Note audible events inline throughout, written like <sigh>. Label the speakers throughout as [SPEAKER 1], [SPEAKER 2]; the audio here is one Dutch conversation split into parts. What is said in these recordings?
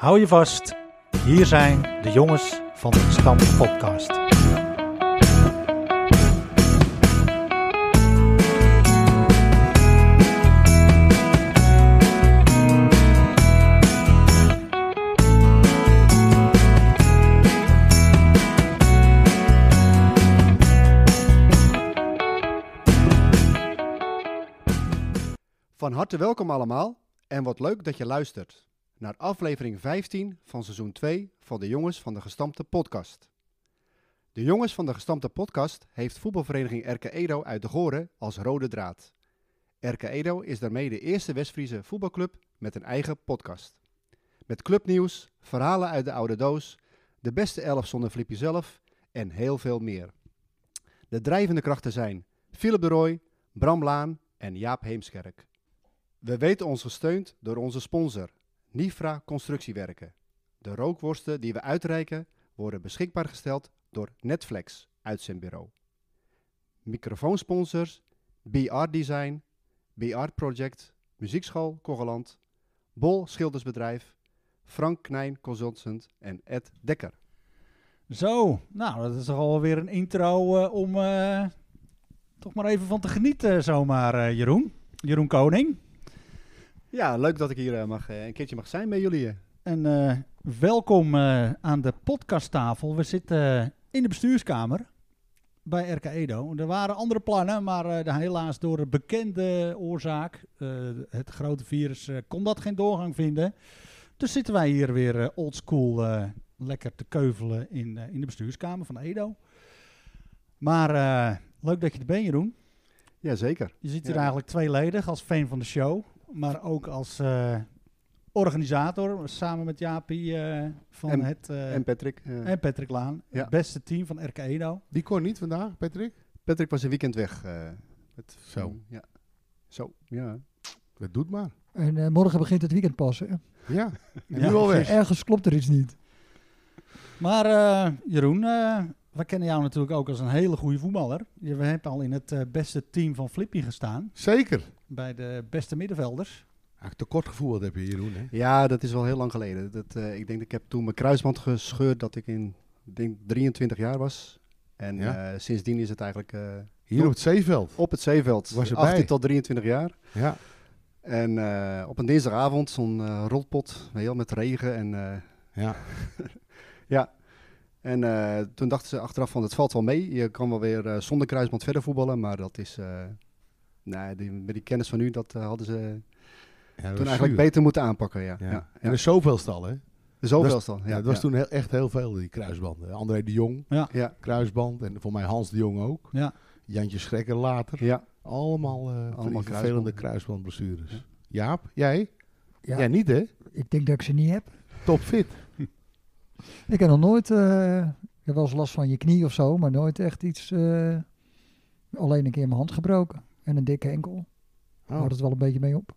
[SPEAKER 1] Hou je vast. Hier zijn de jongens van de Stam Podcast.
[SPEAKER 2] Van harte welkom allemaal en wat leuk dat je luistert naar aflevering 15 van seizoen 2 van de Jongens van de Gestampte Podcast. De Jongens van de Gestampte Podcast heeft voetbalvereniging RK Edo uit de Goren als rode draad. RK Edo is daarmee de eerste West-Friese voetbalclub met een eigen podcast. Met clubnieuws, verhalen uit de oude doos, de beste elf zonder Flipje zelf en heel veel meer. De drijvende krachten zijn Philip de Rooij, Bram Laan en Jaap Heemskerk. We weten ons gesteund door onze sponsor, Nifra Constructiewerken. De rookworsten die we uitreiken worden beschikbaar gesteld door Netflix uit zijn bureau. Microfoonsponsors, BR Design, BR Project, Muziekschool Kogeland, Bol Schildersbedrijf, Frank Knijn Consultant en Ed Dekker.
[SPEAKER 3] Zo, nou, dat is toch alweer een intro eh, om eh, toch maar even van te genieten, zomaar, eh, Jeroen. Jeroen Koning.
[SPEAKER 2] Ja, leuk dat ik hier eh, mag, eh, een keertje mag zijn bij jullie. eh.
[SPEAKER 3] En eh, welkom eh, aan de podcasttafel. We zitten eh, in de bestuurskamer bij RK Edo. Er waren andere plannen, maar eh, helaas door een bekende oorzaak, eh, het grote virus, eh, kon dat geen doorgang vinden. Dus zitten wij hier weer eh, oldschool eh, lekker te keuvelen in, eh, in de bestuurskamer van Edo. Maar eh, leuk dat je er bent, Jeroen.
[SPEAKER 2] Jazeker.
[SPEAKER 3] Je ziet hier
[SPEAKER 2] Ja.
[SPEAKER 3] eigenlijk tweeledig als fan van de show, maar ook als eh, organisator samen met Jaapie eh, van
[SPEAKER 2] En-
[SPEAKER 3] het eh,
[SPEAKER 2] En Patrick. eh,
[SPEAKER 3] en Patrick Laan,
[SPEAKER 2] Ja.
[SPEAKER 3] het beste team van RK Edo.
[SPEAKER 4] Die kon niet vandaag, Patrick.
[SPEAKER 2] Patrick was een weekend weg. eh, met,
[SPEAKER 4] Zo.
[SPEAKER 2] Ja. Zo, ja.
[SPEAKER 4] Dat doet maar.
[SPEAKER 5] En eh, morgen begint het weekend pas. hè.
[SPEAKER 4] <laughs> Ja. En
[SPEAKER 3] Ja,
[SPEAKER 4] nu al weg.
[SPEAKER 5] Ergens klopt er iets niet.
[SPEAKER 3] Maar eh, Jeroen, eh, we kennen jou natuurlijk ook als een hele goede voetballer. Je hebt al in het eh, beste team van Flippy gestaan
[SPEAKER 4] Zeker.
[SPEAKER 3] bij de beste middenvelders.
[SPEAKER 4] Ah, tekort gevoeld heb je, Jeroen. Hè?
[SPEAKER 2] Ja, dat is wel heel lang geleden. Dat, eh, ik denk dat ik heb toen mijn kruisband gescheurd dat ik in ik denk 23 jaar was. En
[SPEAKER 4] Ja.
[SPEAKER 2] eh, sindsdien is het eigenlijk eh,
[SPEAKER 4] Hier op het zeeveld.
[SPEAKER 2] op het zeeveld.
[SPEAKER 4] Was erbij.
[SPEAKER 2] 18 tot 23 jaar.
[SPEAKER 4] Ja.
[SPEAKER 2] En eh, op een dinsdagavond zo'n eh, rolpot, weet je wel, met regen. En, eh, <laughs>
[SPEAKER 4] ja.
[SPEAKER 2] en eh, toen dachten ze achteraf van het valt wel mee. Je kan wel weer eh, zonder kruisband verder voetballen. Maar dat is, eh, nee, die, met die kennis van nu, dat eh, hadden ze
[SPEAKER 4] Ja, dat was
[SPEAKER 2] toen eigenlijk
[SPEAKER 4] zuur.
[SPEAKER 2] beter moeten aanpakken. Ja.
[SPEAKER 4] Ja.
[SPEAKER 2] Ja. Ja,
[SPEAKER 4] En er is zoveel stal, hè? Ja,
[SPEAKER 2] Zoveel dan. Ja,
[SPEAKER 4] dat was
[SPEAKER 2] ja.
[SPEAKER 4] toen heel, echt heel veel, die kruisbanden. André de Jong,
[SPEAKER 2] Ja,
[SPEAKER 4] kruisband. En voor mij Hans de Jong ook.
[SPEAKER 3] Ja.
[SPEAKER 4] Jantje Schrekker later.
[SPEAKER 2] ja.
[SPEAKER 4] Allemaal, eh van die
[SPEAKER 2] kruisband.
[SPEAKER 4] vervelende kruisbandblessures.
[SPEAKER 2] Ja.
[SPEAKER 4] Jaap, jij?
[SPEAKER 5] Ja,
[SPEAKER 4] Jij niet, hè?
[SPEAKER 5] Ik denk dat ik ze niet heb.
[SPEAKER 4] Topfit.
[SPEAKER 5] Ik heb nog nooit, eh, ik heb wel eens last van je knie of zo, maar nooit echt iets. eh, alleen een keer mijn hand gebroken en een dikke enkel.
[SPEAKER 4] Oh.
[SPEAKER 5] Houdt het wel een beetje mee op.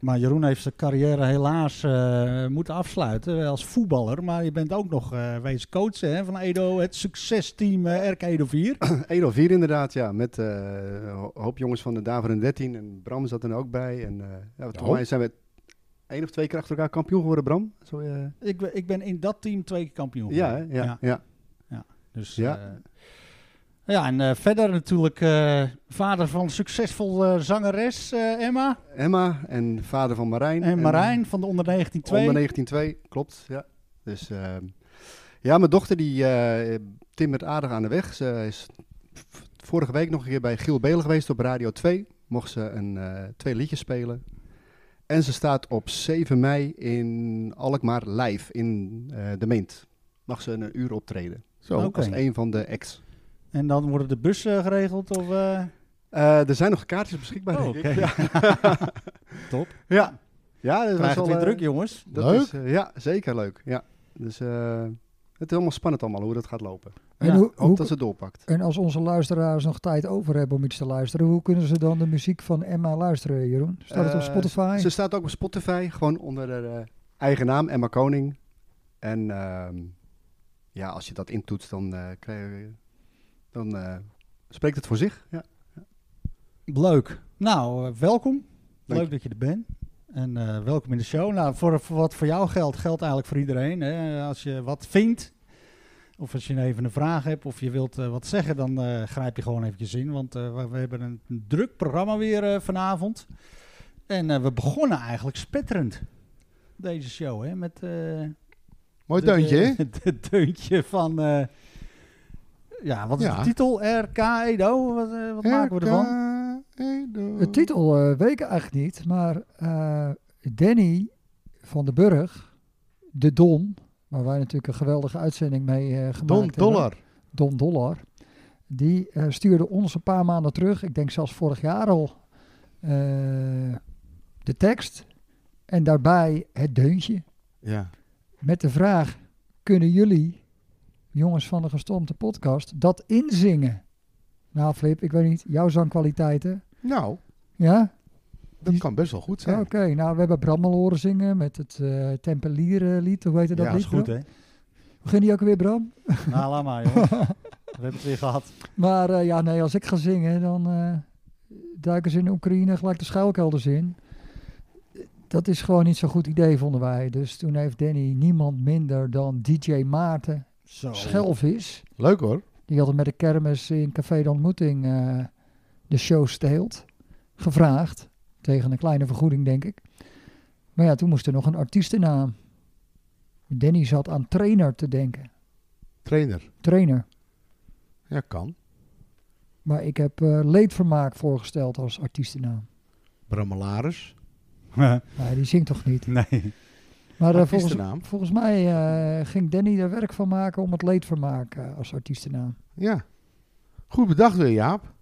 [SPEAKER 3] Maar Jeroen heeft zijn carrière helaas eh, moeten afsluiten als voetballer. Maar je bent ook nog eh wees coach hè, van Edo, het succesteam eh, RK Edo 4.
[SPEAKER 2] 1 of 4 inderdaad, ja. Met eh, een hoop jongens van de Daveren 13 en Bram zat er ook bij. En eh ja,
[SPEAKER 4] Ja.
[SPEAKER 2] toen wij zijn we één of twee keer achter elkaar kampioen geworden, Bram. Zo, eh,
[SPEAKER 3] Ik, ben- ik ben in dat team twee keer kampioen
[SPEAKER 2] ja, hè?
[SPEAKER 3] geworden.
[SPEAKER 2] ja, ja, ja.
[SPEAKER 3] Dus,
[SPEAKER 2] Ja.
[SPEAKER 3] ja. ja, en eh, verder natuurlijk eh, vader van succesvol eh, zangeres eh, Emma.
[SPEAKER 2] Emma en vader van Marijn.
[SPEAKER 3] En Marijn van de onder 19
[SPEAKER 2] eh, Onder 19 klopt, ja. Dus eh, ja, mijn dochter die eh, timmert aardig aan de weg. Ze is v- vorige week nog een keer bij Giel Belen geweest op Radio 2. Mocht ze een, eh, twee liedjes spelen. En ze staat op 7 mei in Alkmaar live in eh, de Meent. Mag ze een uur optreden.
[SPEAKER 4] Zo.
[SPEAKER 3] Oké.
[SPEAKER 2] Als een van de acts.
[SPEAKER 3] En dan worden de bussen geregeld of... eh,
[SPEAKER 2] Eh, er zijn nog kaartjes beschikbaar.
[SPEAKER 3] Oh,
[SPEAKER 2] denk
[SPEAKER 3] oké.
[SPEAKER 2] ik. Ja. <laughs>
[SPEAKER 3] Top.
[SPEAKER 2] ja. ja, dat was
[SPEAKER 3] Krijgt het
[SPEAKER 2] wel,
[SPEAKER 3] weer
[SPEAKER 2] eh,
[SPEAKER 3] druk jongens.
[SPEAKER 2] dat
[SPEAKER 4] Leuk.
[SPEAKER 2] is, eh, ja, zeker leuk. Ja. Dus eh, het is allemaal spannend allemaal hoe dat gaat lopen.
[SPEAKER 5] En,
[SPEAKER 3] Ja,
[SPEAKER 5] hoe,
[SPEAKER 2] Hoop
[SPEAKER 5] hoe-
[SPEAKER 2] dat ze het doorpakt.
[SPEAKER 5] en als onze luisteraars nog tijd over hebben om iets te luisteren, hoe kunnen ze dan de muziek van Emma luisteren, Jeroen? Staat het op
[SPEAKER 2] Eh,
[SPEAKER 5] Spotify?
[SPEAKER 2] Ze staat ook op Spotify, gewoon onder haar eh, eigen naam, Emma Koning. En ehm, ja, als je dat intoetst, dan, eh, krijg je, dan eh, spreekt het voor zich. Ja.
[SPEAKER 3] Leuk. Nou, eh, welkom.
[SPEAKER 2] Dank
[SPEAKER 3] Leuk dat je er bent. Eh, En eh, welkom in de show. Nou, voor, voor wat voor jou geldt, geldt eigenlijk voor iedereen. Hè. Als je wat vindt, of als je nou even een vraag hebt, of je wilt eh, wat zeggen, dan eh, grijp je gewoon eventjes in. Want eh, we, we hebben een, een druk programma weer eh, vanavond. En eh, we begonnen eigenlijk spetterend, deze show, hè, met... eh,
[SPEAKER 4] Mooi
[SPEAKER 3] de-
[SPEAKER 4] deuntje, hè?
[SPEAKER 3] de- <laughs> Het deuntje van... eh, ja, wat is
[SPEAKER 4] Ja.
[SPEAKER 3] de titel? RK Edo? Wat, eh, wat maken we ervan?
[SPEAKER 4] Mhm.
[SPEAKER 5] De titel eh, weet ik eigenlijk niet, maar eh, Danny van den Burg, de Don, waar wij natuurlijk een geweldige uitzending mee eh gemaakt
[SPEAKER 4] Don
[SPEAKER 5] hebben.
[SPEAKER 4] Dollar.
[SPEAKER 5] Don Dollar. Die eh, stuurde ons een paar maanden terug, ik denk zelfs vorig jaar al, eh, de tekst. En daarbij het deuntje
[SPEAKER 4] Ja.
[SPEAKER 5] met de vraag, kunnen jullie, jongens van de gestompte podcast, dat inzingen? Nou Flip, ik weet niet, jouw zangkwaliteiten,
[SPEAKER 4] Nou,
[SPEAKER 5] ja?
[SPEAKER 4] dat kan best wel goed
[SPEAKER 5] Ja,
[SPEAKER 4] zijn.
[SPEAKER 5] Oké, nou we hebben Bram al horen zingen met het eh Tempelierlied, hoe heette dat
[SPEAKER 4] Ja,
[SPEAKER 5] lied?
[SPEAKER 4] is
[SPEAKER 3] Dat is goed,
[SPEAKER 5] Bram?
[SPEAKER 3] hè?
[SPEAKER 5] Hoe ging die ook weer, Bram?
[SPEAKER 3] Nou, laat maar, <laughs> jongens. We hebben het weer gehad.
[SPEAKER 5] Maar eh, ja, nee, als ik ga zingen, dan eh, duiken ze in Oekraïne gelijk de schuilkelders in. Dat is gewoon niet zo'n goed idee, vonden wij. Dus toen heeft Danny niemand minder dan DJ Maarten
[SPEAKER 3] Zo.
[SPEAKER 5] Schelvis.
[SPEAKER 4] Leuk hoor.
[SPEAKER 5] Die had hem met de kermis in Café de Ontmoeting eh, de show steelt. Gevraagd. Tegen een kleine vergoeding, denk ik. Maar ja, toen moest er nog een artiestennaam. Danny zat aan trainer te denken.
[SPEAKER 4] Trainer.
[SPEAKER 5] Trainer.
[SPEAKER 4] Ja, kan.
[SPEAKER 5] Maar ik heb eh, leedvermaak voorgesteld als artiestennaam.
[SPEAKER 4] Brammelaris.
[SPEAKER 5] Nee, die zingt toch
[SPEAKER 3] <laughs>
[SPEAKER 5] niet.
[SPEAKER 3] nee.
[SPEAKER 5] Maar eh, volgens,
[SPEAKER 4] Artiestennaam.
[SPEAKER 5] volgens mij eh, ging Danny er werk van maken om het leedvermaak eh, als artiestennaam.
[SPEAKER 4] Ja. Goed bedacht weer, Jaap.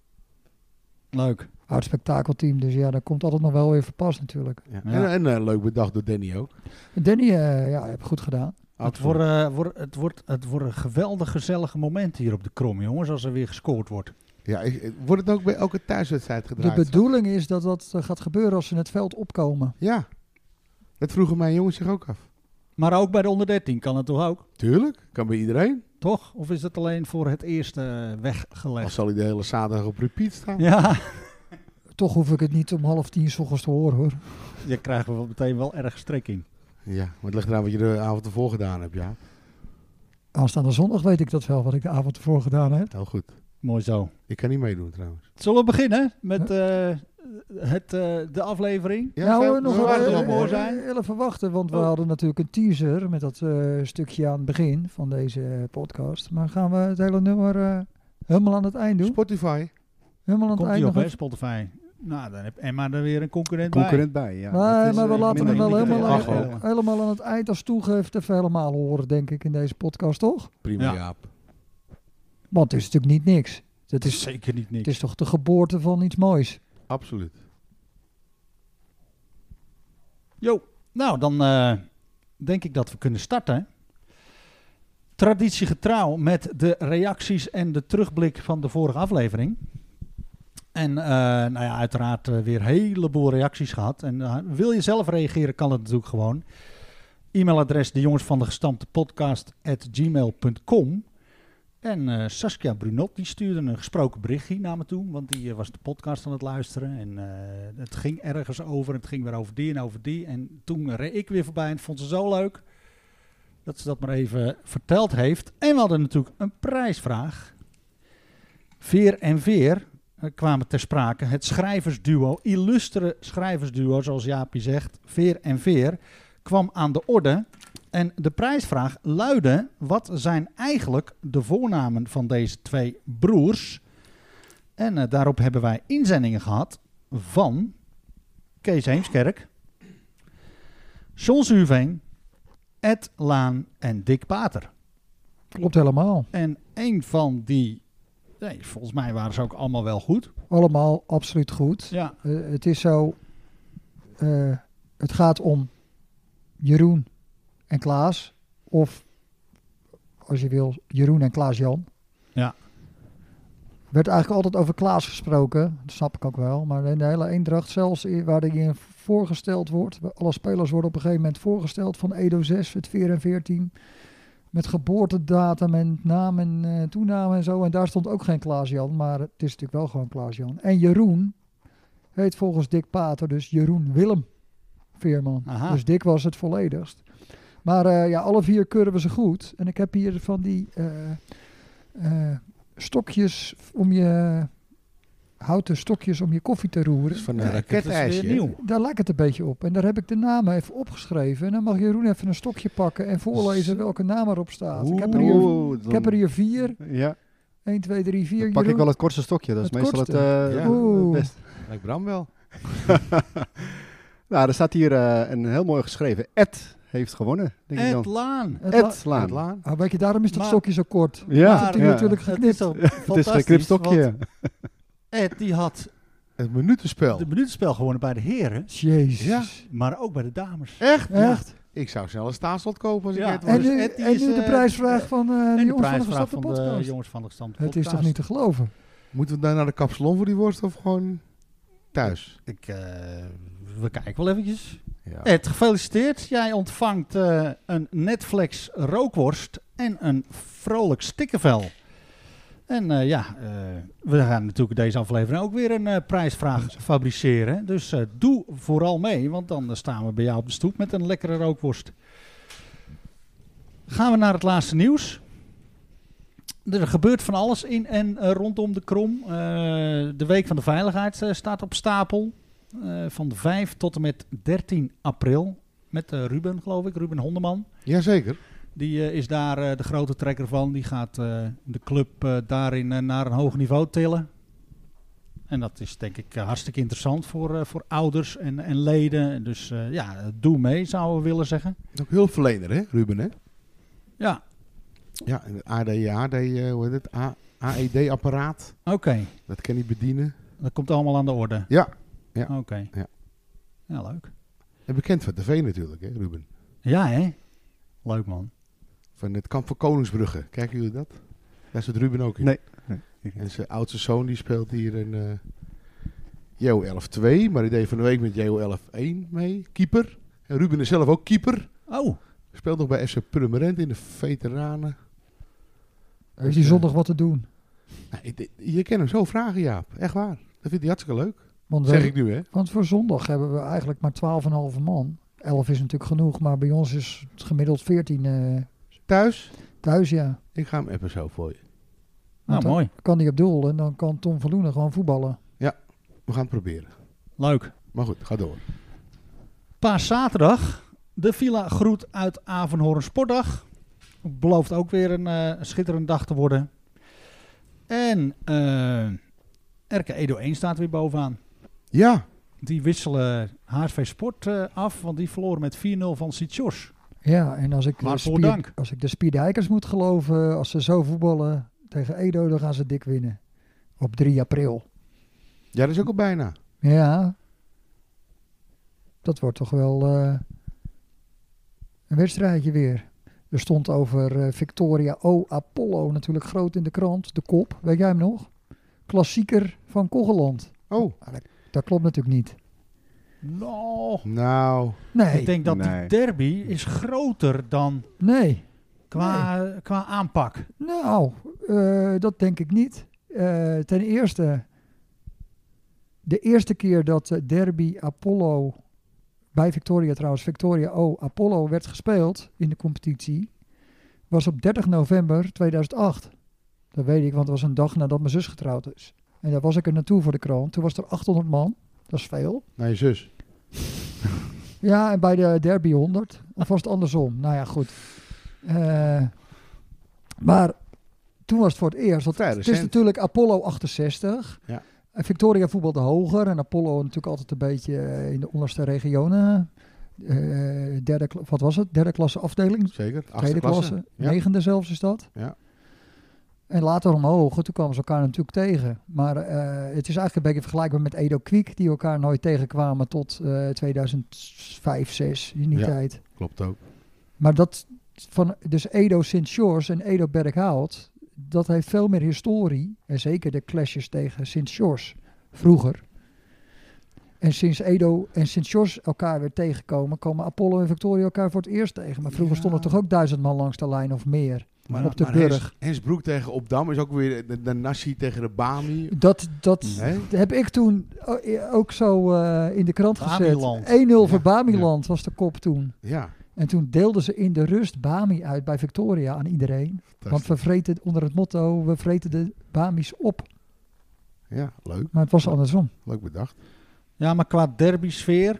[SPEAKER 3] Leuk.
[SPEAKER 5] Oud spektakelteam, dus ja, dat komt altijd nog wel weer verpas natuurlijk.
[SPEAKER 4] Ja.
[SPEAKER 3] Ja.
[SPEAKER 4] En, en, eh, leuk bedacht door Danny ook.
[SPEAKER 5] Danny, eh ja, heb goed gedaan.
[SPEAKER 3] Het wordt, eh, wordt, het, wordt, het wordt een geweldig gezellig moment hier op de Krom, jongens, als er weer gescoord wordt.
[SPEAKER 4] Ja, ik- eh, wordt het ook bij elke thuiswedstrijd
[SPEAKER 5] De
[SPEAKER 4] gedraaid?
[SPEAKER 5] bedoeling is dat dat eh, gaat gebeuren als ze in het veld opkomen.
[SPEAKER 4] ja. Dat vroegen mijn jongens zich ook af.
[SPEAKER 3] Maar ook bij de onder 13 kan het toch ook?
[SPEAKER 4] Tuurlijk. Kan bij iedereen.
[SPEAKER 3] Toch? Of is dat alleen voor het eerste eh,
[SPEAKER 4] Al
[SPEAKER 3] weggelegd?
[SPEAKER 4] zal hij de hele zaterdag op repeat staan.
[SPEAKER 3] Ja,
[SPEAKER 5] Toch hoef ik het niet om half tien 's ochtends te horen hoor.
[SPEAKER 3] <laughs> je krijgt wel meteen wel erg strik in.
[SPEAKER 4] Ja, maar het ligt eraan wat je de avond ervoor gedaan hebt, ja.
[SPEAKER 5] Aanstaande zondag weet ik dat wel, wat ik de avond ervoor gedaan heb.
[SPEAKER 4] Heel goed.
[SPEAKER 3] Mooi zo.
[SPEAKER 4] Ik kan niet meedoen trouwens.
[SPEAKER 3] Zullen we beginnen met eh, het, eh, de aflevering?
[SPEAKER 5] nou, eh, nog
[SPEAKER 3] we
[SPEAKER 5] wel
[SPEAKER 3] wachten
[SPEAKER 5] eh,
[SPEAKER 3] nog maar.
[SPEAKER 5] eh, eh, even wachten, want we
[SPEAKER 3] Oh.
[SPEAKER 5] hadden natuurlijk een teaser met dat eh, stukje aan het begin van deze eh, podcast. Maar gaan we het hele nummer eh, helemaal aan het eind doen?
[SPEAKER 4] Spotify.
[SPEAKER 5] Helemaal aan het
[SPEAKER 3] Komt
[SPEAKER 5] eind
[SPEAKER 3] die op,
[SPEAKER 5] nog
[SPEAKER 3] hè,
[SPEAKER 5] even-
[SPEAKER 3] Spotify? Nou, dan heb Emma er weer een concurrent,
[SPEAKER 2] Concurrent bij, ja.
[SPEAKER 5] Maar,
[SPEAKER 2] Dat is,
[SPEAKER 5] maar we
[SPEAKER 2] eh,
[SPEAKER 5] laten het
[SPEAKER 2] minder-
[SPEAKER 5] wel
[SPEAKER 2] minder-
[SPEAKER 5] helemaal,
[SPEAKER 4] Ach,
[SPEAKER 5] aan-
[SPEAKER 3] oh.
[SPEAKER 5] helemaal aan het eind als toegeeft even helemaal horen, denk ik, in deze podcast, toch?
[SPEAKER 4] Prima,
[SPEAKER 3] Ja.
[SPEAKER 4] Jaap.
[SPEAKER 5] Want het is natuurlijk niet niks. Het
[SPEAKER 3] bij.
[SPEAKER 5] is,
[SPEAKER 3] zeker niet niks.
[SPEAKER 5] het is toch de geboorte van iets moois?
[SPEAKER 4] Absoluut.
[SPEAKER 3] Jo, nou dan eh, denk ik dat we kunnen starten. Traditiegetrouw met de reacties en de terugblik van de vorige aflevering. En eh, nou ja, uiteraard eh, weer een heleboel reacties gehad. En eh, wil je zelf reageren, kan het natuurlijk gewoon. E-mailadres de jongens van de gestampte podcast at gmail.com. En eh, Saskia Brunot die stuurde een gesproken berichtje naar me toe, want die eh, was de podcast aan het luisteren. En eh, het ging ergens over, het ging weer over die en over die. En toen reed ik weer voorbij en het vond ze zo leuk dat ze dat maar even verteld heeft. En we hadden natuurlijk een prijsvraag. Veer en Veer eh, kwamen ter sprake. Het schrijversduo, illustere schrijversduo, zoals Jaapie zegt, Veer en Veer, kwam aan de orde. En de prijsvraag luidde: wat zijn eigenlijk de voornamen van deze twee broers? En eh, daarop hebben wij inzendingen gehad van Kees Heemskerk, John Zuurveen, Ed Laan en Dick Pater.
[SPEAKER 5] Klopt helemaal.
[SPEAKER 3] En een van die, nee, volgens mij waren ze ook allemaal wel goed.
[SPEAKER 5] Allemaal absoluut goed.
[SPEAKER 3] Ja,
[SPEAKER 5] Eh, het is zo. eh, het gaat om Jeroen en Klaas. Of als je wil, Jeroen en Klaas-Jan.
[SPEAKER 3] Ja.
[SPEAKER 5] Werd eigenlijk altijd over Klaas gesproken. Dat snap ik ook wel. Maar in de hele eendracht, zelfs i- waar die in voorgesteld wordt. waar Alle spelers worden op een gegeven moment voorgesteld. Van Edo 6, het 4 en 14. Met geboortedatum en naam en eh, toename en zo. En daar stond ook geen Klaas-Jan. Maar het is natuurlijk wel gewoon Klaas-Jan. En Jeroen heet volgens Dick Pater dus Jeroen Willem Veerman.
[SPEAKER 3] Aha.
[SPEAKER 5] Dus Dick was het volledigst. Maar eh, ja, alle vier keuren we ze goed. En ik heb hier van die eh, eh, stokjes om je... houten stokjes om je koffie te roeren.
[SPEAKER 4] Dat is van
[SPEAKER 3] Ja,
[SPEAKER 4] een raketijsje.
[SPEAKER 3] Dat is weer nieuw.
[SPEAKER 5] Daar lijkt het een beetje op. En daar heb ik de namen even opgeschreven. En dan mag Jeroen even een stokje pakken en voorlezen welke naam erop staat. Ik heb er hier,
[SPEAKER 2] Oeh,
[SPEAKER 5] ik
[SPEAKER 2] dan-
[SPEAKER 5] heb er hier vier.
[SPEAKER 2] Ja,
[SPEAKER 5] 1, 2, 3, 4.
[SPEAKER 2] dan pak ik wel het kortste stokje. Dat is
[SPEAKER 5] Het
[SPEAKER 2] meestal het, eh,
[SPEAKER 4] Ja.
[SPEAKER 5] Oeh.
[SPEAKER 2] het beste.
[SPEAKER 4] Lijkt Bram wel.
[SPEAKER 2] <laughs> nou, er staat hier eh, een heel mooi geschreven. Ed heeft gewonnen, denk ik
[SPEAKER 3] Ed
[SPEAKER 2] dan.
[SPEAKER 3] Laan.
[SPEAKER 2] Ed
[SPEAKER 4] Aan het
[SPEAKER 2] Laan.
[SPEAKER 4] laan.
[SPEAKER 5] Ah, weet je, daarom is dat
[SPEAKER 3] Maar-
[SPEAKER 5] stokje zo kort.
[SPEAKER 2] Ja,
[SPEAKER 5] Dat
[SPEAKER 3] Maar- eh,
[SPEAKER 5] hij
[SPEAKER 2] ja.
[SPEAKER 5] natuurlijk
[SPEAKER 3] Het is
[SPEAKER 5] geknipt.
[SPEAKER 3] toch
[SPEAKER 2] Het is geen
[SPEAKER 3] fantastisch, want
[SPEAKER 2] knipstokje.
[SPEAKER 3] Ed die had
[SPEAKER 4] Het minutenspel.
[SPEAKER 3] de minuutspel gewonnen bij de heren,
[SPEAKER 5] Jezus.
[SPEAKER 4] Ja.
[SPEAKER 3] maar ook bij de dames.
[SPEAKER 4] Echt?
[SPEAKER 5] Echt?
[SPEAKER 4] Ik zou snel een staatslot kopen als
[SPEAKER 3] Ja.
[SPEAKER 4] ik het
[SPEAKER 5] En
[SPEAKER 4] was.
[SPEAKER 5] nu,
[SPEAKER 3] Dus Ed, die
[SPEAKER 5] en
[SPEAKER 3] is,
[SPEAKER 5] nu de
[SPEAKER 3] eh,
[SPEAKER 5] prijsvraag van eh, de
[SPEAKER 3] en de
[SPEAKER 5] jongens van de
[SPEAKER 3] prijsvraag
[SPEAKER 5] gestapte
[SPEAKER 3] van de
[SPEAKER 5] podcast.
[SPEAKER 3] jongens van de gestampte
[SPEAKER 5] Het is
[SPEAKER 3] podcast.
[SPEAKER 5] toch niet te geloven?
[SPEAKER 4] Moeten we dan naar de kapsalon voor die worst of gewoon thuis? Eh,
[SPEAKER 3] Ik, eh, we kijken wel eventjes.
[SPEAKER 4] Ja.
[SPEAKER 3] Ed, Eh, gefeliciteerd. Jij ontvangt eh, een Netflix rookworst en een vrolijk stikkenvel. En eh, ja, eh, we gaan natuurlijk deze aflevering ook weer een eh, prijsvraag fabriceren. Dus eh, doe vooral mee, want dan eh, staan we bij jou op de stoep met een lekkere rookworst. Gaan we naar het laatste nieuws. Er gebeurt van alles in en eh, rondom de krom. Eh, de Week van de Veiligheid eh, staat op stapel. Eh, van de 5 tot en met 13 april. Met eh, Ruben, geloof ik, Ruben Hondeman.
[SPEAKER 4] Jazeker.
[SPEAKER 3] Die eh, is daar eh, de grote trekker van. Die gaat eh, de club eh, daarin eh, naar een hoog niveau tillen. En dat is denk ik eh, hartstikke interessant voor, eh, voor ouders en, en leden. Dus eh, ja, doe mee, zouden we willen zeggen.
[SPEAKER 4] Ook hulpverlener, hè, Ruben, hè?
[SPEAKER 3] Ja,
[SPEAKER 4] Ja, en het AD, AD, eh, hoe heet het? A- AED-apparaat.
[SPEAKER 3] oké.
[SPEAKER 4] Dat kan hij bedienen.
[SPEAKER 3] Dat komt allemaal aan de orde.
[SPEAKER 4] Ja.
[SPEAKER 3] Oké.
[SPEAKER 4] Ja.
[SPEAKER 3] ja, leuk.
[SPEAKER 4] En bekend van tv natuurlijk, hè, Ruben?
[SPEAKER 3] Ja, hè? Leuk, man.
[SPEAKER 4] Van het kamp van Koningsbrugge. Kijken jullie dat? Daar zit Ruben ook in.
[SPEAKER 2] Nee. Nee.
[SPEAKER 4] En zijn oudste zoon die speelt hier een eh JO 11-2. Maar die deed van de week met JO 11-1 mee. Keeper. En Ruben is zelf ook keeper.
[SPEAKER 3] Oh,
[SPEAKER 4] Speelt nog bij FC Purmerend in de veteranen.
[SPEAKER 5] Heeft hij
[SPEAKER 4] eh,
[SPEAKER 5] zondag wat te doen?
[SPEAKER 4] Nou, ik- ik- je kan hem zo vragen, Jaap. Echt waar. Dat vindt hij hartstikke leuk.
[SPEAKER 5] Want,
[SPEAKER 4] Dat
[SPEAKER 5] we-
[SPEAKER 4] zeg ik nu, hè?
[SPEAKER 5] want voor zondag hebben we eigenlijk maar 12,5 man. 11 is natuurlijk genoeg, maar bij ons is het gemiddeld 14 eh,
[SPEAKER 4] Thuis,
[SPEAKER 5] thuis, ja.
[SPEAKER 4] ik ga hem appen zo voor je.
[SPEAKER 5] Want
[SPEAKER 3] nou,
[SPEAKER 5] dan
[SPEAKER 3] mooi.
[SPEAKER 5] Kan die op doel en dan kan Tom Verloenen gewoon voetballen.
[SPEAKER 4] We gaan het proberen.
[SPEAKER 3] Leuk.
[SPEAKER 4] Maar goed, ga door.
[SPEAKER 3] Paaszaterdag. De Villa Groet uit Avenhoorn Sportdag. Belooft ook weer een eh, schitterende dag te worden. En eh RK Edo 1 staat weer bovenaan.
[SPEAKER 4] Ja,
[SPEAKER 3] Die wisselen HSV Sport eh, af, want die verloren met 4-0 van Sitjors.
[SPEAKER 5] Ja, en als ik, de
[SPEAKER 3] Waarvoor
[SPEAKER 5] spier-
[SPEAKER 3] dank.
[SPEAKER 5] als ik de Spierdijkers moet geloven, als ze zo voetballen tegen Edo, dan gaan ze dik winnen. Op 3 april.
[SPEAKER 4] ja dat is ook al bijna.
[SPEAKER 5] Ja, dat wordt toch wel eh, een wedstrijdje weer. Er stond over eh, Victoria O. Apollo natuurlijk groot in de krant. De kop, weet jij hem nog? Klassieker van Kogeland.
[SPEAKER 4] Oh,
[SPEAKER 5] Dat klopt natuurlijk niet.
[SPEAKER 3] Nou,
[SPEAKER 4] nou.
[SPEAKER 5] Nee,
[SPEAKER 3] ik denk dat die
[SPEAKER 2] Nee.
[SPEAKER 3] derby is groter dan
[SPEAKER 5] nee.
[SPEAKER 3] qua, qua aanpak.
[SPEAKER 5] Nou, eh, dat denk ik niet. Eh, ten eerste, de eerste keer dat eh, Derby Apollo, bij Victoria trouwens, Victoria O Apollo werd gespeeld in de competitie, was op 30 november 2008. Dat weet ik, want het was een dag nadat mijn zus getrouwd is. En daar was ik er naartoe voor de krant. Toen was er 800 man. Dat is veel.
[SPEAKER 4] Naar je zus.
[SPEAKER 5] Ja, en bij de Derby 100. Of was het andersom? Nou ja, goed. Eh, maar toen was het voor het eerst. Want
[SPEAKER 4] Vrij
[SPEAKER 5] het is
[SPEAKER 4] recent.
[SPEAKER 5] natuurlijk Apollo 68.
[SPEAKER 4] Ja.
[SPEAKER 5] En Victoria voetbalde hoger. En Apollo natuurlijk altijd een beetje eh, in de onderste regionen. Eh, derde, kla- wat was het? Derde klasse afdeling.
[SPEAKER 4] Zeker. Achtste
[SPEAKER 5] Tweede klasse.
[SPEAKER 4] Ja.
[SPEAKER 5] Negende zelfs is dat.
[SPEAKER 4] Ja.
[SPEAKER 5] En later omhoog. en Toen kwamen ze elkaar natuurlijk tegen. Maar eh, het is eigenlijk een beetje vergelijkbaar met Edo Kwiek. Die elkaar nooit tegenkwamen tot eh 2005, 6 in die
[SPEAKER 4] Ja.
[SPEAKER 5] tijd.
[SPEAKER 4] Klopt ook.
[SPEAKER 5] Maar dat van dus Edo Sint George en Edo Berghout, dat heeft veel meer historie. En zeker de clashes tegen Sint George vroeger. En sinds Edo en Sint George elkaar weer tegenkomen, komen Apollo en Victoria elkaar voor het eerst tegen. Maar vroeger
[SPEAKER 4] Ja.
[SPEAKER 5] stonden toch ook duizend man langs de lijn of meer.
[SPEAKER 4] Maar,
[SPEAKER 5] Op de
[SPEAKER 4] maar
[SPEAKER 5] Burg.
[SPEAKER 4] Hens- Hensbroek tegen Opdam is ook weer de, de Nassi tegen de Bami.
[SPEAKER 5] Dat, dat
[SPEAKER 4] Hè?
[SPEAKER 5] heb ik toen o- eh, ook zo eh, in de krant
[SPEAKER 3] Bamiland.
[SPEAKER 5] gezet. 1-0 voor
[SPEAKER 4] Ja,
[SPEAKER 5] Bamiland was de kop toen.
[SPEAKER 4] Ja,
[SPEAKER 5] En toen deelden ze in de rust Bami uit bij Victoria aan iedereen. Want we
[SPEAKER 4] fantastisch.
[SPEAKER 5] vreten onder het motto, we vreten de Bamis op.
[SPEAKER 4] Ja, leuk.
[SPEAKER 5] Maar het was andersom.
[SPEAKER 4] Leuk bedacht.
[SPEAKER 3] Ja, maar qua derby-sfeer.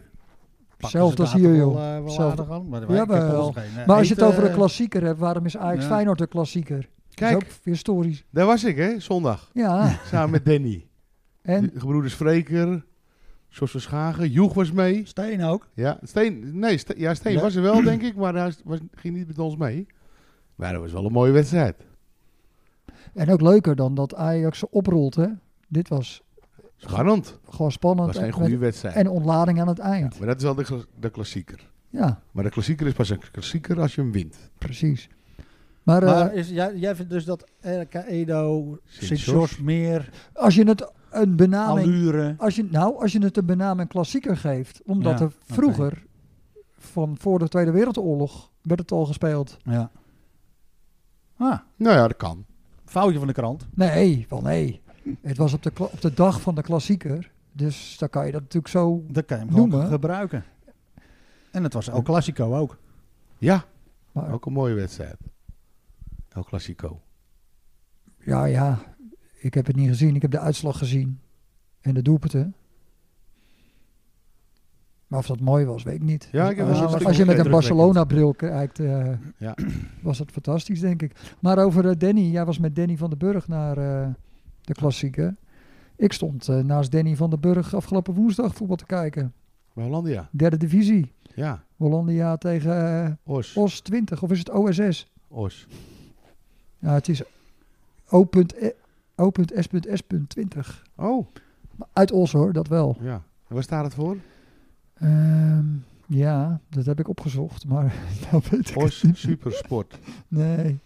[SPEAKER 3] pakken ze
[SPEAKER 5] Hetzelfde
[SPEAKER 3] daar
[SPEAKER 5] als hier,
[SPEAKER 3] toch wel, eh,
[SPEAKER 5] joh.
[SPEAKER 3] wel
[SPEAKER 5] Hetzelfde.
[SPEAKER 3] aardig aan. Maar, wij- ik heb
[SPEAKER 5] Jawel.
[SPEAKER 3] volgens geen, eh,
[SPEAKER 5] Maar als je het
[SPEAKER 3] eten,
[SPEAKER 5] over een
[SPEAKER 3] eh,
[SPEAKER 5] klassieker hebt, waarom is Ajax
[SPEAKER 3] ja.
[SPEAKER 5] Feyenoord een klassieker?
[SPEAKER 4] Kijk,
[SPEAKER 5] Dat is ook historisch.
[SPEAKER 4] daar was ik hè, zondag.
[SPEAKER 5] Ja,
[SPEAKER 4] Samen met Danny.
[SPEAKER 5] en
[SPEAKER 4] De gebroeders Freker, Jos van Schagen, Joeg was mee.
[SPEAKER 3] Steen ook.
[SPEAKER 4] Ja, Steen, nee, Ste- ja, Steen
[SPEAKER 3] Ja.
[SPEAKER 4] was er wel denk ik, maar hij was, ging niet met ons mee. Maar dat was wel een mooie wedstrijd.
[SPEAKER 5] En ook leuker dan dat Ajax ze oprolt, hè? Dit was
[SPEAKER 4] Spannend.
[SPEAKER 5] gewoon spannend.
[SPEAKER 4] was geen
[SPEAKER 5] en-
[SPEAKER 4] goede
[SPEAKER 5] eh, met-
[SPEAKER 4] wedstrijd.
[SPEAKER 5] En ontlading aan het eind.
[SPEAKER 4] Maar dat is wel de, kla- de klassieker.
[SPEAKER 5] Ja,
[SPEAKER 4] Maar de klassieker is pas een klassieker als je hem wint.
[SPEAKER 5] precies. Maar, eh,
[SPEAKER 3] Maar is, jij, jij vindt dus dat RK Edo,
[SPEAKER 4] George.
[SPEAKER 3] Sint-George meer,
[SPEAKER 5] als je het een benaming...
[SPEAKER 3] Allure.
[SPEAKER 5] Als je, nou, als je het een benaming klassieker geeft, omdat
[SPEAKER 3] Ja,
[SPEAKER 5] er vroeger, van voor de Tweede Wereldoorlog, werd het al gespeeld.
[SPEAKER 3] Ja. Ah,
[SPEAKER 4] Nou ja, dat kan.
[SPEAKER 3] foutje van de krant.
[SPEAKER 5] Nee, wel nee. Het was op de, kla- op de dag van de klassieker. Dus dan kan je dat natuurlijk zo...
[SPEAKER 3] Dat kan je hem gewoon
[SPEAKER 5] Noemen.
[SPEAKER 3] gebruiken. En het was El Clasico ook.
[SPEAKER 4] Ja,
[SPEAKER 5] Maar,
[SPEAKER 4] ook een mooie wedstrijd. El Clasico.
[SPEAKER 5] Ja, ja. Ik heb het niet gezien. Ik heb de uitslag gezien. En de doelpunten. Maar of dat mooi was, weet ik niet. Eh,
[SPEAKER 4] Ja, ik heb wel
[SPEAKER 5] als,
[SPEAKER 4] een
[SPEAKER 5] als,
[SPEAKER 4] stuk
[SPEAKER 5] je met een
[SPEAKER 4] indrukwekkend.
[SPEAKER 5] Barcelona-bril kijkt, eh,
[SPEAKER 4] Ja.
[SPEAKER 5] was dat fantastisch, denk ik. Maar over eh, Danny. Jij was met Danny van den Burg naar eh, de klassieke. Ik stond eh, naast Danny van den Burg afgelopen woensdag voetbal te kijken.
[SPEAKER 4] Bij Hollandia.
[SPEAKER 5] Derde divisie.
[SPEAKER 4] Ja,
[SPEAKER 5] Hollandia tegen eh,
[SPEAKER 4] Os.
[SPEAKER 5] OS 20. Of is het OSS?
[SPEAKER 4] Os.
[SPEAKER 5] Ja, het is E, O.S.S.20.
[SPEAKER 4] Oh,
[SPEAKER 5] Uit Os hoor, dat wel.
[SPEAKER 4] ja. En waar staat het
[SPEAKER 5] <laughs>
[SPEAKER 4] voor?
[SPEAKER 5] Ehm, ja, dat heb ik opgezocht, maar <laughs> nou weet ik het
[SPEAKER 4] Os
[SPEAKER 5] niet.
[SPEAKER 4] Supersport. 3-1
[SPEAKER 5] Nee.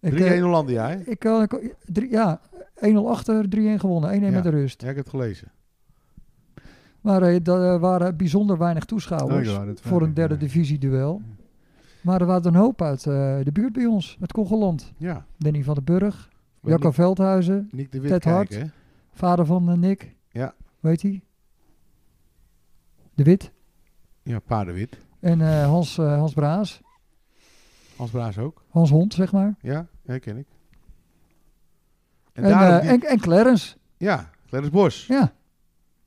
[SPEAKER 5] Ik, eh,
[SPEAKER 4] Hollandia, hè?
[SPEAKER 5] ik kan, ik- drie- ja, 1-0 achter, 3-1 gewonnen, 1-1 met de rust.
[SPEAKER 4] Ja, ik heb het gelezen.
[SPEAKER 5] Maar eh, er eh, waren bijzonder weinig toeschouwers
[SPEAKER 2] Oh ja, dat
[SPEAKER 5] voor
[SPEAKER 2] weet
[SPEAKER 5] een
[SPEAKER 2] ik,
[SPEAKER 5] derde
[SPEAKER 2] ja.
[SPEAKER 5] divisie duel. Maar er waren een hoop uit eh, de buurt bij ons, het Congoland.
[SPEAKER 4] Ja.
[SPEAKER 5] Danny van den Burg,
[SPEAKER 4] Met
[SPEAKER 5] Jacco Veldhuizen,
[SPEAKER 4] Nick, Nick de Wit
[SPEAKER 5] Ted Hart.
[SPEAKER 4] kijken, hè?
[SPEAKER 5] vader van eh, Nick.
[SPEAKER 4] Ja.
[SPEAKER 5] Weet hij? De Wit.
[SPEAKER 4] Ja, Paardenwit.
[SPEAKER 5] En eh, Hans, eh, Hans Braas,
[SPEAKER 4] Hans Braas ook.
[SPEAKER 5] Hans Hond, zeg maar.
[SPEAKER 4] Ja, ja ken ik. En,
[SPEAKER 5] En, eh,
[SPEAKER 4] daarom die-
[SPEAKER 5] en, en Clarence,
[SPEAKER 4] Ja, Glennis Bos. Ja.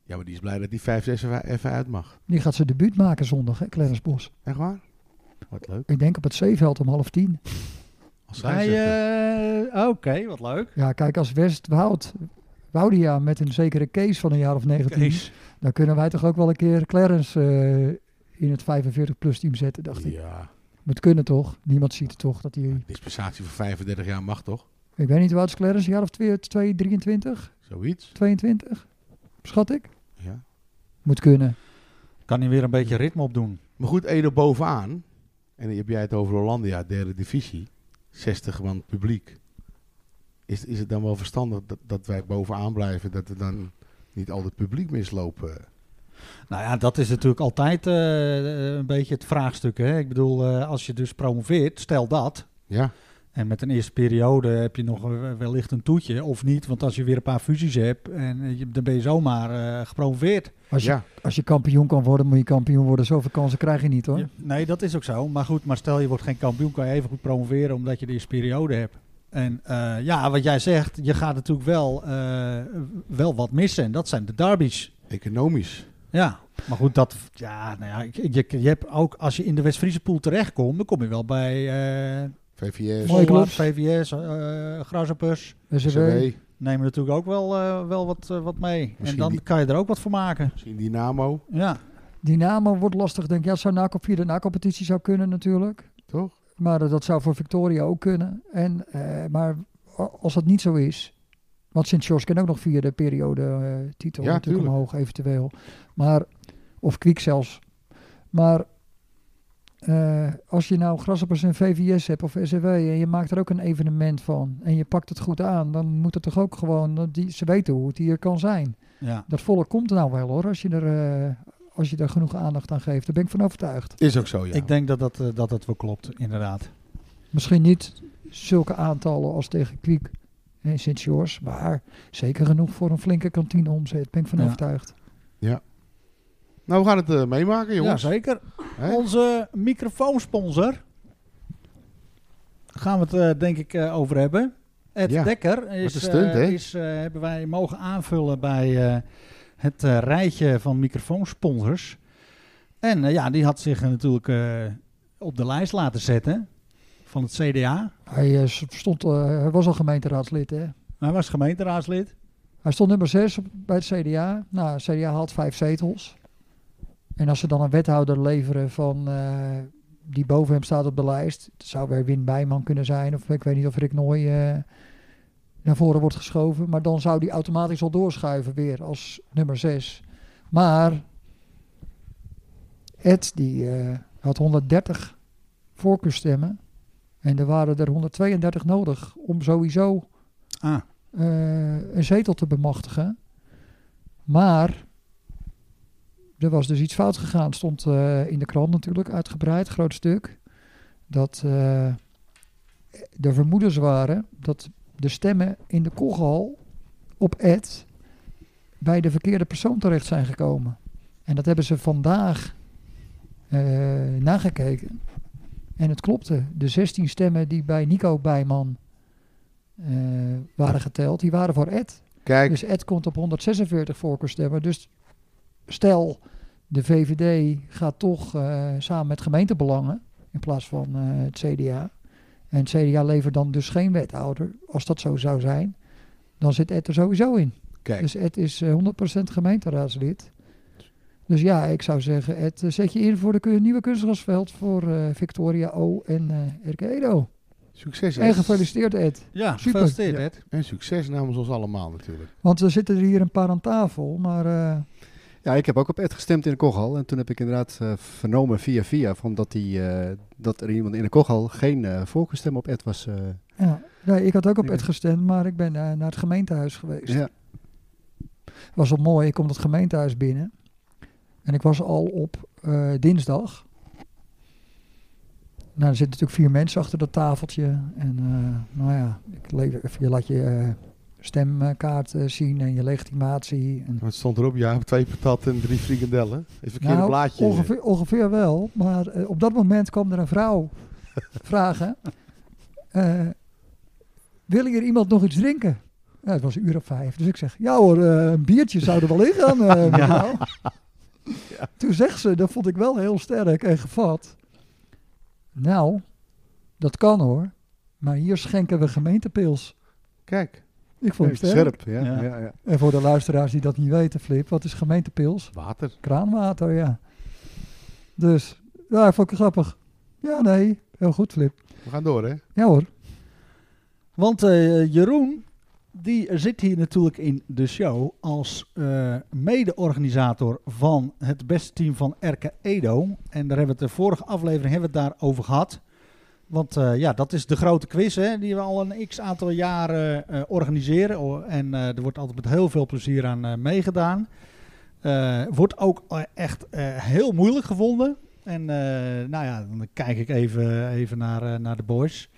[SPEAKER 5] ja.
[SPEAKER 4] maar die is blij dat die 5, 6 even even uit mag.
[SPEAKER 5] Die gaat zijn debuut maken zondag, hè, Clarence Bos.
[SPEAKER 4] Echt waar? Wat leuk.
[SPEAKER 5] Ik denk op het zeeveld om half tien.
[SPEAKER 4] Als
[SPEAKER 3] Hij,
[SPEAKER 4] scheidsrechter.
[SPEAKER 3] eh, Oké, wat leuk.
[SPEAKER 5] Ja, kijk, als West houdt Woudia met een zekere Kees van een jaar of 19, dan kunnen wij toch ook wel een keer Clarence eh, in het 45-plus team zetten, dacht ik.
[SPEAKER 4] Ja,
[SPEAKER 5] Moet kunnen toch? Niemand ziet het toch dat hij...
[SPEAKER 4] dispensatie voor 35 jaar mag toch?
[SPEAKER 5] Ik weet niet, hoe oud is Clarence? Een jaar of 2, 23,
[SPEAKER 4] Zoiets.
[SPEAKER 5] 22? Schat ik?
[SPEAKER 4] Ja.
[SPEAKER 5] Moet kunnen.
[SPEAKER 3] Kan hij weer een beetje ritme opdoen.
[SPEAKER 4] Maar goed, Edo bovenaan. En dan heb jij het over Hollandia, derde divisie. 60 man publiek. Is, is het dan wel verstandig dat, dat wij bovenaan blijven? Dat we dan niet al het publiek mislopen?
[SPEAKER 3] Nou ja, dat is natuurlijk altijd eh, een beetje het vraagstuk. Hè? Ik bedoel, eh, als je dus promoveert, stel dat.
[SPEAKER 4] Ja,
[SPEAKER 3] En met een eerste periode heb je nog eh, wellicht een toetje of niet. Want als je weer een paar fusies hebt, en eh, je- dan ben je zomaar eh, gepromoveerd.
[SPEAKER 5] Als je,
[SPEAKER 4] ja.
[SPEAKER 5] als je kampioen kan worden, moet je kampioen worden. Zoveel kansen krijg je niet, hoor.
[SPEAKER 3] Ja, Nee, dat is ook zo. Maar goed, maar stel je wordt geen kampioen, kan je even goed promoveren omdat je de eerste periode hebt. En eh, ja, wat jij zegt, je gaat natuurlijk wel, eh, wel wat missen. En dat zijn de derbies.
[SPEAKER 4] economisch.
[SPEAKER 3] Ja, maar goed, dat, ja, nou ja, ik- je, je hebt ook, als je in de West-Friese pool terechtkomt, dan kom je wel bij eh
[SPEAKER 4] VVS,
[SPEAKER 5] Mooi. Mooie
[SPEAKER 3] Volendam,
[SPEAKER 5] clubs.
[SPEAKER 3] VVS, eh Grasshoppers.
[SPEAKER 5] SW.
[SPEAKER 4] CW,
[SPEAKER 3] Nemen natuurlijk ook wel, eh, wel wat, eh, wat mee. en
[SPEAKER 4] Misschien
[SPEAKER 3] dan
[SPEAKER 4] die-
[SPEAKER 3] kan je er ook wat voor maken.
[SPEAKER 4] misschien Dynamo.
[SPEAKER 3] Ja,
[SPEAKER 5] Dynamo wordt lastig, denk ik. Ja, het zou na, via de na-competitie zou kunnen natuurlijk.
[SPEAKER 4] Toch?
[SPEAKER 5] Maar eh, dat zou voor Victoria ook kunnen. En, eh, maar a- als dat niet zo is... Want Sint-George kan ook nog via de periode eh, titel
[SPEAKER 4] Ja,
[SPEAKER 5] natuurlijk
[SPEAKER 4] tuurlijk.
[SPEAKER 5] omhoog eventueel. Maar, of Kwiek zelfs. Maar eh, als je nou Grasshoppers en VVS hebt of SW en je maakt er ook een evenement van en je pakt het goed aan, dan moet het toch ook gewoon, dat die, ze weten hoe het hier kan zijn.
[SPEAKER 3] ja.
[SPEAKER 5] Dat volk komt nou wel hoor, als je er, eh, als je daar genoeg aandacht aan geeft. Daar ben ik van overtuigd.
[SPEAKER 4] Is ook zo, ja.
[SPEAKER 3] Ik denk dat dat, eh, dat dat wel klopt, inderdaad.
[SPEAKER 5] Misschien niet zulke aantallen als tegen Kwiek en Sint-Jors. Maar zeker genoeg voor een flinke kantineomzet, ben ik van
[SPEAKER 3] Ja.
[SPEAKER 5] overtuigd.
[SPEAKER 4] Nou, we gaan het eh, meemaken, jongens.
[SPEAKER 3] Ja, zeker.
[SPEAKER 4] Hè?
[SPEAKER 3] Onze microfoonsponsor. Gaan we het eh, denk ik eh, over hebben. Ed
[SPEAKER 4] Ja.
[SPEAKER 3] Dekker is,
[SPEAKER 4] een stunt,
[SPEAKER 3] eh,
[SPEAKER 4] hè?
[SPEAKER 3] is, eh, hebben wij mogen aanvullen bij eh, het eh, rijtje van microfoonsponsors. En eh, ja, die had zich eh, natuurlijk eh, op de lijst laten zetten van het CDA.
[SPEAKER 5] Hij, eh, stond, eh, hij was al gemeenteraadslid, hè?
[SPEAKER 3] Hij was gemeenteraadslid.
[SPEAKER 5] Hij stond nummer 6 bij het CDA. Nou, het CDA haalt vijf zetels. En als ze dan een wethouder leveren van, eh, die boven hem staat op de lijst, het zou weer Win Bijman kunnen zijn. Of ik weet niet of Rick Nooy eh, naar voren wordt geschoven. Maar dan zou die automatisch al doorschuiven weer als nummer 6. Maar Ed die eh, had 130 voorkeurstemmen. En er waren er 132 nodig om sowieso
[SPEAKER 3] Ah,
[SPEAKER 5] eh, een zetel te bemachtigen. Maar er was dus iets fout gegaan. Stond eh, in de krant natuurlijk uitgebreid, groot stuk. Dat eh de vermoedens waren dat de stemmen in de kogel op Ed bij de verkeerde persoon terecht zijn gekomen. En dat hebben ze vandaag eh, nagekeken. En het klopte. De 16 stemmen die bij Nico Bijman eh, waren geteld, die waren voor Ed.
[SPEAKER 4] Kijk,
[SPEAKER 5] Dus Ed komt op 146 voorkeurstemmen. Dus stel, de VVD gaat toch eh, samen met gemeentebelangen in plaats van eh, het CDA. En het CDA levert dan dus geen wethouder. Als dat zo zou zijn, dan zit Ed er sowieso in.
[SPEAKER 4] Kijk.
[SPEAKER 5] Dus Ed is eh, 100% gemeenteraadslid. Dus ja, ik zou zeggen, Ed, eh, zet je in voor de ku- nieuwe kunstgrasveld voor eh, Victoria O en eh Erke Edo.
[SPEAKER 4] succes. Ed.
[SPEAKER 5] En gefeliciteerd, Ed.
[SPEAKER 3] ja,
[SPEAKER 5] Super.
[SPEAKER 3] gefeliciteerd
[SPEAKER 4] Ja.
[SPEAKER 3] Ed.
[SPEAKER 4] En succes namens ons allemaal natuurlijk.
[SPEAKER 5] Want er zitten er hier een paar aan tafel, maar... eh,
[SPEAKER 2] Ja, ik heb ook op Ed gestemd in de kogel. En toen heb ik inderdaad eh, vernomen via via van dat, die, eh, dat er iemand in de kogel geen eh voorkeurstem op Ed was. eh,
[SPEAKER 5] Ja, nee, ik had ook op
[SPEAKER 2] Ik
[SPEAKER 5] Ed
[SPEAKER 2] denk-
[SPEAKER 5] gestemd, maar ik ben eh, naar het gemeentehuis geweest.
[SPEAKER 2] ja.
[SPEAKER 5] Was wel mooi, ik kom dat gemeentehuis binnen. En ik was al op eh, dinsdag. Nou, er zitten natuurlijk vier mensen achter dat tafeltje. En eh, nou ja, ik lever, of je laat je eh, stemkaart eh, zien en je legitimatie. En,
[SPEAKER 4] Wat stond erop? Ja, twee patat en drie frikandellen. Een verkeerde
[SPEAKER 5] Nou,
[SPEAKER 4] blaadje.
[SPEAKER 5] Ongeveer, ongeveer wel, maar eh, op dat moment kwam er een
[SPEAKER 4] <laughs>
[SPEAKER 5] vrouw vragen: eh, Wil hier iemand nog iets drinken? Ja, het was een uur of vijf, dus ik zeg: Ja hoor, eh, een biertje zou er wel in gaan.
[SPEAKER 4] <laughs>
[SPEAKER 5] eh, mevrouw." Toen zegt ze: Dat vond ik wel heel sterk en gevat. Nou, dat kan hoor, maar hier schenken we gemeentepils.
[SPEAKER 4] Kijk,
[SPEAKER 5] Ik vond het sterk.
[SPEAKER 2] Scherp, ja.
[SPEAKER 3] Ja.
[SPEAKER 2] ja. ja, ja.
[SPEAKER 5] En voor de luisteraars die dat niet weten, Flip, wat is gemeentepils?
[SPEAKER 4] water.
[SPEAKER 5] Kraanwater, ja. Dus, ja, vond ik grappig. Ja, nee, heel goed, Flip.
[SPEAKER 4] We gaan door, hè?
[SPEAKER 5] Ja hoor.
[SPEAKER 3] Want eh, Jeroen, die zit hier natuurlijk in de show als eh, mede-organisator van het beste team van Erke Edo. En daar hebben we het de vorige aflevering hebben we het daarover gehad. Want eh, ja, dat is de grote quiz hè, die we al een x aantal jaren eh, organiseren. O- En eh, er wordt altijd met heel veel plezier aan eh, meegedaan. Eh, wordt ook eh, echt eh, heel moeilijk gevonden. En eh, nou ja, dan kijk ik even, even naar, eh, naar de boys.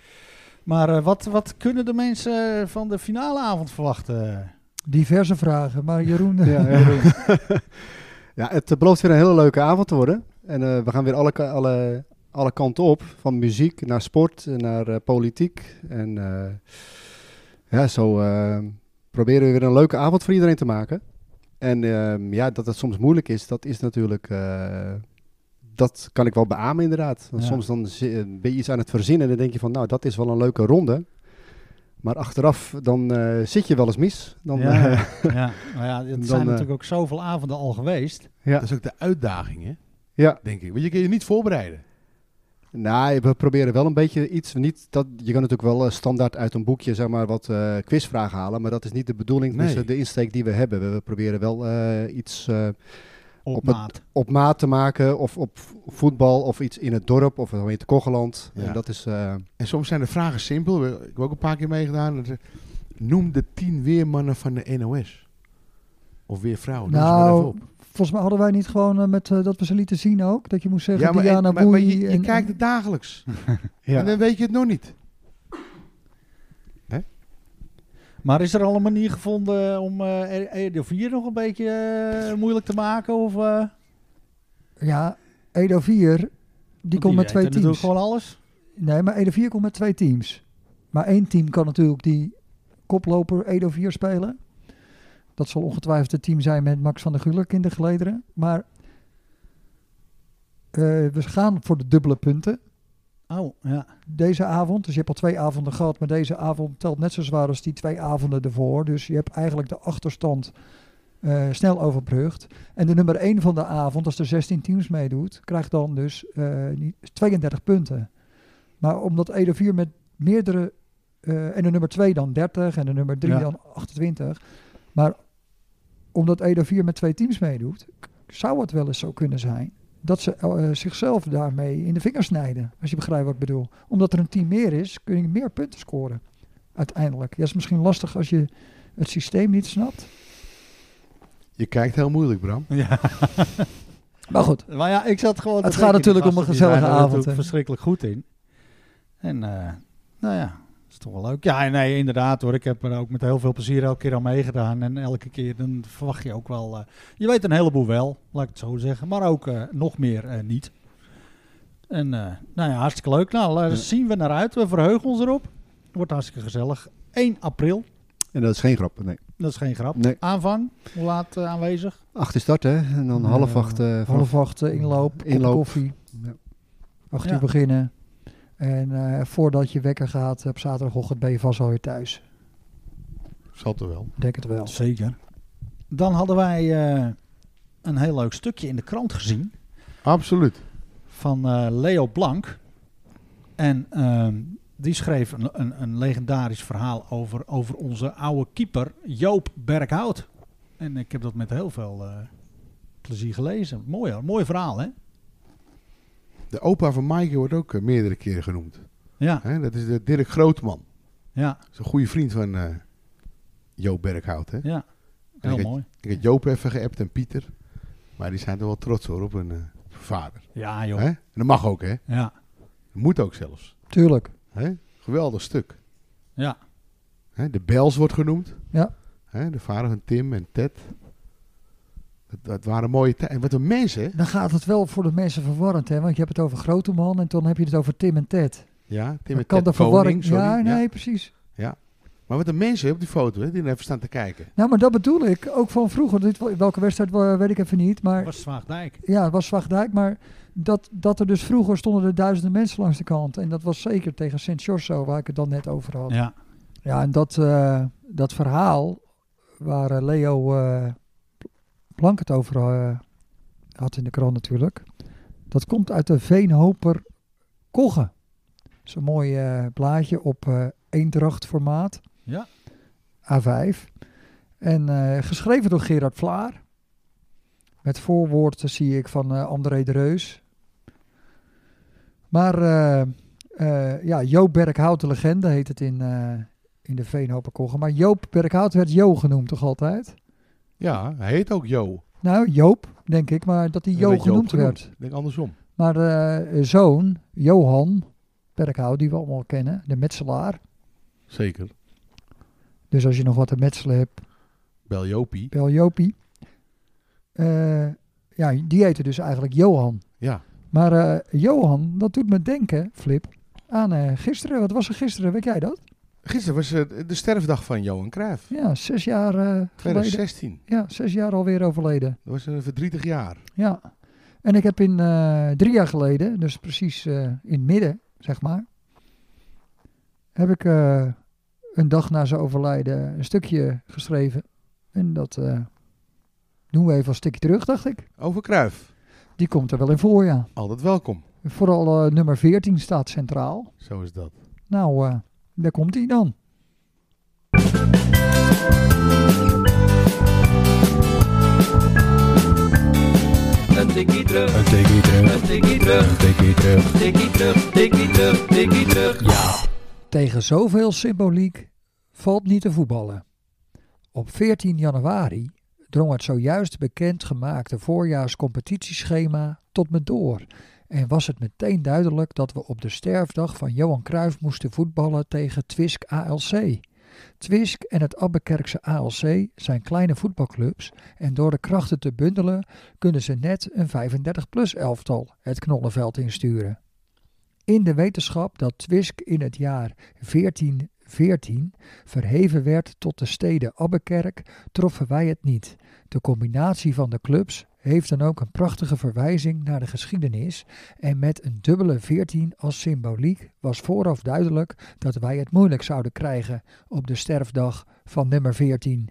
[SPEAKER 3] Maar eh, wat, wat kunnen de mensen eh, van de finaleavond verwachten?
[SPEAKER 5] Diverse vragen,
[SPEAKER 4] <laughs>
[SPEAKER 5] maar Jeroen...
[SPEAKER 2] Ja,
[SPEAKER 5] <laughs>
[SPEAKER 4] Oh,
[SPEAKER 2] ja. <laughs> Ja, het eh, belooft weer een hele leuke avond te worden. En eh, we gaan weer alle, ka- alle, alle kanten op. Van muziek naar sport, eh, naar eh, politiek. En eh, ja, zo eh, proberen we weer een leuke avond voor iedereen te maken. En ehm, ja, dat het soms moeilijk is, dat is natuurlijk... eh, dat kan ik wel beamen inderdaad. Want
[SPEAKER 3] Ja.
[SPEAKER 2] soms dan zi- eh, ben je iets aan het verzinnen en dan denk je van... Nou, dat is wel een leuke ronde. Maar achteraf, dan eh, zit je wel eens mis. Dan,
[SPEAKER 3] ja,
[SPEAKER 2] eh,
[SPEAKER 3] ja, nou ja, het
[SPEAKER 2] dan,
[SPEAKER 3] zijn
[SPEAKER 2] eh,
[SPEAKER 3] natuurlijk ook zoveel avonden al geweest.
[SPEAKER 2] Ja.
[SPEAKER 4] Dat is ook de uitdaging, hè?
[SPEAKER 2] Ja.
[SPEAKER 4] Denk ik. Want je kan je niet voorbereiden.
[SPEAKER 2] Nou, we proberen wel een beetje iets. Niet dat, je kan natuurlijk wel eh, standaard uit een boekje zeg maar, wat eh, quizvragen halen. Maar dat is niet de bedoeling.
[SPEAKER 4] Nee.
[SPEAKER 2] Dus eh, de insteek die we hebben. We, we proberen wel eh, iets eh,
[SPEAKER 3] Op,
[SPEAKER 2] Op het-
[SPEAKER 3] maat.
[SPEAKER 2] op maat te maken. Of op v- voetbal. Of iets in het dorp. Of eh, in het Kogeland.
[SPEAKER 4] Ja.
[SPEAKER 2] En dat is. eh,
[SPEAKER 4] En soms zijn de vragen simpel. We- Ik heb ook een paar keer meegedaan. Dat ze- Noem de tien weermannen van de NOS. Of weervrouwen. Noem ze maar even
[SPEAKER 5] nou,
[SPEAKER 4] op.
[SPEAKER 5] volgens mij hadden wij niet gewoon eh, met eh, dat we ze lieten zien ook. Dat je moest zeggen,
[SPEAKER 4] Ja, maar, en-
[SPEAKER 5] Diana
[SPEAKER 4] maar- maar
[SPEAKER 5] Boei
[SPEAKER 4] je, je
[SPEAKER 5] en-
[SPEAKER 2] eh,
[SPEAKER 4] kijkt het dagelijks.
[SPEAKER 2] ja.
[SPEAKER 4] En dan weet je het nog niet.
[SPEAKER 3] Maar is er al een manier gevonden om eh Edo 4 nog een beetje eh, moeilijk te maken? Of, eh, want
[SPEAKER 5] Ja, Edo 4, die komt met
[SPEAKER 3] weten
[SPEAKER 5] twee
[SPEAKER 3] natuurlijk
[SPEAKER 5] teams.
[SPEAKER 3] gewoon alles.
[SPEAKER 5] Nee, maar Edo 4 komt met twee teams. Maar één team kan natuurlijk die koploper Edo 4 spelen. Dat zal ongetwijfeld het team zijn met Max van der Gulik in de gelederen. Maar eh, we gaan voor de dubbele punten
[SPEAKER 3] Oh, ja.
[SPEAKER 5] deze avond. Dus je hebt al twee avonden gehad, maar deze avond telt net zo zwaar als die twee avonden ervoor. Dus je hebt eigenlijk de achterstand eh, snel overbrugd. En de nummer 1 van de avond, als er 16 teams meedoet, krijgt dan dus eh, niet- 32 punten. Maar omdat Edo 4 met meerdere. eh, en de nummer 2 dan 30 en de nummer 3
[SPEAKER 3] Ja.
[SPEAKER 5] dan 28. Maar omdat Edo 4 met twee teams meedoet, k- zou het wel eens zo kunnen zijn dat ze eh, zichzelf daarmee in de vingers snijden. Als je begrijpt wat ik bedoel. Omdat er een team meer is, kun je meer punten scoren. Uiteindelijk. Ja, is misschien lastig als je het systeem niet snapt.
[SPEAKER 4] Je kijkt heel moeilijk, Bram.
[SPEAKER 3] ja.
[SPEAKER 5] Maar goed,
[SPEAKER 3] Maar ja, ik zat gewoon. te
[SPEAKER 5] Het gaat
[SPEAKER 3] denken, die
[SPEAKER 5] natuurlijk om
[SPEAKER 3] gasten die
[SPEAKER 5] een
[SPEAKER 3] zijn
[SPEAKER 5] gezellige
[SPEAKER 3] er
[SPEAKER 5] avond,
[SPEAKER 3] natuurlijk
[SPEAKER 5] hè.
[SPEAKER 3] verschrikkelijk goed in. En eh, nou ja, is toch wel leuk. Ja, nee, inderdaad hoor. Ik heb er ook met heel veel plezier elke keer aan meegedaan. En elke keer dan verwacht je ook wel. eh, je weet een heleboel wel, laat ik het zo zeggen. Maar ook eh, nog meer eh, niet. En eh, nou ja, hartstikke leuk. Nou, daar
[SPEAKER 2] Ja.
[SPEAKER 3] zien we naar uit. We verheugen ons erop. Wordt hartstikke gezellig. 1 april,
[SPEAKER 2] En dat is geen grap, nee.
[SPEAKER 3] dat is geen grap.
[SPEAKER 2] nee.
[SPEAKER 3] Aanvang, hoe laat eh, aanwezig?
[SPEAKER 2] Acht is start, hè? En dan
[SPEAKER 5] Ja,
[SPEAKER 2] half acht eh, vanaf-
[SPEAKER 5] half acht eh, inloop, kopje
[SPEAKER 2] Inloop.
[SPEAKER 5] koffie.
[SPEAKER 2] Ja.
[SPEAKER 5] Acht
[SPEAKER 3] Ja.
[SPEAKER 5] uur beginnen. En eh, voordat je wekker gaat eh, op zaterdagochtend ben je vast alweer thuis.
[SPEAKER 4] Zal toch wel.
[SPEAKER 5] Ik Denk het wel.
[SPEAKER 3] Zeker. Dan hadden wij eh, een heel leuk stukje in de krant gezien
[SPEAKER 4] Absoluut.
[SPEAKER 3] van eh, Leo Blank. En ehm, die schreef een, een, een legendarisch verhaal over, over onze oude keeper Joop Berkhout. En ik heb dat met heel veel eh, plezier gelezen. Mooi, hoor. mooi verhaal, hè?
[SPEAKER 4] De opa van Maaike wordt ook eh, meerdere keren genoemd.
[SPEAKER 3] Ja,
[SPEAKER 4] Hè, dat is de Dirk Grootman.
[SPEAKER 3] ja,
[SPEAKER 4] Dat is een goede vriend van eh Joop Berghout. Hè?
[SPEAKER 3] ja.
[SPEAKER 4] En
[SPEAKER 3] Heel
[SPEAKER 4] ik-
[SPEAKER 3] mooi.
[SPEAKER 4] Ik heb Joop even geappt en Pieter. Maar die zijn er wel trots hoor, op hun eh, vader.
[SPEAKER 3] Ja, joh.
[SPEAKER 4] Hè? En dat mag ook, hè?
[SPEAKER 3] Ja,
[SPEAKER 4] Dat moet ook zelfs.
[SPEAKER 5] Tuurlijk.
[SPEAKER 4] Hè? Geweldig stuk.
[SPEAKER 3] ja.
[SPEAKER 4] Hè? De Bels wordt genoemd.
[SPEAKER 5] Ja.
[SPEAKER 4] Hè? De vader van Tim en Ted. Dat, dat waren mooie tijden. En wat een mensen, hè?
[SPEAKER 5] Dan gaat het wel voor de mensen verwarrend, hè? Want je hebt het over grote man en dan heb je het over Tim en Ted.
[SPEAKER 4] Ja, Tim
[SPEAKER 5] Dan
[SPEAKER 4] en
[SPEAKER 5] kan
[SPEAKER 4] Ted
[SPEAKER 5] de
[SPEAKER 4] Koning,
[SPEAKER 5] verwarring.
[SPEAKER 4] sorry.
[SPEAKER 5] Ja,
[SPEAKER 4] Ja.
[SPEAKER 5] nee, precies.
[SPEAKER 4] Maar wat een mensen hè, op die foto, hè? Die er even staan te kijken.
[SPEAKER 5] Nou, maar dat bedoel ik. Ook van vroeger. Dit, welke wedstrijd eh, weet ik even niet. Maar
[SPEAKER 3] Was Zwaagdijk.
[SPEAKER 5] ja, het was Zwaagdijk. Maar dat, dat er dus vroeger stonden er duizenden mensen langs de kant. En dat was zeker tegen Sint George zo, waar ik het dan net over had. Ja,
[SPEAKER 3] Ja,
[SPEAKER 5] en dat, eh, dat verhaal waar eh, Leo eh Blank het over eh, had in de krant natuurlijk. Dat komt uit de Veenhoper Kogge. Dat is een mooi eh, blaadje op eh Eendracht formaat.
[SPEAKER 3] ja.
[SPEAKER 5] A5. En eh, geschreven door Gerard Vlaar. Met voorwoord eh, zie ik van eh, André de Reus. Maar eh eh ja, Joop Berkhout, de legende heet het in, eh, in de Veenhopen-Koggen. Maar Joop Berkhout werd Jo genoemd toch altijd?
[SPEAKER 4] Ja, hij heet ook Jo.
[SPEAKER 5] Nou, Joop, denk ik, maar dat hij
[SPEAKER 4] En
[SPEAKER 5] Jo
[SPEAKER 4] werd
[SPEAKER 5] genoemd,
[SPEAKER 4] Joop
[SPEAKER 5] werd.
[SPEAKER 4] Ik denk andersom.
[SPEAKER 5] Maar eh, zoon, Johan Berkhout, die we allemaal kennen, de metselaar.
[SPEAKER 4] Zeker.
[SPEAKER 5] Dus als je nog wat te metselen hebt,
[SPEAKER 4] Bel Jopie.
[SPEAKER 5] Bel Jopie. Eh, ja, die heette dus eigenlijk Johan.
[SPEAKER 4] Ja.
[SPEAKER 5] Maar eh, Johan, dat doet me denken, Flip, aan eh, gisteren. Wat was er gisteren? Weet jij dat?
[SPEAKER 4] Gisteren was eh, de sterfdag van Johan Cruijff.
[SPEAKER 5] Ja, zes jaar eh, geleden.
[SPEAKER 4] 2016.
[SPEAKER 5] Ja, zes jaar alweer overleden.
[SPEAKER 4] Dat was een verdrietig jaar.
[SPEAKER 5] Ja. En ik heb in eh, drie jaar geleden, dus precies eh, in het midden, zeg maar, heb ik eh, een dag na zijn overlijden een stukje geschreven. En dat eh, doen we even als stukje terug, dacht ik.
[SPEAKER 4] Over Cruijff.
[SPEAKER 5] Die komt er wel in voor, ja.
[SPEAKER 4] Altijd welkom.
[SPEAKER 5] Vooral eh, nummer 14 staat centraal.
[SPEAKER 4] Zo is dat.
[SPEAKER 5] Nou, eh, daar komt hij dan.
[SPEAKER 6] Een tikkie terug,
[SPEAKER 1] Een tikkie terug,
[SPEAKER 6] een tikkie terug,
[SPEAKER 1] een tikkie terug.
[SPEAKER 6] tikkie terug, tikkie terug, tikkie terug.
[SPEAKER 5] Tegen zoveel symboliek valt niet te voetballen. Op 14 januari drong het zojuist bekendgemaakte voorjaarscompetitieschema tot me door en was het meteen duidelijk dat we op de sterfdag van Johan Cruijff moesten voetballen tegen Twisk ALC. Twisk en het Abbekerkse ALC zijn kleine voetbalclubs en door de krachten te bundelen kunnen ze net een 35-plus elftal het knollenveld insturen. In de wetenschap dat Twisk in het jaar 1414 verheven werd tot de steden Abbekerk, troffen wij het niet. De combinatie van de clubs heeft dan ook een prachtige verwijzing naar de geschiedenis en met een dubbele 14 als symboliek was vooraf duidelijk dat wij het moeilijk zouden krijgen op de sterfdag van nummer 14.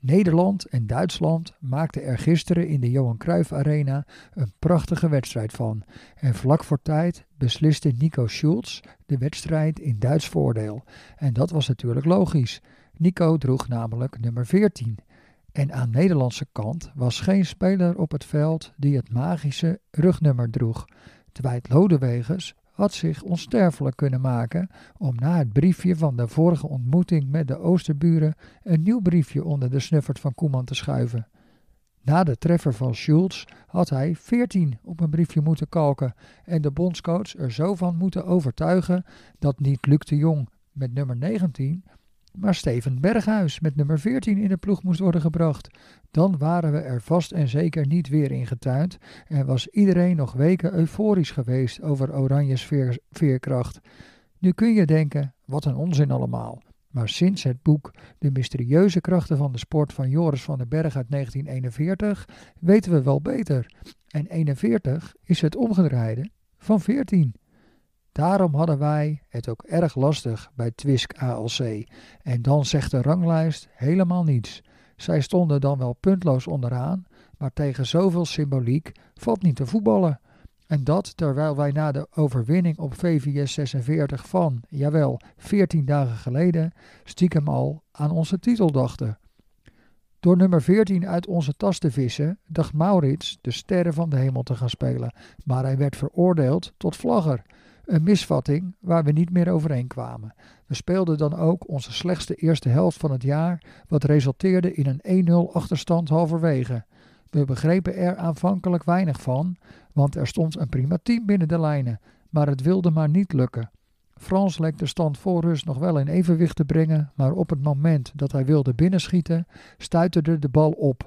[SPEAKER 5] Nederland en Duitsland maakten er gisteren in de Johan Cruijff Arena een prachtige wedstrijd van en vlak voor tijd besliste Nico Schulz de wedstrijd in Duits voordeel. En dat was natuurlijk logisch. Nico droeg namelijk nummer 14. En aan Nederlandse kant was geen speler op het veld die het magische rugnummer droeg. Dwight Lodewegers had zich onsterfelijk kunnen maken om na het briefje van de vorige ontmoeting met de Oosterburen een nieuw briefje onder de snuffert van Koeman te schuiven. Na de treffer van Schulz had hij 14 op een briefje moeten kalken en de bondscoach er zo van moeten overtuigen dat niet Luc de Jong met nummer 19, maar Steven Berghuis met nummer 14 in de ploeg moest worden gebracht. Dan waren we er vast en zeker niet weer in getuind en was iedereen nog weken euforisch geweest over Oranjes veer- veerkracht. Nu kun je denken, wat een onzin allemaal. Maar sinds het boek De mysterieuze krachten van de sport van Joris van den Berg uit 1941 weten we wel beter. En 41 is het omgedraaide van 14. Daarom hadden wij het ook erg lastig bij Twisk ALC. En dan zegt de ranglijst helemaal niets. Zij stonden dan wel puntloos onderaan, maar tegen zoveel symboliek valt niet te voetballen. En dat terwijl wij na de overwinning op VVS 46 van, jawel, 14 dagen geleden, stiekem al aan onze titel dachten. Door nummer 14 uit onze tas te vissen, dacht Maurits de sterren van de hemel te gaan spelen. Maar hij werd veroordeeld tot vlagger. Een misvatting waar we niet meer overheen kwamen. We speelden dan ook onze slechtste eerste helft van het jaar, wat resulteerde in een 1-0 achterstand halverwege. We begrepen er aanvankelijk weinig van, want er stond een prima team binnen de lijnen, maar het wilde maar niet lukken. Frans leek de stand voor rust nog wel in evenwicht te brengen, maar op het moment dat hij wilde binnenschieten, stuiterde de bal op.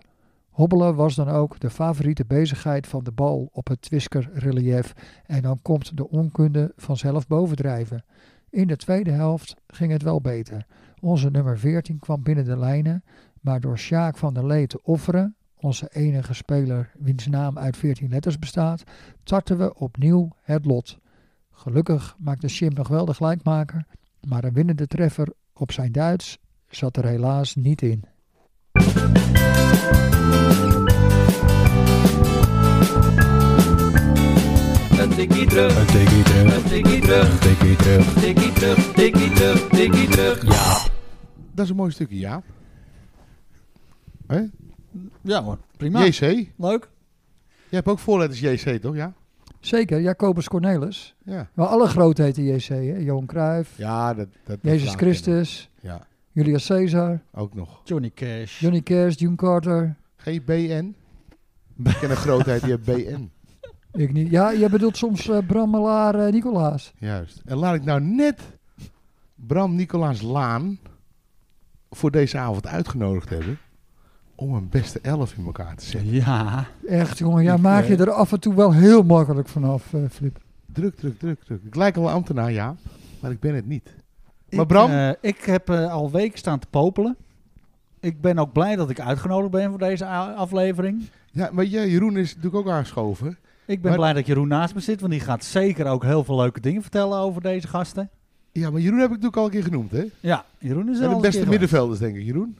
[SPEAKER 5] Hobbelen was dan ook de favoriete bezigheid van de bal op het Twisker-relief en dan komt de onkunde vanzelf bovendrijven. In de tweede helft ging het wel beter. Onze nummer 14 kwam binnen de lijnen, maar door Sjaak van der Lee te offeren, onze enige speler wiens naam uit 14 letters bestaat, tarten we opnieuw het lot. Gelukkig maakte Jim nog wel de gelijkmaker, maar een winnende treffer op zijn Duits zat er helaas niet in.
[SPEAKER 6] Een tikkie terug,
[SPEAKER 7] Een tikkie terug,
[SPEAKER 6] een tikkie terug,
[SPEAKER 7] een tikkie terug.
[SPEAKER 6] tikkie terug, tikkie terug, tikkie terug.
[SPEAKER 4] Dat is een mooi stukje, ja.
[SPEAKER 3] Ja hoor, prima.
[SPEAKER 4] JC. Jij
[SPEAKER 3] Leuk.
[SPEAKER 4] hebt ook voorletters JC, toch? Ja.
[SPEAKER 5] Zeker, Jacobus Cornelis.
[SPEAKER 4] Ja,
[SPEAKER 5] Maar alle grootheden JC, hè? Johan Cruijff,
[SPEAKER 4] ja dat, dat, dat
[SPEAKER 5] Jezus
[SPEAKER 4] laat
[SPEAKER 5] Christus,
[SPEAKER 4] ik kennen.
[SPEAKER 5] Julius Caesar,
[SPEAKER 4] Ja, ook nog.
[SPEAKER 3] Johnny Cash.
[SPEAKER 5] Johnny Cash, June Carter.
[SPEAKER 4] GBN. <laughs> Ik ken een grootheid, die heeft BN.
[SPEAKER 5] Ik niet. Ja, je bedoelt soms eh, Bram Melaar, eh, Nicolaas.
[SPEAKER 4] Juist. En laat ik nou net Bram Nicolaas Laan voor deze avond uitgenodigd hebben om een beste elf in elkaar te zetten.
[SPEAKER 3] Ja.
[SPEAKER 5] Echt, jongen. Ja,
[SPEAKER 4] Ik,
[SPEAKER 5] maak je
[SPEAKER 4] eh,
[SPEAKER 5] er af en toe wel heel makkelijk vanaf, eh Flip.
[SPEAKER 4] Druk, druk, druk, druk. Ik lijk al een ambtenaar, ja, maar ik ben het niet. Maar
[SPEAKER 3] Ik,
[SPEAKER 4] Bram?
[SPEAKER 3] eh, ik heb eh, al weken staan te popelen. Ik ben ook blij dat ik uitgenodigd ben voor deze a- aflevering.
[SPEAKER 4] Ja, maar jij, Jeroen is natuurlijk ook aangeschoven.
[SPEAKER 3] Ik ben
[SPEAKER 4] Maar-
[SPEAKER 3] blij dat Jeroen naast me zit, want die gaat zeker ook heel veel leuke dingen vertellen over deze gasten.
[SPEAKER 4] Ja, maar Jeroen heb ik natuurlijk al een keer genoemd, hè?
[SPEAKER 3] Ja, Jeroen is
[SPEAKER 4] En
[SPEAKER 3] er al
[SPEAKER 4] de beste
[SPEAKER 3] een keer geweest.
[SPEAKER 4] middenvelders, denk ik, Jeroen.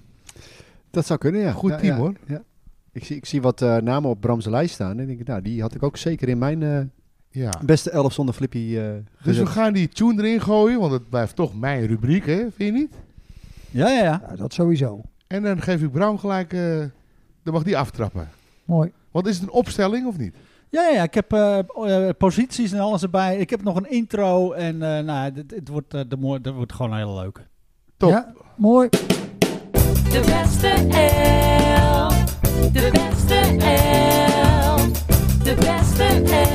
[SPEAKER 2] Dat zou kunnen, ja.
[SPEAKER 4] Goed
[SPEAKER 2] Ja,
[SPEAKER 4] team,
[SPEAKER 2] ja,
[SPEAKER 4] hoor.
[SPEAKER 2] ja. Ik, zie, ik zie wat eh, namen op Bram's lijst staan. En ik denk, nou, die had ik ook zeker in mijn eh,
[SPEAKER 4] Ja.
[SPEAKER 2] beste elf zonder Flippy eh
[SPEAKER 4] Dus we
[SPEAKER 2] gezet.
[SPEAKER 4] gaan die tune erin gooien, want het blijft toch mijn rubriek, hè? Vind je niet?
[SPEAKER 3] Ja, ja, ja.
[SPEAKER 5] Ja, dat sowieso.
[SPEAKER 4] En dan geef ik Bram gelijk, eh, dan mag die aftrappen.
[SPEAKER 5] Mooi.
[SPEAKER 4] Want is het een opstelling of niet?
[SPEAKER 3] Ja, ja, ja, ik heb eh, eh, posities en alles erbij. Ik heb nog een intro en eh, nou, dit- dit wordt, eh, de mooi- dat wordt gewoon heel leuk.
[SPEAKER 4] Top.
[SPEAKER 5] Ja, mooi.
[SPEAKER 8] De beste elf. De beste elf. De beste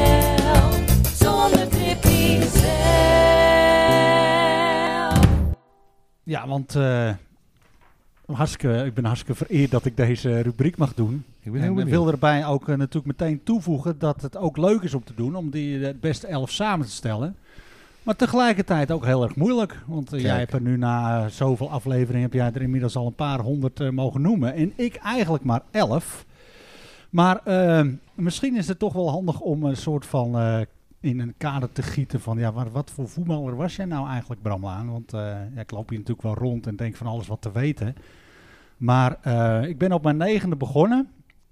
[SPEAKER 8] elf. Zonder Tippy zelf.
[SPEAKER 3] Ja, want eh, hartstikke, ik ben hartstikke vereerd dat ik deze rubriek mag doen.
[SPEAKER 4] Ik ben heel
[SPEAKER 3] En ik
[SPEAKER 4] benieuwd.
[SPEAKER 3] wil erbij ook eh, natuurlijk meteen toevoegen dat het ook leuk is om te doen, om die eh, beste elf samen te stellen. Maar tegelijkertijd ook heel erg moeilijk, want eh, jij
[SPEAKER 4] Kijk.
[SPEAKER 3] hebt er nu na eh, zoveel afleveringen, heb jij er inmiddels al een paar honderd eh, mogen noemen. En ik eigenlijk maar elf. Maar eh, misschien is het toch wel handig om een soort van eh, in een kader te gieten van, ja, maar wat voor voetballer was jij nou eigenlijk, Bram Laan? Want eh, ja, ik loop hier natuurlijk wel rond en denk van alles wat te weten. Maar eh, ik ben op mijn negende begonnen.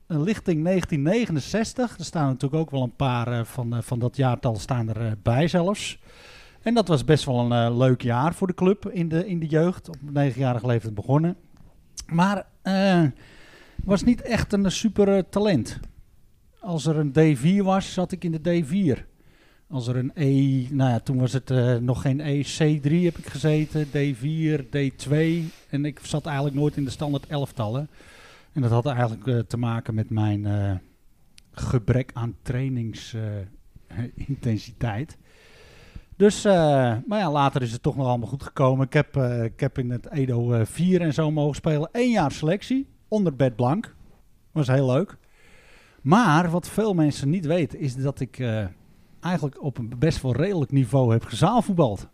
[SPEAKER 3] Een lichting 1969. Er staan natuurlijk ook wel een paar eh, van, eh, van dat jaartal staan er eh, bij zelfs. En dat was best wel een eh, leuk jaar voor de club in de, in de jeugd. Op negenjarige leeftijd begonnen. Maar eh, was niet echt een super eh, talent. Als er een D4 was, zat ik in de D4. Als er een E, nou ja, toen was het eh, nog geen E, C3 heb ik gezeten, D4, D2. En ik zat eigenlijk nooit in de standaard elftallen. En dat had eigenlijk eh, te maken met mijn eh, gebrek aan trainingsintensiteit. dus, eh, maar ja, later is het toch nog allemaal goed gekomen. Ik heb, eh, ik heb in het Edo eh, 4 en zo mogen spelen. Eén jaar selectie, onder Bert Blank. Was heel leuk. Maar wat veel mensen niet weten, is dat ik eh, eigenlijk op een best wel redelijk niveau heb gezaalvoetbald.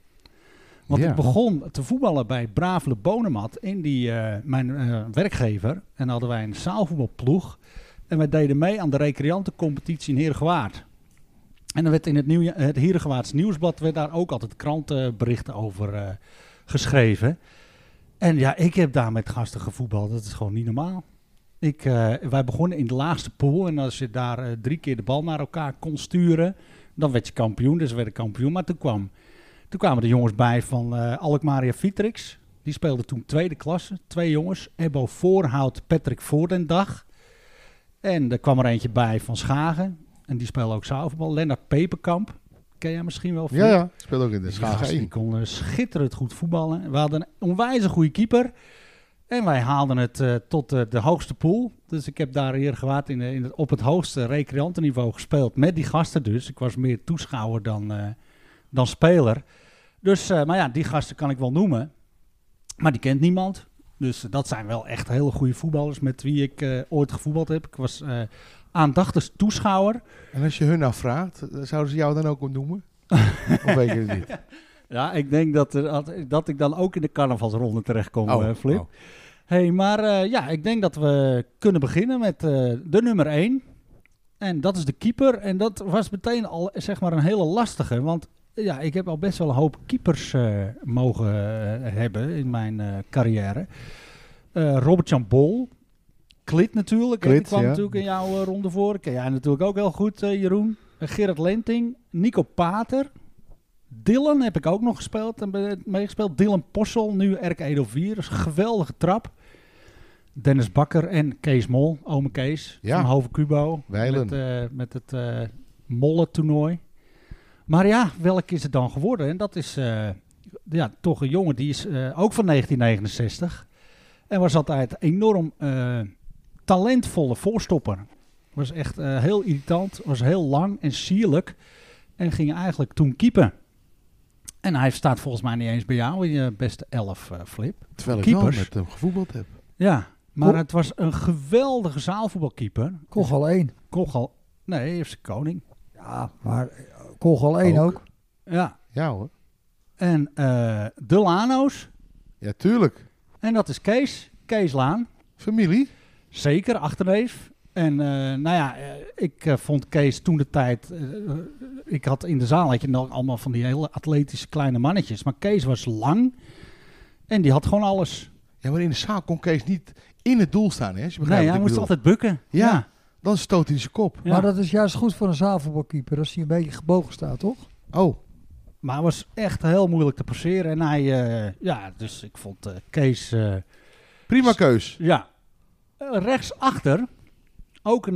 [SPEAKER 3] Want
[SPEAKER 4] Ja.
[SPEAKER 3] ik begon te voetballen bij Bravele Bonemat in die, eh, mijn eh, werkgever. En hadden wij een zaalvoetbalploeg. En wij deden mee aan de recreantencompetitie in Heergewaard. En dan werd in het, nieuw, het Heergewaards Nieuwsblad werd daar ook altijd krantenberichten over eh, geschreven. En ja, ik heb daar met gasten gevoetbald. Dat is gewoon niet normaal. Ik, eh, wij begonnen in de laagste pool. En als je daar eh, drie keer de bal naar elkaar kon sturen, dan werd je kampioen. Dus we werden kampioen. Maar toen, kwam, toen kwamen de jongens bij van eh Alkmaria Vitrix. Die speelden toen tweede klasse. Twee jongens. Ebbo Voorhout, Patrick Voordendag. En er kwam er eentje bij van Schagen. En die speelde ook zaalvoetbal. Lennart Peperkamp. Ken jij misschien wel?
[SPEAKER 4] Ja, ja. Speelt ook in de
[SPEAKER 3] Die gast,
[SPEAKER 4] Schaga
[SPEAKER 3] die
[SPEAKER 4] 1.
[SPEAKER 3] kon eh, schitterend goed voetballen. We hadden een onwijs goede keeper. En wij haalden het eh, tot eh, de hoogste pool. Dus ik heb daar hier gewaard in, de- in het, op het hoogste recreantenniveau gespeeld. Met die gasten dus. Ik was meer toeschouwer dan, eh, dan speler. Dus, eh, maar ja, die gasten kan ik wel noemen. Maar die kent niemand. Dus eh, dat zijn wel echt hele goede voetballers met wie ik eh, ooit gevoetbald heb. Ik was eh aandachtig toeschouwer.
[SPEAKER 4] En als je hun nou vraagt, eh, zouden ze jou dan ook noemen? <laughs> of weet je het niet?
[SPEAKER 3] Ja, ik denk dat, er, dat- dat ik dan ook in de carnavalsronde terechtkom, eh Flip.
[SPEAKER 4] oh.
[SPEAKER 3] hey, maar eh, ja, ik denk dat we kunnen beginnen met eh, de nummer 1. En dat is de keeper. En dat was meteen al zeg maar een hele lastige. Want eh, ja, ik heb al best wel een hoop keepers eh, mogen eh, hebben in mijn eh, carrière. Eh Robert-Jan Bol. Klit natuurlijk. hè,
[SPEAKER 2] Klit,
[SPEAKER 3] die kwam
[SPEAKER 2] ja.
[SPEAKER 3] natuurlijk in jouw eh, ronde voor. Ken jij natuurlijk ook heel goed, eh, Jeroen. Eh, Gerard Lenting. Nico Pater. Dylan heb ik ook nog gespeeld en be- meegespeeld. Dylan Possel, nu Erk Edo 4. Dat is een geweldige trap. Dennis Bakker en Kees Mol, ome Kees.
[SPEAKER 4] Ja.
[SPEAKER 3] Van Hoven Cubo.
[SPEAKER 4] Weilen.
[SPEAKER 3] Met, eh, met het eh Molle toernooi. Maar ja, welk is het dan geworden? En dat is eh, ja, toch een jongen die is eh, ook van 1969. En was altijd enorm eh, talentvolle voorstopper. Was echt eh, heel irritant, was heel lang en sierlijk. En ging eigenlijk toen keeper. En hij staat volgens mij niet eens bij jou in je beste elf, eh, Flip.
[SPEAKER 4] Terwijl ik
[SPEAKER 3] Keepers.
[SPEAKER 4] wel met hem gevoetbald heb.
[SPEAKER 3] Ja, maar
[SPEAKER 5] Ko-
[SPEAKER 3] het was een geweldige zaalvoetbalkeeper.
[SPEAKER 5] Kogel 1.
[SPEAKER 3] Kogel. Nee, FC Koning.
[SPEAKER 5] Ja, maar eh, Kogel 1 ook.
[SPEAKER 3] Ja.
[SPEAKER 4] Ja hoor.
[SPEAKER 3] En eh, De Lano's.
[SPEAKER 4] Ja, tuurlijk.
[SPEAKER 3] En dat is Kees. Kees Laan.
[SPEAKER 4] Familie.
[SPEAKER 3] Zeker, achterneef. En eh, nou ja, eh, ik eh, vond Kees toen de tijd. eh, eh, ik had in de zaal had je nog allemaal van die hele atletische kleine mannetjes. Maar Kees was lang. En die had gewoon alles.
[SPEAKER 4] Ja, maar in de zaal kon Kees niet in het doel staan, hè? Als je
[SPEAKER 3] Nee,
[SPEAKER 4] begrijpt
[SPEAKER 3] hij
[SPEAKER 4] wat ik
[SPEAKER 3] moest
[SPEAKER 4] bedoel.
[SPEAKER 3] altijd bukken.
[SPEAKER 4] Ja. Dan stoot hij zijn kop.
[SPEAKER 3] Ja.
[SPEAKER 5] Maar dat is juist goed voor een zaalvoetbalkeeper als hij een beetje gebogen staat, toch?
[SPEAKER 4] Oh,
[SPEAKER 3] Maar het was echt heel moeilijk te passeren. En hij, eh, ja, dus ik vond eh, Kees, eh,
[SPEAKER 4] prima keus.
[SPEAKER 3] ja, Eh, rechtsachter. Ook in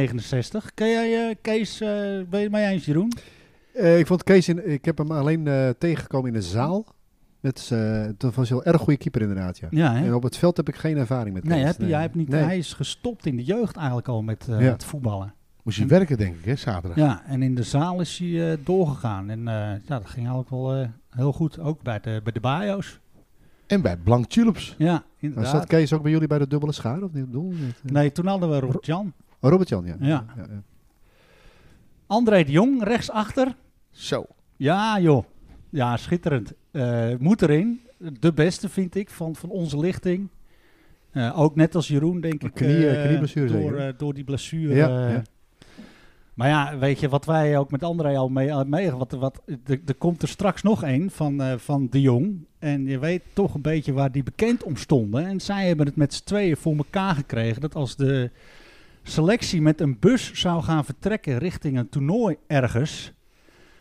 [SPEAKER 3] 1969. Ken jij eh, Kees, eh, ben je het mee eens Jeroen?
[SPEAKER 2] Eh, ik vond Kees, in, ik heb hem alleen eh, tegengekomen in de zaal. Dat, is, eh, dat was een heel erg goede keeper inderdaad, ja.
[SPEAKER 3] Ja, hè?
[SPEAKER 2] En op het veld heb ik geen ervaring met
[SPEAKER 3] Nee,
[SPEAKER 2] Kees.
[SPEAKER 3] heb, je- Jij hebt niet,
[SPEAKER 2] Nee.
[SPEAKER 3] hij is gestopt in de jeugd eigenlijk al met eh,
[SPEAKER 2] Ja.
[SPEAKER 3] het voetballen.
[SPEAKER 4] Moest je werken, denk ik, hè, zaterdag.
[SPEAKER 3] Ja, en in de zaal is hij eh, doorgegaan. En eh, ja, dat ging eigenlijk wel eh, heel goed, ook bij de, bij de Bayo's.
[SPEAKER 4] En bij Blank Tulips.
[SPEAKER 3] Ja,
[SPEAKER 2] Maar
[SPEAKER 3] inderdaad.
[SPEAKER 2] Zat Kees ook bij jullie bij de dubbele schaar? Of niet? Doel?
[SPEAKER 3] Nee, toen hadden we Robert-Jan.
[SPEAKER 2] Oh, Robert-Jan, eh, ja.
[SPEAKER 3] Ja.
[SPEAKER 2] ja,
[SPEAKER 3] André de Jong, rechtsachter.
[SPEAKER 4] Zo.
[SPEAKER 3] Ja, joh. Ja, schitterend. Eh, moet erin. De beste, vind ik, van, van onze lichting. Eh, ook net als Jeroen, denk ik.
[SPEAKER 2] knie-
[SPEAKER 3] eh,
[SPEAKER 2] knieblessure
[SPEAKER 3] door,
[SPEAKER 2] zeker?
[SPEAKER 3] eh, door die blessure.
[SPEAKER 2] Ja,
[SPEAKER 3] eh.
[SPEAKER 2] ja.
[SPEAKER 3] Maar ja, weet je, wat wij ook met André al mee... eh, mee wat, wat, er, er komt er straks nog een van, eh, van de Jong. En je weet toch een beetje waar die bekend om stonden. En zij hebben het met z'n tweeën voor elkaar gekregen... dat als de selectie met een bus zou gaan vertrekken richting een toernooi ergens...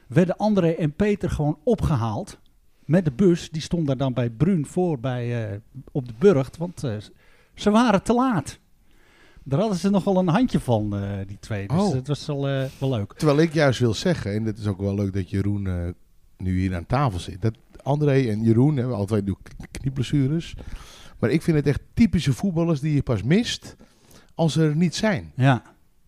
[SPEAKER 3] werden André en Peter gewoon opgehaald met de bus. Die stond daar dan bij Bruun voor bij, eh, op de burcht, want eh, ze waren te laat. Daar hadden ze nogal een handje van, eh, die twee. Dus
[SPEAKER 4] Oh.
[SPEAKER 3] het was wel, eh, wel leuk.
[SPEAKER 4] Terwijl ik juist wil zeggen, en dat is ook wel leuk dat Jeroen eh, nu hier aan tafel zit. Dat André en Jeroen hebben altijd knieblessures. Maar ik vind het echt typische voetballers die je pas mist als ze er niet zijn.
[SPEAKER 3] Ja,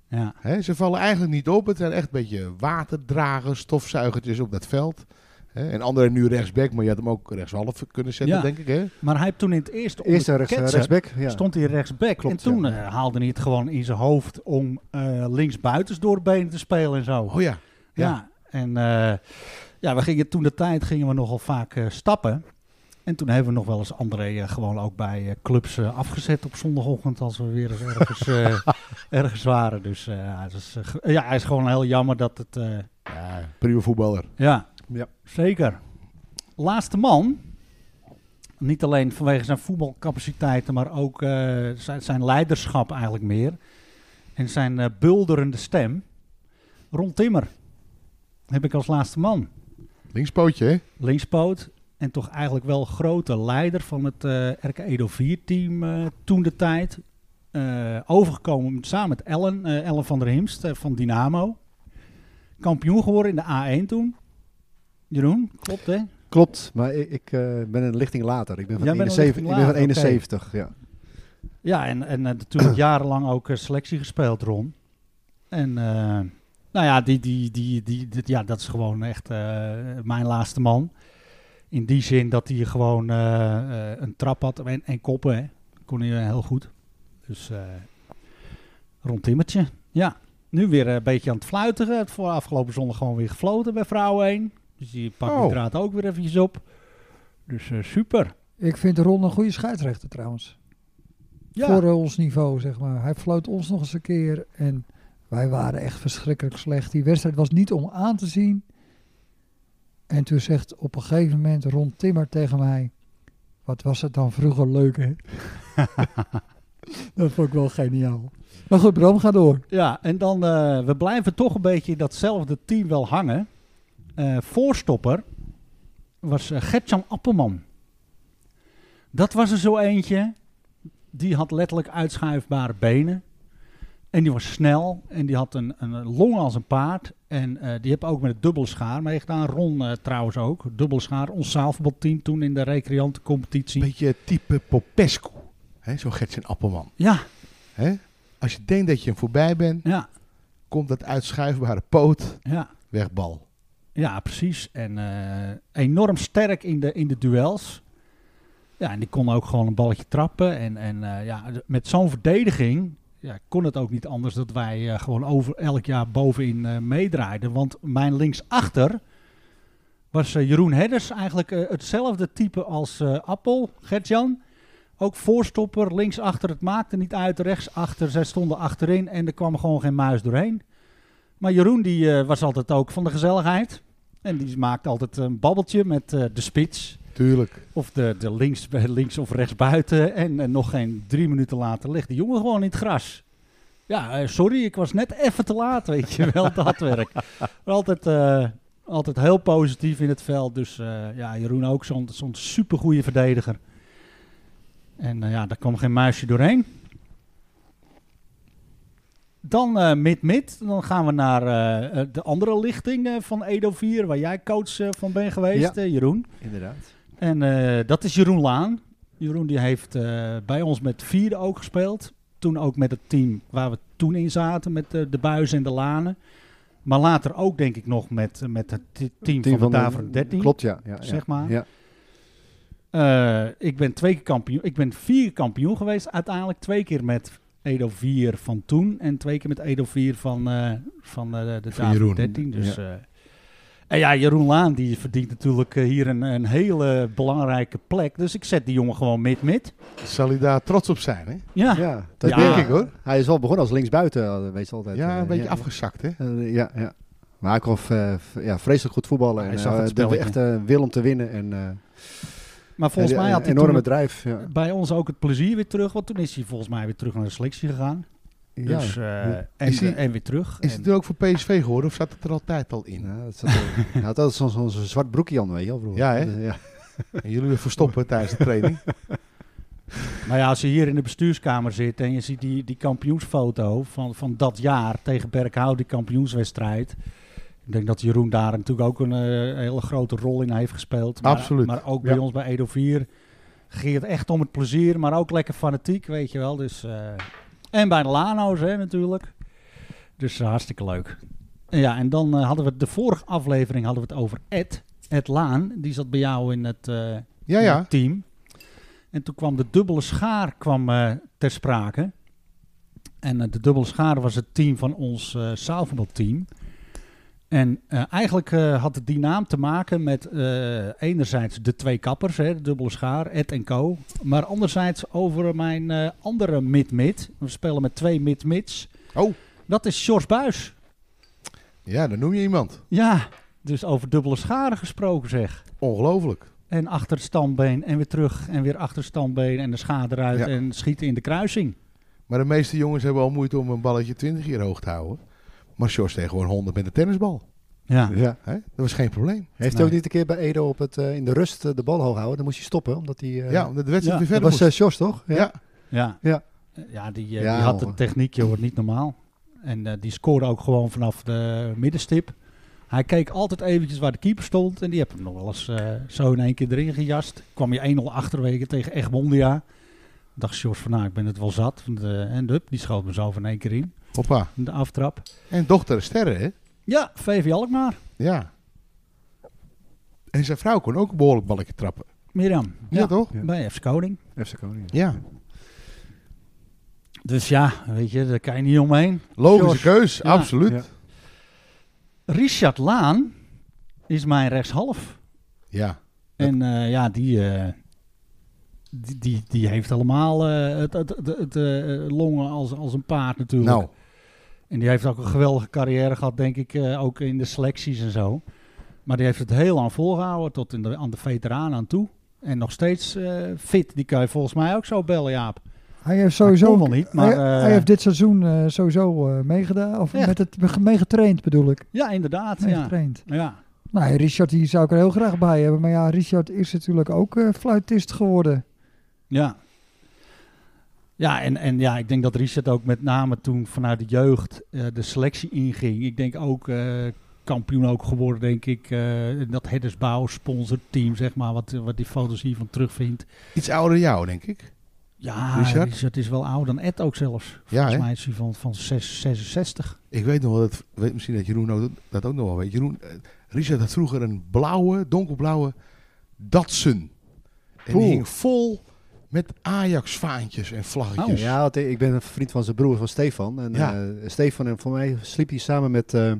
[SPEAKER 3] ja.
[SPEAKER 4] Hè, ze vallen eigenlijk niet op. Het zijn echt een beetje waterdragers, stofzuigertjes op dat veld. Hè, en André nu rechtsback, maar je had hem ook rechtshalf kunnen zetten,
[SPEAKER 3] Ja.
[SPEAKER 4] denk ik. Hè?
[SPEAKER 3] Maar hij heeft toen in het eerste onder
[SPEAKER 2] Eerst een rechts,
[SPEAKER 3] Ketzer
[SPEAKER 2] rechtsback. Ja.
[SPEAKER 3] stond hij rechtsback.
[SPEAKER 2] Klopt,
[SPEAKER 3] en toen
[SPEAKER 2] ja.
[SPEAKER 3] eh, haalde hij het gewoon in zijn hoofd om eh linksbuitens door de benen te spelen en zo.
[SPEAKER 4] Oh ja.
[SPEAKER 3] Ja.
[SPEAKER 4] Ja.
[SPEAKER 3] En eh, ja, we gingen toen de tijd gingen we nogal vaak eh, stappen. En toen hebben we nog wel eens André eh, gewoon ook bij eh, clubs eh, afgezet op zondagochtend als we weer eens ergens, eh, ergens waren. Dus eh, ja, het is, eh, ge- ja, hij is gewoon heel jammer dat het... eh,
[SPEAKER 4] ja prima voetballer.
[SPEAKER 3] ja,
[SPEAKER 2] Ja.
[SPEAKER 3] zeker. Laatste man. Niet alleen vanwege zijn voetbalcapaciteiten, maar ook eh, zijn, zijn leiderschap eigenlijk meer. En zijn eh, bulderende stem. Ron Timmer heb ik als laatste man.
[SPEAKER 4] Linkspootje, hè?
[SPEAKER 3] Linkspoot en toch eigenlijk wel grote leider van het eh RK Edo 4-team toen de tijd. Eh, overgekomen samen met Ellen, eh, Ellen van der Himst eh, van Dynamo. Kampioen geworden in de A1 toen. Jeroen, klopt hè?
[SPEAKER 2] Klopt, maar ik, ik eh, ben een lichting later. Ik ben van,
[SPEAKER 3] Jij bent een
[SPEAKER 2] 71,
[SPEAKER 3] lichting
[SPEAKER 2] ik ben van
[SPEAKER 3] later, oké.
[SPEAKER 2] 71. Ja.
[SPEAKER 3] Ja, en, en eh, natuurlijk jarenlang ook eh, selectie gespeeld, Ron. En eh, nou ja, die, die, die, die, dit- ja, dat is gewoon echt eh, mijn laatste man. In die zin dat hij gewoon eh, eh, een trap had en, en koppen, hè. Kon hij eh, heel goed. Dus eh Ron Timmertje. Ja, nu weer eh, een beetje aan het fluiten. Het voor afgelopen zondag gewoon weer gefloten bij vrouwen 1. Dus die pakt
[SPEAKER 4] Oh.
[SPEAKER 3] de draad ook weer eventjes op. Dus eh, super.
[SPEAKER 5] Ik vind Ron een goede scheidsrechter trouwens.
[SPEAKER 3] Ja.
[SPEAKER 5] Voor ons niveau, zeg maar. Hij floot ons nog eens een keer. En wij waren echt verschrikkelijk slecht. Die wedstrijd was niet om aan te zien. En toen zegt op een gegeven moment Ron Timmer tegen mij... Wat was het dan vroeger leuk,
[SPEAKER 3] <laughs>
[SPEAKER 5] hè? dat vond ik wel geniaal. Maar goed, Bram, ga door.
[SPEAKER 3] Ja, en dan, eh, we blijven toch een beetje in datzelfde team wel hangen. Eh, voorstopper was eh, Gertjan Appelman. Dat was er zo eentje. Die had letterlijk uitschuifbare benen. En die was snel. En die had een, een long als een paard. En eh, die heb ook met het dubbelschaar meegedaan. Ron eh, trouwens ook. Dubbelschaar. Ons zaalvoetbalteam toen in de recreantencompetitie.
[SPEAKER 4] Beetje type Popescu. hè? Zo Gertsen Appelman.
[SPEAKER 3] Ja,
[SPEAKER 4] hè? Als je denkt dat je hem voorbij bent,
[SPEAKER 3] ja,
[SPEAKER 4] komt dat uitschuifbare poot
[SPEAKER 3] ja.
[SPEAKER 4] wegbal.
[SPEAKER 3] Ja, precies. En eh, enorm sterk in de, in de duels. Ja, en die kon ook gewoon een balletje trappen. En, en eh, ja, d- met zo'n verdediging ja, kon het ook niet anders dat wij eh, gewoon over elk jaar bovenin eh meedraaiden. Want mijn linksachter was eh, Jeroen Hedders eigenlijk eh, hetzelfde type als eh, Appel, Gertjan. Ook voorstopper, linksachter, het maakte niet uit, rechtsachter. Zij stonden achterin en er kwam gewoon geen muis doorheen. Maar Jeroen die eh, was altijd ook van de gezelligheid. En die maakt altijd een babbeltje met eh, de spits.
[SPEAKER 4] Tuurlijk.
[SPEAKER 3] Of de, de links, <laughs> links of rechts buiten. En eh, nog geen drie minuten later ligt die jongen gewoon in het gras. Ja, eh, sorry, ik was net even te laat, <laughs> weet je wel, dat werk. Maar altijd, eh, altijd heel positief in het veld. Dus eh, ja, Jeroen ook zo'n zo'n supergoeie verdediger. En eh, ja, daar kwam geen muisje doorheen. Dan eh, mid-mid, dan gaan we naar eh, eh, de andere lichting eh, van Edo 4, waar jij coach eh, van bent geweest, eh, Jeroen.
[SPEAKER 2] Inderdaad.
[SPEAKER 3] En eh, dat is Jeroen Laan. Jeroen die heeft eh, bij ons met vierde ook gespeeld. Toen ook met het team waar we toen in zaten, met eh, de buizen en de lanen. Maar later ook eh,
[SPEAKER 2] eh,
[SPEAKER 3] denk ik nog met, met het t- team, van, de Taveren 13.
[SPEAKER 2] Klopt, ja. ja, ja.
[SPEAKER 3] zeg maar.
[SPEAKER 2] Ja.
[SPEAKER 3] Eh, ik ben twee keer kampioen. Ik ben vier keer kampioen geweest. Uiteindelijk twee keer met Edo 4 van toen. En twee keer met Edo 4 van, eh, van eh, de
[SPEAKER 4] Van
[SPEAKER 3] tafel
[SPEAKER 4] Jeroen.
[SPEAKER 3] 13. Dus, eh, en ja, Jeroen Laan die verdient natuurlijk eh, hier een, een hele belangrijke plek. Dus ik zet die jongen gewoon mid-mid.
[SPEAKER 4] Zal hij daar trots op zijn, hè?
[SPEAKER 3] Ja.
[SPEAKER 2] Ja, dat
[SPEAKER 3] Ja.
[SPEAKER 2] denk ik hoor. Hij is wel begonnen als linksbuiten, eh, weet je altijd.
[SPEAKER 4] Ja,
[SPEAKER 2] Eh,
[SPEAKER 4] een beetje afgezakt, hè?
[SPEAKER 2] Eh, ja, ja. Maar hij kon eh, v- ja, vreselijk goed voetballen.
[SPEAKER 3] Hij
[SPEAKER 2] en,
[SPEAKER 3] zag
[SPEAKER 2] eh,
[SPEAKER 3] het
[SPEAKER 2] de,
[SPEAKER 3] spelletje.
[SPEAKER 2] echt eh, wil om te winnen. En, eh,
[SPEAKER 3] Maar volgens
[SPEAKER 2] en-
[SPEAKER 3] mij had
[SPEAKER 2] en
[SPEAKER 3] hij toen
[SPEAKER 2] enorme
[SPEAKER 3] ook
[SPEAKER 2] drijf. Ja.
[SPEAKER 3] bij ons ook het plezier weer terug. Want toen is hij volgens mij weer terug naar de selectie gegaan.
[SPEAKER 2] Ja.
[SPEAKER 3] Dus, eh, en,
[SPEAKER 4] Is hij-
[SPEAKER 3] en weer terug.
[SPEAKER 4] Is
[SPEAKER 3] En-
[SPEAKER 4] het er ook voor PSV geworden of zat het er altijd al in?
[SPEAKER 2] Ja, dat zat er- hij had altijd zo'n zo'n zwart broekje aan, weet je wel. vroeger.
[SPEAKER 4] Ja, hè?
[SPEAKER 2] Dus, ja.
[SPEAKER 4] En jullie weer verstoppen tijdens de training.
[SPEAKER 3] Maar Nou ja, als je hier in de bestuurskamer zit en je ziet die, die kampioensfoto van, van dat jaar tegen Berkhout, die kampioenswedstrijd. Ik denk dat Jeroen daar natuurlijk ook een eh, hele grote rol in heeft gespeeld. Maar,
[SPEAKER 4] Absoluut,
[SPEAKER 3] Maar ook bij
[SPEAKER 4] ja.
[SPEAKER 3] ons bij Edo 4 ging het echt om het plezier, maar ook lekker fanatiek, weet je wel. Dus, eh, en bij de Lano's hè, natuurlijk. Dus hartstikke leuk. En ja, en dan eh, hadden we het- de vorige aflevering hadden we het over Ed. Ed Laan, die zat bij jou in het... eh,
[SPEAKER 4] Ja,
[SPEAKER 3] in
[SPEAKER 4] ja.
[SPEAKER 3] het team. En toen kwam de dubbele schaar kwam, eh, ter sprake. En eh, de dubbele schaar was het team van ons eh zaalvoetbalteam. En eh, eigenlijk eh, had het die naam te maken met eh, enerzijds de twee kappers, hè, de dubbele schaar, Ed en Co. Maar anderzijds over mijn eh, andere mid-mid. We spelen met twee mid-mids.
[SPEAKER 4] Oh.
[SPEAKER 3] Dat is Sjors Buis.
[SPEAKER 4] Ja, dan noem je iemand.
[SPEAKER 3] Ja, dus over dubbele scharen gesproken zeg.
[SPEAKER 4] Ongelooflijk.
[SPEAKER 3] En achter het standbeen en weer terug en weer achter het standbeen en de schade eruit
[SPEAKER 4] Ja.
[SPEAKER 3] en schieten in de kruising.
[SPEAKER 4] Maar de meeste jongens hebben al moeite om een balletje 20 hier hoog te houden. Maar Sjors deed gewoon 100 met een tennisbal.
[SPEAKER 3] Ja,
[SPEAKER 2] Ja.
[SPEAKER 4] Hè? Dat was geen probleem.
[SPEAKER 2] Heeft hij ook niet een keer bij Edo op het, eh, in de rust eh, de bal hoog houden? Dan moest hij stoppen, omdat hij... eh,
[SPEAKER 4] Ja, omdat de wedstrijd
[SPEAKER 3] ja,
[SPEAKER 4] weer
[SPEAKER 2] dat
[SPEAKER 4] verder
[SPEAKER 2] was
[SPEAKER 4] moest.
[SPEAKER 2] eh Sjors, toch?
[SPEAKER 4] Ja.
[SPEAKER 3] ja.
[SPEAKER 2] Ja.
[SPEAKER 3] ja, die, eh,
[SPEAKER 2] Ja,
[SPEAKER 3] die had
[SPEAKER 2] hoor.
[SPEAKER 3] een techniekje hoor, niet normaal. En eh, die scoorde ook gewoon vanaf de middenstip. Hij keek altijd eventjes waar de keeper stond en die heb hem nog wel eens eh, zo in één keer erin gejast. Kwam je 1-0 achterwege tegen Egmondia. Dacht Sjors van nou, ik ben het wel zat. Want, eh, en hup, die schoot me zo van één keer in,
[SPEAKER 4] Hoppa.
[SPEAKER 3] in de aftrap.
[SPEAKER 4] En dochter Sterren, hè?
[SPEAKER 3] Ja, VV Alkmaar,
[SPEAKER 4] Ja. En zijn vrouw kon ook een behoorlijk balletje trappen.
[SPEAKER 3] Mirjam.
[SPEAKER 4] Ja, toch?
[SPEAKER 2] Ja.
[SPEAKER 3] Bij FC Koning.
[SPEAKER 2] FC Koning.
[SPEAKER 4] Ja.
[SPEAKER 3] Dus ja, weet je, daar kan je niet omheen.
[SPEAKER 4] Logische
[SPEAKER 3] Sjors.
[SPEAKER 4] keus,
[SPEAKER 3] Ja.
[SPEAKER 4] absoluut.
[SPEAKER 2] Ja.
[SPEAKER 4] Ja.
[SPEAKER 3] Richard Laan is mijn rechtshalf. En eh, ja, die, eh, die, die, die heeft allemaal eh, het, het, het, het, eh, longen als, als een paard natuurlijk.
[SPEAKER 4] Nou,
[SPEAKER 3] En die heeft ook een geweldige carrière gehad, denk ik, eh, ook in de selecties en zo. Maar die heeft het heel lang volgehouden, tot in de, aan de veteranen aan toe. En nog steeds eh, fit. Die kan je volgens mij ook zo bellen, Jaap.
[SPEAKER 5] Hij heeft sowieso.
[SPEAKER 3] kon wel niet, maar,
[SPEAKER 5] hij,
[SPEAKER 3] eh,
[SPEAKER 5] hij heeft dit seizoen eh, sowieso eh, meegedaan. Of
[SPEAKER 3] Echt?
[SPEAKER 5] met het, meegetraind bedoel ik.
[SPEAKER 3] Ja, inderdaad. Ja.
[SPEAKER 5] Meegetraind.
[SPEAKER 3] Ja.
[SPEAKER 5] Nou, Richard die zou ik er heel graag bij hebben. Maar ja, Richard is natuurlijk ook eh, fluitist geworden.
[SPEAKER 3] Ja. Ja, en, en ja, ik denk dat Richard ook met name toen vanuit de jeugd eh, de selectie inging. Ik denk ook eh, kampioen ook geworden, denk ik. eh, dat Heddersbouw sponsorteam, zeg maar, wat, wat die foto's hiervan terugvindt.
[SPEAKER 4] iets ouder dan jou, denk ik.
[SPEAKER 3] Ja, Richard,
[SPEAKER 4] Richard?
[SPEAKER 3] is wel ouder dan Ed ook zelfs.
[SPEAKER 4] Ja,
[SPEAKER 3] Volgens
[SPEAKER 4] hè?
[SPEAKER 3] mij is hij van, van zes- 66.
[SPEAKER 4] Ik weet nog wel, dat, weet misschien dat Jeroen ook- dat ook nog wel weet. Jeroen, eh, Richard had vroeger een blauwe, donkerblauwe Datsun. En
[SPEAKER 2] Oeh.
[SPEAKER 4] die hing vol met Ajax-vaantjes en vlaggetjes.
[SPEAKER 2] Oh, Ja, want ik ben een vriend van zijn broer, van Stefan. En
[SPEAKER 4] Ja.
[SPEAKER 2] eh, Stefan en voor mij sliep hij samen met eh,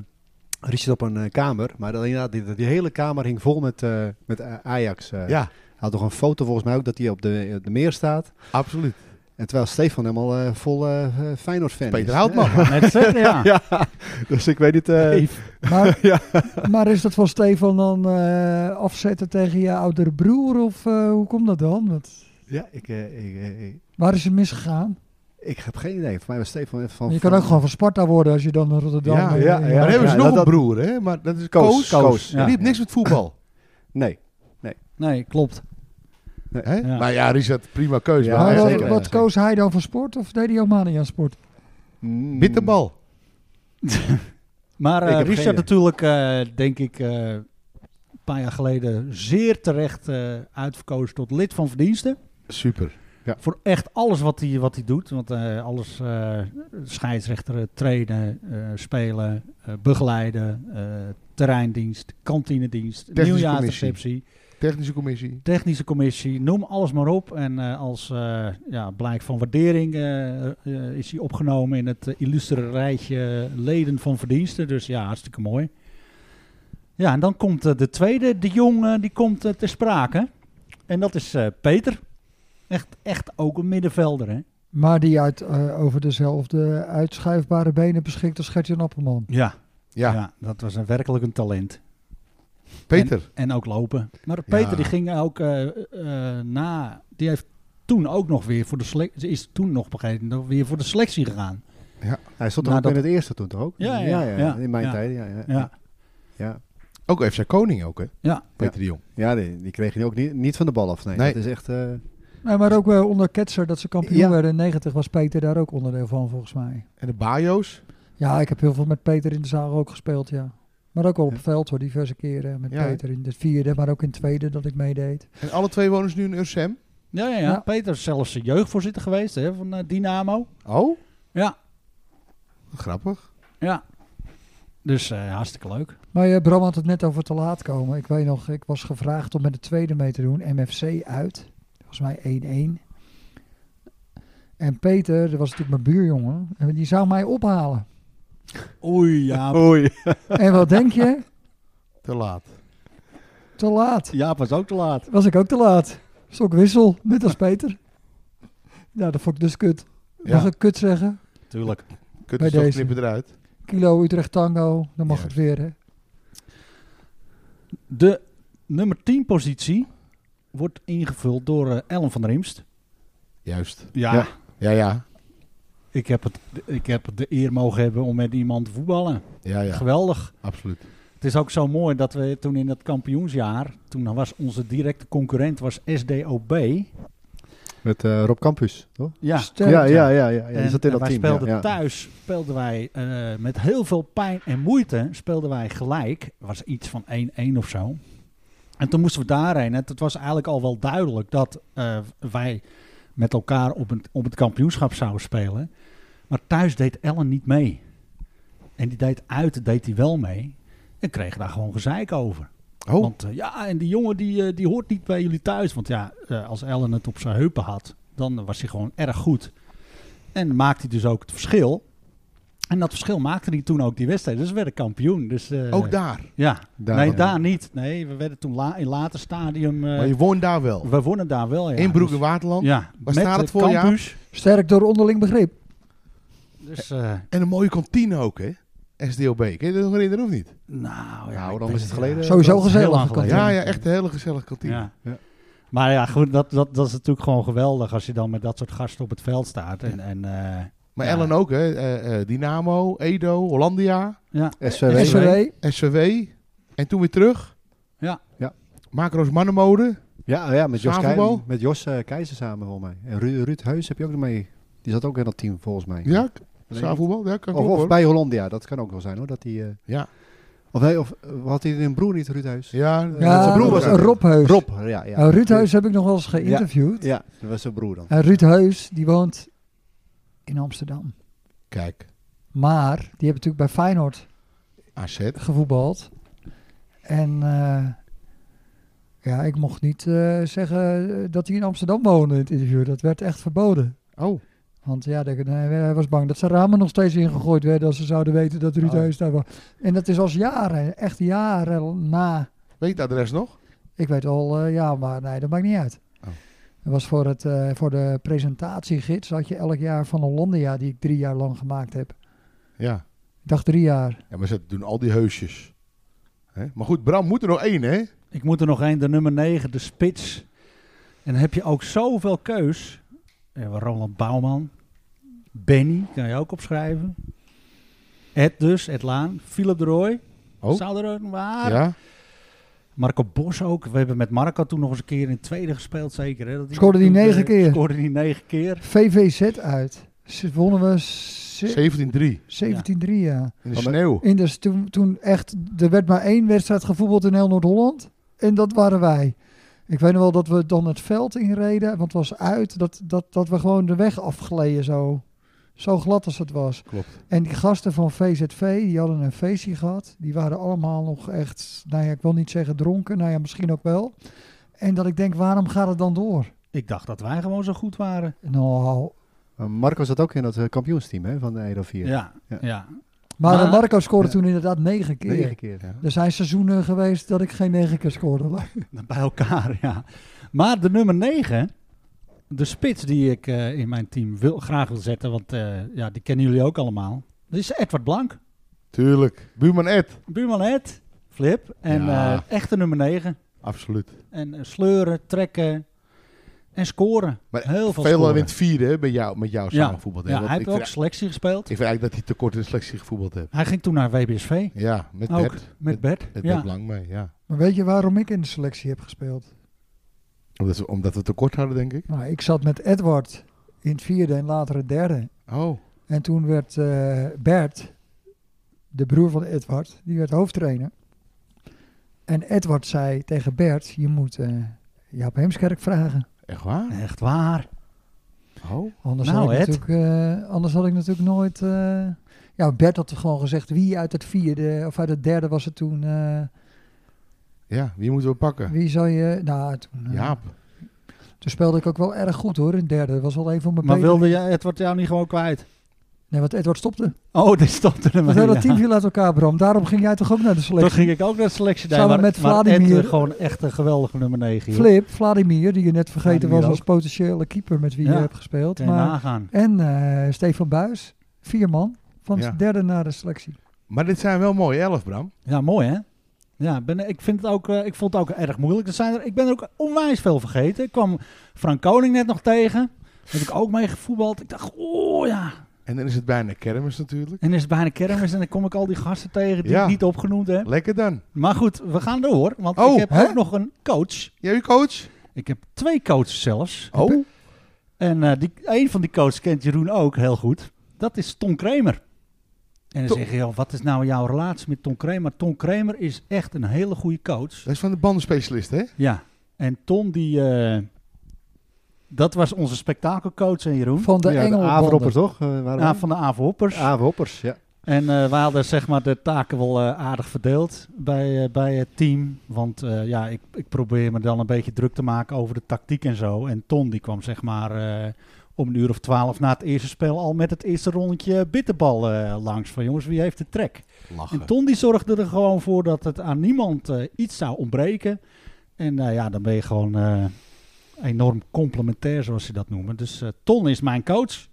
[SPEAKER 2] Richard op een eh, kamer. Maar dan, inderdaad, die, die hele kamer hing vol met, eh, met eh, Ajax. eh.
[SPEAKER 4] Ja,
[SPEAKER 2] Hij had toch een foto volgens mij ook dat hij op de, op de meer staat.
[SPEAKER 4] absoluut.
[SPEAKER 2] En terwijl Stefan helemaal eh, vol eh Feyenoord-fan
[SPEAKER 4] Peter
[SPEAKER 2] is. <laughs>
[SPEAKER 4] Houtman.
[SPEAKER 3] Net zeggen, ja.
[SPEAKER 2] Ja, <laughs> dus ik weet niet... eh, <laughs>
[SPEAKER 5] Maar, maar is dat van Stefan dan eh, afzetten tegen je oudere broer? Of eh, hoe komt dat dan? Want
[SPEAKER 2] ja, ik, eh, ik, eh, ik,
[SPEAKER 5] waar is het misgegaan?
[SPEAKER 2] ik heb geen idee. Voor mij was Stefan van...
[SPEAKER 5] Je kan
[SPEAKER 2] van-
[SPEAKER 5] ook gewoon van Sparta worden als je dan naar Rotterdam...
[SPEAKER 4] Ja,
[SPEAKER 5] eh,
[SPEAKER 2] ja,
[SPEAKER 5] eh,
[SPEAKER 2] ja.
[SPEAKER 4] maar dan hebben ze
[SPEAKER 2] dat-
[SPEAKER 4] nog een
[SPEAKER 2] dat-
[SPEAKER 4] broer, hè? Maar dat is
[SPEAKER 2] Koos,
[SPEAKER 4] Koos.
[SPEAKER 2] Koos,
[SPEAKER 4] Koos.
[SPEAKER 3] ja.
[SPEAKER 4] Die heeft niks met voetbal.
[SPEAKER 2] Nee.
[SPEAKER 3] Nee, klopt.
[SPEAKER 4] hè?
[SPEAKER 3] Ja.
[SPEAKER 4] Nou ja, Richard, prima keuze.
[SPEAKER 2] Ja,
[SPEAKER 4] maar
[SPEAKER 5] Maar
[SPEAKER 4] hij-
[SPEAKER 5] wat,
[SPEAKER 2] zeker.
[SPEAKER 5] wat koos hij dan voor sport of deed hij helemaal niet aan sport?
[SPEAKER 2] Mm.
[SPEAKER 4] Bitterbal.
[SPEAKER 3] Maar eh,
[SPEAKER 2] Ik heb geen
[SPEAKER 3] Richard
[SPEAKER 2] idee.
[SPEAKER 3] natuurlijk, eh, denk ik, eh, een paar jaar geleden zeer terecht eh, uitverkozen tot lid van verdiensten.
[SPEAKER 4] Super.
[SPEAKER 3] Voor echt alles wat hij, wat hij doet. Want eh, alles, eh scheidsrechter, trainen, eh, spelen, eh, begeleiden, eh, terreindienst, kantinedienst,
[SPEAKER 4] Technische
[SPEAKER 3] nieuwjaarsreceptie.
[SPEAKER 4] Technische commissie.
[SPEAKER 3] Technische commissie, noem alles maar op. En eh, als eh, ja, blijk van waardering eh, eh, is hij opgenomen in het eh, illustere rijtje eh, leden van verdiensten. Dus ja, hartstikke mooi. Ja, en dan komt eh, de tweede, de jong, eh, die komt eh, ter sprake. En dat is eh, Peter. Echt, echt ook een middenvelder, hè?
[SPEAKER 5] Maar die uit, eh, over dezelfde uitschuifbare benen beschikt als Gertjan Appelman.
[SPEAKER 3] Ja.
[SPEAKER 4] Ja,
[SPEAKER 3] dat was een, werkelijk een talent.
[SPEAKER 4] Peter.
[SPEAKER 3] En ook lopen. Maar Peter
[SPEAKER 4] Ja.
[SPEAKER 3] die ging ook eh, eh, na. Die heeft toen ook nog weer voor de selectie. Ze is toen nog begrepen nog weer voor de selectie gegaan.
[SPEAKER 2] Hij stond toch
[SPEAKER 3] Nou,
[SPEAKER 2] ook in het eerste toen, toch ook?
[SPEAKER 3] Ja, ja, ja.
[SPEAKER 2] In mijn
[SPEAKER 3] Ja.
[SPEAKER 2] tijd, ja. Ja, ja.
[SPEAKER 3] Ja.
[SPEAKER 2] ja.
[SPEAKER 4] Ook FC Koning ook, hè?
[SPEAKER 3] Ja.
[SPEAKER 4] Peter de Jong.
[SPEAKER 2] die, die kreeg je ook niet, niet van de bal af. Nee,
[SPEAKER 4] Nee.
[SPEAKER 2] dat is echt... eh,
[SPEAKER 5] Nee, maar ook wel onder Ketser dat ze kampioen
[SPEAKER 2] Ja.
[SPEAKER 5] werden in 90 was Peter daar ook onderdeel van volgens mij.
[SPEAKER 4] En de Bajo's.
[SPEAKER 5] Ja, ik heb heel veel met Peter in de zaal ook gespeeld, ja. Maar ook al op
[SPEAKER 4] Ja.
[SPEAKER 5] het veld hoor, diverse keren. Met
[SPEAKER 4] Ja, hè?
[SPEAKER 5] Peter in de vierde, maar ook in het tweede dat ik meedeed.
[SPEAKER 4] En alle twee wonen ze nu in Ursem.
[SPEAKER 3] Ja, ja, ja.
[SPEAKER 5] Ja.
[SPEAKER 3] Peter is zelfs de jeugdvoorzitter geweest hè, van eh, Dynamo.
[SPEAKER 4] Oh?
[SPEAKER 3] Ja.
[SPEAKER 4] Grappig.
[SPEAKER 3] Ja. Dus eh, hartstikke leuk.
[SPEAKER 5] Maar eh, Bram had het net over te laat komen. Ik weet nog, ik was gevraagd om met de tweede mee te doen. MFC uit. Volgens mij 1-1. En Peter, dat was natuurlijk mijn buurjongen. En die zou mij
[SPEAKER 3] <laughs>
[SPEAKER 5] ophalen.
[SPEAKER 3] Oei, Jaap.
[SPEAKER 2] Oei.
[SPEAKER 5] en wat denk je?
[SPEAKER 4] Te laat.
[SPEAKER 5] Te laat.
[SPEAKER 3] Jaap was ook te laat.
[SPEAKER 5] Was ik ook te laat. Stokwissel, net als Peter. Ja, dat vond ik dus kut. Mag ik kut zeggen?
[SPEAKER 3] <laughs> Tuurlijk.
[SPEAKER 4] Kunt
[SPEAKER 5] Bij
[SPEAKER 4] u toch
[SPEAKER 5] deze.
[SPEAKER 4] knippen eruit?
[SPEAKER 5] Kilo Utrecht Tango, dan mag
[SPEAKER 4] Juist.
[SPEAKER 5] het weer hè.
[SPEAKER 3] De nummer 10 positie wordt ingevuld door eh, Ellen van der Imst.
[SPEAKER 4] Juist.
[SPEAKER 3] ja.
[SPEAKER 2] Ja.
[SPEAKER 4] Ja, ja.
[SPEAKER 3] Ik heb, het, ik heb de eer mogen hebben om met iemand te voetballen.
[SPEAKER 4] Ja, ja.
[SPEAKER 3] Geweldig.
[SPEAKER 4] Absoluut.
[SPEAKER 3] Het is ook zo mooi dat we toen in dat kampioensjaar, toen was onze directe concurrent was SDOB.
[SPEAKER 2] Met eh, Rob Campus, toch?
[SPEAKER 3] Ja.
[SPEAKER 5] Sterk.
[SPEAKER 2] ja, ja, ja. ja. ja.
[SPEAKER 3] En,
[SPEAKER 2] Die zat in
[SPEAKER 3] en
[SPEAKER 2] dat
[SPEAKER 3] wij
[SPEAKER 2] team.
[SPEAKER 3] speelden
[SPEAKER 2] ja, ja.
[SPEAKER 3] thuis, speelden wij eh, met heel veel pijn en moeite, speelden wij gelijk. Het was iets van 1-1 of zo. En toen moesten we daarheen. En het was eigenlijk al wel duidelijk dat eh, wij met elkaar op het, op het kampioenschap zouden spelen. Maar thuis deed Ellen niet mee. En die deed uit, deed hij wel mee. En kreeg daar gewoon gezeik over.
[SPEAKER 4] Oh,
[SPEAKER 3] Want eh, ja, en die jongen die, eh, die hoort niet bij jullie thuis. Want ja, eh, als Ellen het op zijn heupen had, dan was hij gewoon erg goed. En maakte hij dus ook het verschil. En dat verschil maakte hij toen ook die wedstrijd. Dus we werden kampioen. Dus, eh,
[SPEAKER 4] ook daar.
[SPEAKER 3] Ja,
[SPEAKER 2] Daar,
[SPEAKER 3] nee,
[SPEAKER 2] ja.
[SPEAKER 3] daar niet. Nee, we werden toen la- in later stadium... eh,
[SPEAKER 4] Maar je woont daar wel.
[SPEAKER 3] we wonnen daar wel, ja.
[SPEAKER 4] in Broek en
[SPEAKER 3] Dus-
[SPEAKER 4] Waterland.
[SPEAKER 3] Ja,
[SPEAKER 4] Waar
[SPEAKER 3] met
[SPEAKER 4] staat
[SPEAKER 3] de
[SPEAKER 4] het voor, Jaap?
[SPEAKER 3] campus.
[SPEAKER 5] Sterk door onderling begrip.
[SPEAKER 3] Dus, eh,
[SPEAKER 4] En een mooie kantine ook, hè? SDOB. Kun je dat nog herinneren of niet?
[SPEAKER 3] nou ja.
[SPEAKER 2] Nou,
[SPEAKER 3] ik
[SPEAKER 2] dan
[SPEAKER 3] denk-
[SPEAKER 2] is het geleden.
[SPEAKER 5] Sowieso
[SPEAKER 3] heel lang
[SPEAKER 5] gezellig.
[SPEAKER 3] geleden.
[SPEAKER 4] Ja, ja. Echt een hele gezellige kantine.
[SPEAKER 3] Ja.
[SPEAKER 2] Ja.
[SPEAKER 3] Maar ja, goed, dat, dat, dat is natuurlijk gewoon geweldig als je dan met dat soort gasten op het veld staat. En, en eh,
[SPEAKER 4] Maar
[SPEAKER 3] Ja.
[SPEAKER 4] Ellen ook, hè? Eh, eh, Dynamo, Edo, Hollandia,
[SPEAKER 3] ja,
[SPEAKER 2] SVW.
[SPEAKER 3] SVW.
[SPEAKER 5] SW,
[SPEAKER 4] SCW. En toen weer terug.
[SPEAKER 3] Ja.
[SPEAKER 2] Ja.
[SPEAKER 4] Macro's Mannenmode.
[SPEAKER 2] Ja, ja met Jos,
[SPEAKER 4] Zwavelbal?
[SPEAKER 2] Keij- met Jos eh, Keizer samen volgens mij. En Ru- Ruud Heus heb je ook nog mee. Die zat ook in dat team volgens mij.
[SPEAKER 4] Ja,
[SPEAKER 2] Weet
[SPEAKER 4] zaalvoetbal. Ja, kan
[SPEAKER 2] Of,
[SPEAKER 4] ik ook,
[SPEAKER 2] of
[SPEAKER 4] hoor.
[SPEAKER 2] bij Hollandia, dat kan ook wel zijn hoor. Dat die, eh,
[SPEAKER 4] Ja.
[SPEAKER 2] Of, nee, of eh, had hij een broer niet, Ruud Heus?
[SPEAKER 4] Ja,
[SPEAKER 5] Ja,
[SPEAKER 2] zijn broer was
[SPEAKER 5] Rob-
[SPEAKER 2] dat.
[SPEAKER 5] Rob Heus.
[SPEAKER 2] Rob, ja. ja.
[SPEAKER 5] Nou, Ruud Heus heb ik nog wel eens geïnterviewd.
[SPEAKER 2] Ja, dat was zijn broer dan.
[SPEAKER 5] En Ruud Heus, die woont in Amsterdam.
[SPEAKER 4] Kijk,
[SPEAKER 5] Maar die hebben natuurlijk bij Feyenoord
[SPEAKER 4] AZ.
[SPEAKER 5] gevoetbald. En eh, ja, ik mocht niet eh, zeggen dat hij in Amsterdam woonde in het interview. Dat werd echt verboden.
[SPEAKER 4] Oh,
[SPEAKER 5] Want ja, dat- nee, hij was bang dat zijn ramen nog steeds ingegooid werden als ze zouden weten dat Ruud
[SPEAKER 4] Oh.
[SPEAKER 5] Heus daar was. En dat is als jaren, echt jaren na
[SPEAKER 4] weet je het adres nog?
[SPEAKER 5] Ik weet al, eh, ja, maar nee, dat maakt niet uit.
[SPEAKER 4] Oh.
[SPEAKER 5] Dat was voor, het, eh, voor de presentatiegids, had je elk jaar van Hollandia, die ik drie jaar lang gemaakt heb.
[SPEAKER 4] Ja.
[SPEAKER 5] Ik dacht drie jaar.
[SPEAKER 4] Ja, maar ze doen al die heusjes. Hè? Maar goed, Bram moet er nog één, hè?
[SPEAKER 3] Ik moet er nog één, de nummer 9, de spits. En dan heb je ook zoveel keus. We hebben Roland Bouwman. Benny, kan je ook opschrijven. Ed dus, Ed Laan. Philip de Rooij.
[SPEAKER 4] Oh.
[SPEAKER 3] Zou er ook nog maar.
[SPEAKER 4] Ja.
[SPEAKER 3] Marco Bos ook. We hebben met Marco toen nog eens een keer in het tweede gespeeld, zeker. Hè? Dat hij
[SPEAKER 5] Scoorde die
[SPEAKER 3] toen, eh,
[SPEAKER 5] negen keer.
[SPEAKER 3] Scoorde die negen keer.
[SPEAKER 5] VVZ uit. Ze- Wonnen we ze-
[SPEAKER 4] 17-3.
[SPEAKER 5] 17-3, ja.
[SPEAKER 4] In de
[SPEAKER 2] Oh, maar-
[SPEAKER 4] sneeuw.
[SPEAKER 5] In dus toen, toen echt, er werd maar één wedstrijd gevoetbald in heel Noord-Holland. En dat waren wij. Ik weet nog wel dat we dan het veld inreden, want het was uit, dat, dat, dat we gewoon de weg afgleden zo. Zo glad als het was.
[SPEAKER 4] Klopt.
[SPEAKER 5] En die gasten van VZV, die hadden een feestje gehad. Die waren allemaal nog echt, nou ja, ik wil niet zeggen dronken. Nou ja, misschien ook wel. En dat ik denk, waarom gaat het dan door?
[SPEAKER 3] Ik dacht dat wij gewoon zo goed waren.
[SPEAKER 5] Nou,
[SPEAKER 2] Eh, Marco zat ook in dat eh, kampioensteam hè, van de Edo 4.
[SPEAKER 3] Ja, ja.
[SPEAKER 2] Ja.
[SPEAKER 5] maar,
[SPEAKER 3] Maar-
[SPEAKER 5] Marco scoorde
[SPEAKER 2] Ja.
[SPEAKER 5] toen inderdaad negen keer.
[SPEAKER 2] Negen keer.
[SPEAKER 4] Ja.
[SPEAKER 5] Er zijn seizoenen geweest dat ik geen negen keer scoorde.
[SPEAKER 3] Bij elkaar, ja. Maar de nummer 9, de spits die ik eh, in mijn team wil, graag wil zetten, want eh, ja, die kennen jullie ook allemaal. Dat is Edward Blank,
[SPEAKER 4] Tuurlijk. Buurman Ed.
[SPEAKER 3] buurman Ed, Flip, en
[SPEAKER 4] Ja.
[SPEAKER 3] eh, echte nummer 9.
[SPEAKER 4] Absoluut.
[SPEAKER 3] En eh, sleuren, trekken en scoren.
[SPEAKER 4] Maar
[SPEAKER 3] Heel veel
[SPEAKER 4] Veelal
[SPEAKER 3] scoren.
[SPEAKER 4] in het vierde hè, bij jou, met jouw
[SPEAKER 3] Ja.
[SPEAKER 4] samenvoetbal. hè,
[SPEAKER 3] ja,
[SPEAKER 4] want
[SPEAKER 3] hij
[SPEAKER 4] ik,
[SPEAKER 3] heeft ook
[SPEAKER 4] vind, e-
[SPEAKER 3] selectie gespeeld.
[SPEAKER 4] ik vind eigenlijk dat hij tekort in de selectie gevoetbald heeft.
[SPEAKER 3] Hij ging toen naar WBSV,
[SPEAKER 4] Ja, met
[SPEAKER 3] Ook,
[SPEAKER 4] Bert.
[SPEAKER 3] met Bert.
[SPEAKER 4] Met
[SPEAKER 3] Ja.
[SPEAKER 4] Bert Lang mee, ja.
[SPEAKER 5] Maar weet je waarom ik in de selectie heb gespeeld?
[SPEAKER 4] Omdat we, omdat we tekort hadden, denk ik.
[SPEAKER 5] Nou, ik zat met Edward in het vierde en later het derde.
[SPEAKER 4] Oh,
[SPEAKER 5] En toen werd eh, Bert, de broer van Edward, die werd hoofdtrainer. En Edward zei tegen Bert, je moet eh Jaap Heemskerk vragen.
[SPEAKER 4] echt waar?
[SPEAKER 3] Echt waar.
[SPEAKER 4] Oh.
[SPEAKER 5] Anders,
[SPEAKER 3] Nou,
[SPEAKER 5] had, ik
[SPEAKER 3] Ed.
[SPEAKER 5] natuurlijk, eh, anders had ik natuurlijk nooit... eh, ja, Bert had gewoon gezegd wie uit het vierde, of uit het derde was het toen. eh,
[SPEAKER 4] Ja, wie moeten we pakken?
[SPEAKER 5] wie zou je... Nou, toen, eh,
[SPEAKER 4] Jaap.
[SPEAKER 5] toen speelde ik ook wel erg goed hoor, in het derde. Dat was wel een van mijn
[SPEAKER 3] Maar
[SPEAKER 5] betere-
[SPEAKER 3] wilde je Edward jou niet gewoon kwijt?
[SPEAKER 5] Nee, want Edward stopte.
[SPEAKER 3] Oh, <laughs> dit stopte er
[SPEAKER 5] Het
[SPEAKER 3] maar
[SPEAKER 5] hele
[SPEAKER 3] in,
[SPEAKER 5] team
[SPEAKER 3] ja.
[SPEAKER 5] viel uit elkaar, Bram. Daarom ging jij toch ook naar de
[SPEAKER 3] Toen
[SPEAKER 5] selectie?
[SPEAKER 3] ging ik ook naar het selectie
[SPEAKER 5] Samen
[SPEAKER 3] maar,
[SPEAKER 5] met
[SPEAKER 3] maar
[SPEAKER 5] Vladimir.
[SPEAKER 3] Ed, eh, gewoon echt een geweldige nummer 9. joh.
[SPEAKER 5] Flip, Vladimir, die je net vergeten
[SPEAKER 3] Vladimir
[SPEAKER 5] was als
[SPEAKER 3] ook.
[SPEAKER 5] potentiële keeper met wie
[SPEAKER 3] Ja.
[SPEAKER 5] je hebt gespeeld.
[SPEAKER 3] Kan je
[SPEAKER 5] Maar,
[SPEAKER 3] nagaan.
[SPEAKER 5] en eh, Stefan Buis, vier man, van
[SPEAKER 4] Ja.
[SPEAKER 5] de derde naar de selectie.
[SPEAKER 4] Maar dit zijn wel mooie elf, Bram.
[SPEAKER 3] Ja, mooi hè? Ja, ben, ik, vind het ook, eh, ik vond het ook erg moeilijk. Er zijn er, ik ben er ook onwijs veel vergeten. Ik kwam Frank Koning net nog tegen. Daar heb ik ook mee gevoetbald. Ik dacht, oh ja.
[SPEAKER 4] En dan is het bijna kermis natuurlijk.
[SPEAKER 3] En is het bijna kermis en dan kom ik al die gasten tegen die
[SPEAKER 4] Ja.
[SPEAKER 3] ik niet opgenoemd heb.
[SPEAKER 4] Lekker dan.
[SPEAKER 3] Maar goed, we gaan door. Want
[SPEAKER 4] Oh,
[SPEAKER 3] ik heb
[SPEAKER 5] hè?
[SPEAKER 3] ook nog een coach.
[SPEAKER 4] Jij uw coach?
[SPEAKER 3] Ik heb twee coaches zelfs.
[SPEAKER 4] Oh.
[SPEAKER 3] En eh, die, een van die coaches kent Jeroen ook heel goed. Dat is Ton Kramer. En dan
[SPEAKER 4] Ton-
[SPEAKER 3] zeg je, joh, wat is nou jouw relatie met Ton Kramer? Ton Kramer is echt een hele goede coach.
[SPEAKER 4] Dat is van de bandenspecialist, hè?
[SPEAKER 3] Ja, en Ton die... eh, dat was onze spektakelcoach, en Jeroen?
[SPEAKER 5] Van de
[SPEAKER 2] Ja, de
[SPEAKER 5] Engelbanden.
[SPEAKER 2] Averhoppers toch? Eh, waren
[SPEAKER 3] Ja,
[SPEAKER 2] we?
[SPEAKER 3] van de Aave Hoppers.
[SPEAKER 4] Ah,
[SPEAKER 2] Averhoppers, ja.
[SPEAKER 3] En eh, we hadden zeg maar, de taken wel eh, aardig verdeeld bij, eh, bij het team. Want eh, ja, ik, ik probeer me dan een beetje druk te maken over de tactiek en zo. En Ton die kwam zeg maar, eh, om een uur of twaalf na het eerste spel al met het eerste rondje bitterbal eh, langs. Van jongens, wie heeft de trek?
[SPEAKER 4] Lachen.
[SPEAKER 3] En Ton die zorgde er gewoon voor dat het aan niemand eh, iets zou ontbreken. En nou ja, dan ben je gewoon eh, enorm complementair, zoals ze dat noemen. Dus eh, Ton is mijn coach.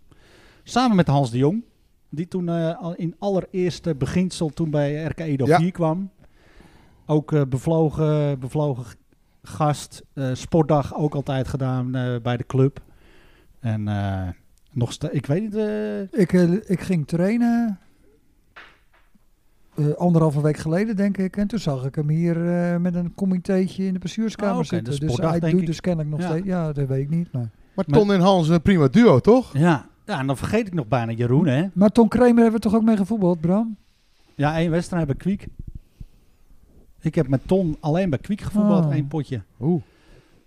[SPEAKER 3] Samen met Hans de Jong. Die toen eh, al in allereerste beginsel toen bij RK Edo
[SPEAKER 4] Ja.
[SPEAKER 3] 4 kwam. Ook eh, bevlogen, bevlogen g- gast. Eh, sportdag ook altijd gedaan eh, bij de club. En eh, nog steeds, ik weet niet, eh,
[SPEAKER 5] Ik, eh, ik ging trainen eh, anderhalve week geleden, denk ik. En toen zag ik hem hier eh, met een comitéetje in de bestuurskamer
[SPEAKER 3] Ah, oké,
[SPEAKER 5] zitten.
[SPEAKER 3] dus
[SPEAKER 5] Dus
[SPEAKER 3] sportdag,
[SPEAKER 5] hij
[SPEAKER 3] denk
[SPEAKER 5] doet
[SPEAKER 3] ik.
[SPEAKER 5] dus kennelijk nog
[SPEAKER 3] Ja.
[SPEAKER 5] steeds... Ja, dat weet ik niet, maar...
[SPEAKER 4] Maar Ton en Hans, een prima duo, toch?
[SPEAKER 3] ja. ja, en dan vergeet ik nog bijna Jeroen, hè?
[SPEAKER 5] Maar Tom Kramer hebben we toch ook mee gevoetbald, Bram?
[SPEAKER 3] Ja, één wedstrijd bij Kwiek. Ik heb met Ton alleen bij Kwiek gevoetbald,
[SPEAKER 5] Oh.
[SPEAKER 3] één potje.
[SPEAKER 4] Oeh.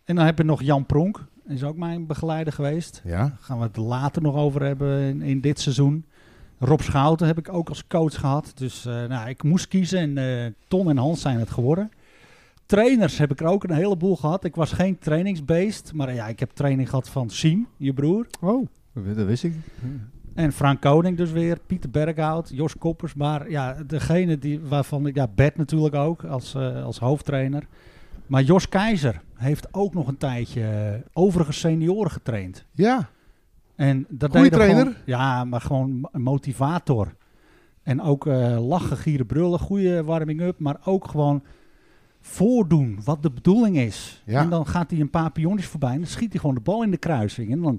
[SPEAKER 3] En dan heb je nog Jan Pronk, is ook mijn begeleider geweest.
[SPEAKER 4] Ja.
[SPEAKER 3] Daar gaan we het later nog over hebben in, in dit seizoen. Rob Schouten heb ik ook als coach gehad. Dus eh, nou, ik moest kiezen en eh, Ton en Hans zijn het geworden. Trainers heb ik er ook een heleboel gehad. Ik was geen trainingsbeest, maar eh, ja, ik heb training gehad van Siem, je broer.
[SPEAKER 2] Oh, dat wist ik.
[SPEAKER 3] Hmm. En Frank Koning dus weer, Pieter Berghout, Jos Koppers. Maar ja, degene die, waarvan ik, ja, Bert natuurlijk ook als, eh, als hoofdtrainer. Maar Jos Keizer heeft ook nog een tijdje eh, overige senioren getraind.
[SPEAKER 4] Ja.
[SPEAKER 3] En dat
[SPEAKER 4] Goeie
[SPEAKER 3] deden we
[SPEAKER 4] trainer.
[SPEAKER 3] gewoon- ja, maar gewoon mo- een motivator. En ook eh, lachen, gieren, brullen, goede warming-up. Maar ook gewoon voordoen wat de bedoeling is.
[SPEAKER 4] Ja.
[SPEAKER 3] En dan gaat hij een paar pionnetjes voorbij en dan schiet hij gewoon de bal in de kruising. En dan,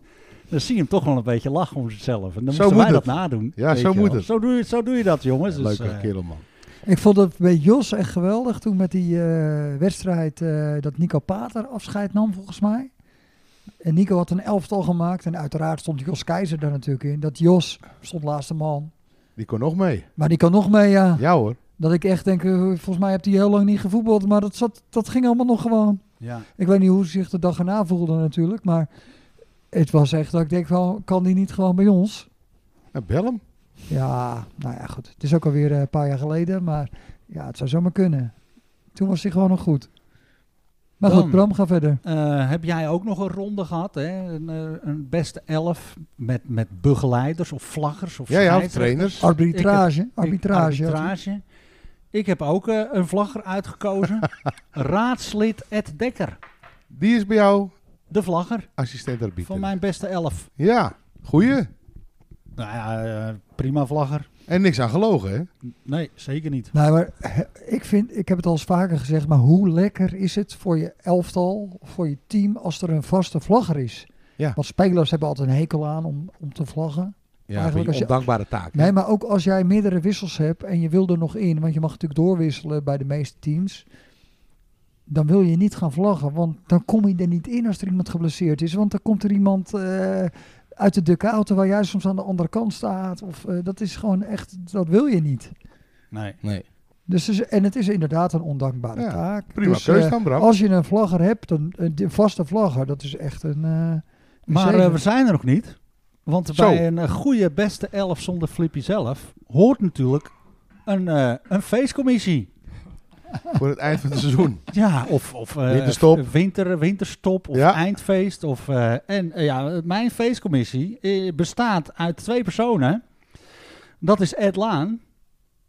[SPEAKER 3] dan zie je hem toch wel een beetje lachen om zichzelf. En dan
[SPEAKER 4] Zo
[SPEAKER 3] moesten wij
[SPEAKER 4] moet
[SPEAKER 3] dat
[SPEAKER 4] het.
[SPEAKER 3] nadoen.
[SPEAKER 4] Ja,
[SPEAKER 3] weet
[SPEAKER 4] zo
[SPEAKER 3] je
[SPEAKER 4] moet
[SPEAKER 3] wel.
[SPEAKER 4] het.
[SPEAKER 3] Zo doe, je, zo doe je dat, jongens. Dus,
[SPEAKER 4] Leuke
[SPEAKER 3] eh,
[SPEAKER 4] kerel, man.
[SPEAKER 5] Ik vond het bij Jos echt geweldig toen met die eh, wedstrijd eh, dat Nico Pater afscheid nam, volgens mij. En Nico had een elftal gemaakt en uiteraard stond Jos Keizer daar natuurlijk in. Dat Jos stond laatste man.
[SPEAKER 4] Die kon nog mee.
[SPEAKER 5] Maar die kan nog mee, ja.
[SPEAKER 4] Ja hoor.
[SPEAKER 5] Dat ik echt denk, eh, volgens mij heeft hij heel lang niet gevoetbald, maar dat, zat, dat ging allemaal nog gewoon.
[SPEAKER 3] ja.
[SPEAKER 5] Ik weet niet hoe ze zich de dag erna voelde natuurlijk, maar het was echt dat ik denk, wel, kan die niet gewoon bij ons?
[SPEAKER 4] Nou, bel hem.
[SPEAKER 5] Ja, nou ja, goed. Het is ook alweer eh, een paar jaar geleden, maar ja, het zou zomaar kunnen. Toen was hij gewoon nog goed. Maar
[SPEAKER 3] Dan.
[SPEAKER 5] goed, Bram, ga verder.
[SPEAKER 3] Eh, heb jij ook nog een ronde gehad? Hè? Een, eh, een beste elf met, met begeleiders of vlaggers of
[SPEAKER 4] Ja, ja, of
[SPEAKER 3] scheidsrechters?
[SPEAKER 4] trainers.
[SPEAKER 5] Arbitrage.
[SPEAKER 3] Ik,
[SPEAKER 5] arbitrage.
[SPEAKER 3] arbitrage. Ik heb ook eh, een vlagger uitgekozen. Raadslid Ed Dekker.
[SPEAKER 4] Die is bij jou
[SPEAKER 3] De vlagger
[SPEAKER 4] assistent arbiter.
[SPEAKER 3] van mijn beste elf.
[SPEAKER 4] Ja, goeie.
[SPEAKER 3] Nou ja, eh, prima vlagger.
[SPEAKER 4] En niks aan gelogen, hè?
[SPEAKER 3] Nee, zeker niet.
[SPEAKER 5] Nou, maar eh, ik vind, ik heb het al eens vaker gezegd, maar hoe lekker is het voor je elftal, voor je team, als er een vaste vlagger is?
[SPEAKER 4] Ja.
[SPEAKER 5] Want spelers hebben altijd een hekel aan om, om te vlaggen.
[SPEAKER 4] Ja,
[SPEAKER 5] Eigenlijk
[SPEAKER 4] een
[SPEAKER 5] als je-
[SPEAKER 4] ondankbare taak. hè?
[SPEAKER 5] Nee, maar ook als jij meerdere wissels hebt en je wil er nog in, want je mag natuurlijk doorwisselen bij de meeste teams. Dan wil je niet gaan vlaggen, want dan kom je er niet in als er iemand geblesseerd is. Want dan komt er iemand eh, uit de dugout waar jij soms aan de andere kant staat. Of, eh, dat is gewoon echt, dat wil je niet.
[SPEAKER 3] Nee.
[SPEAKER 7] Nee.
[SPEAKER 5] Dus het is- en het is inderdaad een ondankbare
[SPEAKER 4] Ja,
[SPEAKER 5] taak.
[SPEAKER 4] Prima
[SPEAKER 5] dus,
[SPEAKER 4] keus
[SPEAKER 5] eh,
[SPEAKER 4] dan, Bram.
[SPEAKER 5] als je een vlagger hebt, een, een di- vaste vlagger, dat is echt een. eh, een
[SPEAKER 3] Maar
[SPEAKER 5] zegen.
[SPEAKER 3] eh, we zijn er nog niet. Want
[SPEAKER 4] Zo.
[SPEAKER 3] bij een eh, goede beste elf zonder Flippy zelf hoort natuurlijk een, eh, een feestcommissie.
[SPEAKER 4] Voor het eind van het seizoen.
[SPEAKER 3] Ja, of, of eh,
[SPEAKER 4] Winterstop.
[SPEAKER 3] winter, winterstop of
[SPEAKER 4] Ja.
[SPEAKER 3] eindfeest. Of, eh, en eh, ja, mijn feestcommissie eh, bestaat uit twee personen. Dat is Ed Laan,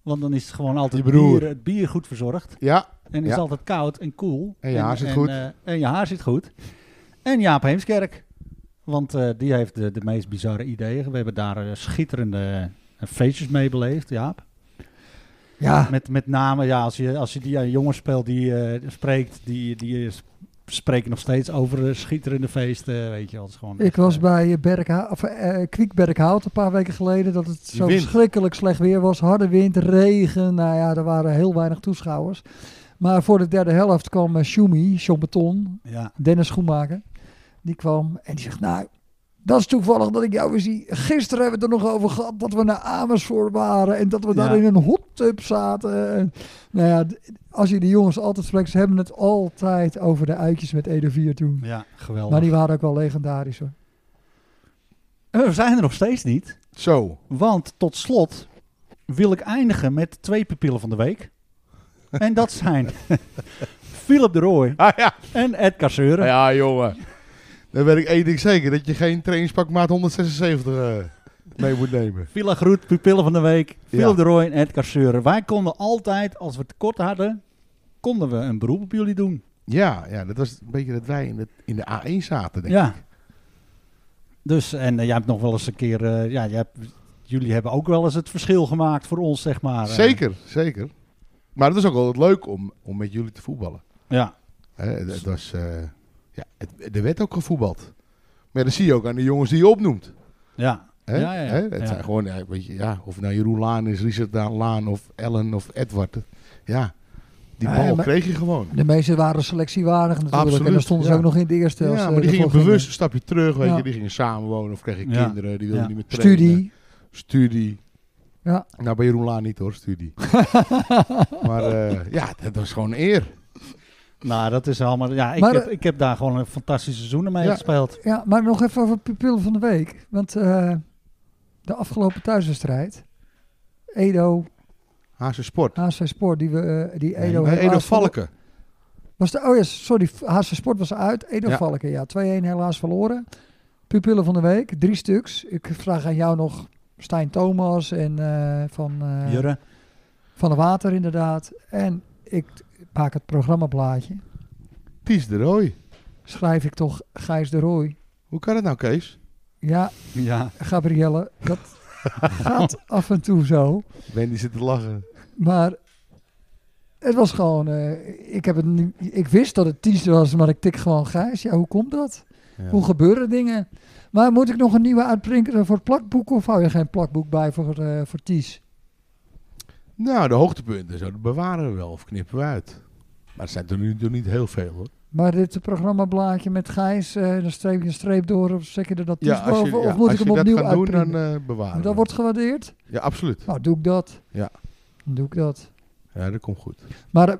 [SPEAKER 3] want dan is het gewoon altijd
[SPEAKER 4] Je broer.
[SPEAKER 3] bier, het bier goed verzorgd.
[SPEAKER 4] Ja,
[SPEAKER 3] En is
[SPEAKER 4] Ja.
[SPEAKER 3] altijd koud en koel.
[SPEAKER 4] En je haar zit goed.
[SPEAKER 3] eh, en je haar zit goed. En Jaap Heemskerk. Want eh, die heeft de, de meest bizarre ideeën. We hebben daar eh, schitterende eh, feestjes mee beleefd, Jaap.
[SPEAKER 5] Ja,
[SPEAKER 3] Met, met name, ja, als je, als je die aan jongens speelt die eh, spreekt, die, die eh, spreken nog steeds over eh, schitterende feesten, weet je wel. Het is gewoon
[SPEAKER 5] ik
[SPEAKER 3] echt,
[SPEAKER 5] was
[SPEAKER 3] eh,
[SPEAKER 5] bij eh, Berkha, of, eh, Kwiek Berkhout een paar weken geleden dat het
[SPEAKER 4] Die
[SPEAKER 5] zo
[SPEAKER 4] wind.
[SPEAKER 5] verschrikkelijk slecht weer was. Harde wind, regen. Nou ja, er waren heel weinig toeschouwers. Maar voor de derde helft kwam eh, Schumi, Sean Beton,
[SPEAKER 3] Ja,
[SPEAKER 5] Dennis Schoenmaker. Die kwam en die zegt, nou, dat is toevallig dat ik jou weer zie. Gisteren hebben we het er nog over gehad dat we naar Amersfoort waren en dat we daar
[SPEAKER 3] Ja.
[SPEAKER 5] in een hot tub zaten. En, nou ja, d- als je die jongens altijd spreekt, ze hebben het altijd over de uitjes met Edo 4 toen.
[SPEAKER 3] ja geweldig.
[SPEAKER 5] Maar die waren ook wel legendarisch hoor.
[SPEAKER 3] En Eh, we zijn er nog steeds niet.
[SPEAKER 4] zo.
[SPEAKER 3] Want tot slot wil ik eindigen met twee pupillen van de week. En dat zijn
[SPEAKER 4] <laughs>
[SPEAKER 3] Philip de Rooij
[SPEAKER 4] Ah ja. Ah,
[SPEAKER 3] en Ed Casseuren.
[SPEAKER 4] Ja, jongen. Dan weet ik één ding zeker. Dat je geen trainingspak maat 176 eh, mee moet nemen.
[SPEAKER 3] Villa Groet, pupillen van de week. Philip
[SPEAKER 4] Ja.
[SPEAKER 3] de Rooij en Ed Casseuren. Wij konden altijd, als we tekort hadden, konden we een beroep op jullie doen.
[SPEAKER 4] Ja, ja, dat was een beetje dat wij in de, in de A1 zaten, denk ik.
[SPEAKER 3] ja. Dus, en eh, jij hebt nog wel eens een keer, eh, ja, jij hebt, jullie hebben ook wel eens het verschil gemaakt voor ons, zeg maar. eh.
[SPEAKER 4] Zeker, zeker. Maar het was ook altijd leuk om, om met jullie te voetballen.
[SPEAKER 3] Ja,
[SPEAKER 4] Hè, het, het was, eh, ja, het, er werd ook gevoetbald. Maar dat zie je ook aan de jongens die je opnoemt.
[SPEAKER 3] ja.
[SPEAKER 4] Hè?
[SPEAKER 3] Ja, ja, ja.
[SPEAKER 4] Hè? Het
[SPEAKER 3] Ja.
[SPEAKER 4] zijn gewoon, ja, weet je, ja, of het nou Jeroen Laan is, Richard Daan Laan of Ellen of Edward. Ja, die
[SPEAKER 5] Ja,
[SPEAKER 4] bal
[SPEAKER 5] maar-
[SPEAKER 4] kreeg je gewoon.
[SPEAKER 5] De meeste waren selectiewaardig natuurlijk.
[SPEAKER 4] Absoluut,
[SPEAKER 5] en dan stonden ze
[SPEAKER 4] ja.
[SPEAKER 5] ook nog in de eerste. als,
[SPEAKER 4] Ja,
[SPEAKER 5] eh,
[SPEAKER 4] maar
[SPEAKER 5] de
[SPEAKER 4] die gingen
[SPEAKER 5] volgende.
[SPEAKER 4] bewust een stapje terug, weet
[SPEAKER 5] Ja.
[SPEAKER 4] je. Die gingen samenwonen of kregen
[SPEAKER 3] Ja.
[SPEAKER 4] kinderen, die wilden
[SPEAKER 3] Ja.
[SPEAKER 4] niet meer trainen.
[SPEAKER 5] Studie.
[SPEAKER 4] Studie.
[SPEAKER 5] Ja.
[SPEAKER 4] Nou, bij Jeroen Laan niet hoor, studie. maar eh, ja, dat was gewoon een eer.
[SPEAKER 3] Nou, dat is allemaal. Ja, ik,
[SPEAKER 5] Maar,
[SPEAKER 3] heb,
[SPEAKER 5] eh,
[SPEAKER 3] ik heb daar gewoon een fantastische seizoen mee
[SPEAKER 4] Ja.
[SPEAKER 3] gespeeld.
[SPEAKER 5] Ja, maar nog even over pupillen van de week. Want eh, de afgelopen thuiswedstrijd. Edo,
[SPEAKER 4] Haase Sport.
[SPEAKER 5] HC Sport, die, we, eh, Ah, die
[SPEAKER 4] Nee,
[SPEAKER 5] Edo...
[SPEAKER 4] nee, Edo
[SPEAKER 5] helaas verlo-
[SPEAKER 4] Valken.
[SPEAKER 5] Was de, oh ja, sorry. HC Sport was uit. Edo
[SPEAKER 4] Ja.
[SPEAKER 5] Valken, ja. 2-1 helaas verloren. Pupillen van de week, drie stuks. Ik vraag aan jou nog Stijn Thomas en eh, van, eh,
[SPEAKER 3] Jurre.
[SPEAKER 5] van de Water inderdaad. En ik maak het programmablaadje.
[SPEAKER 4] Ties de Roy.
[SPEAKER 5] Schrijf ik toch Gijs de Rooij.
[SPEAKER 4] Hoe kan het nou, Kees?
[SPEAKER 5] Ja,
[SPEAKER 3] Ja.
[SPEAKER 5] Gabrielle,
[SPEAKER 4] <laughs>
[SPEAKER 5] dat gaat af en toe zo.
[SPEAKER 4] Wendy zit te lachen.
[SPEAKER 5] Maar het was gewoon... eh, ik, heb het nu, ik wist dat het Ties was, maar ik tik gewoon Gijs. Ja, hoe komt dat?
[SPEAKER 4] Ja.
[SPEAKER 5] Hoe gebeuren dingen? Maar moet ik nog een nieuwe uitprinken voor het plakboek? Of hou je geen plakboek bij voor, eh voor Ties?
[SPEAKER 4] Nou, de hoogtepunten, zo, dat bewaren we wel of knippen we uit. Maar het zijn er nu natuurlijk niet heel veel, hoor.
[SPEAKER 5] Maar dit programmablaadje met Gijs, eh, dan streep je een streep door of zet je er dat Ties
[SPEAKER 4] Ja, als je,
[SPEAKER 5] boven?
[SPEAKER 4] ja,
[SPEAKER 5] of moet
[SPEAKER 4] als
[SPEAKER 5] ik hem
[SPEAKER 4] je dat
[SPEAKER 5] opnieuw
[SPEAKER 4] gaat doen,
[SPEAKER 5] uitprinten?
[SPEAKER 4] dan eh, bewaren we
[SPEAKER 5] dat
[SPEAKER 4] het.
[SPEAKER 5] wordt gewaardeerd?
[SPEAKER 4] Ja, absoluut.
[SPEAKER 5] Nou, doe ik dat.
[SPEAKER 4] Ja.
[SPEAKER 5] Dan doe ik dat.
[SPEAKER 4] Ja, dat komt goed.
[SPEAKER 5] Maar eh,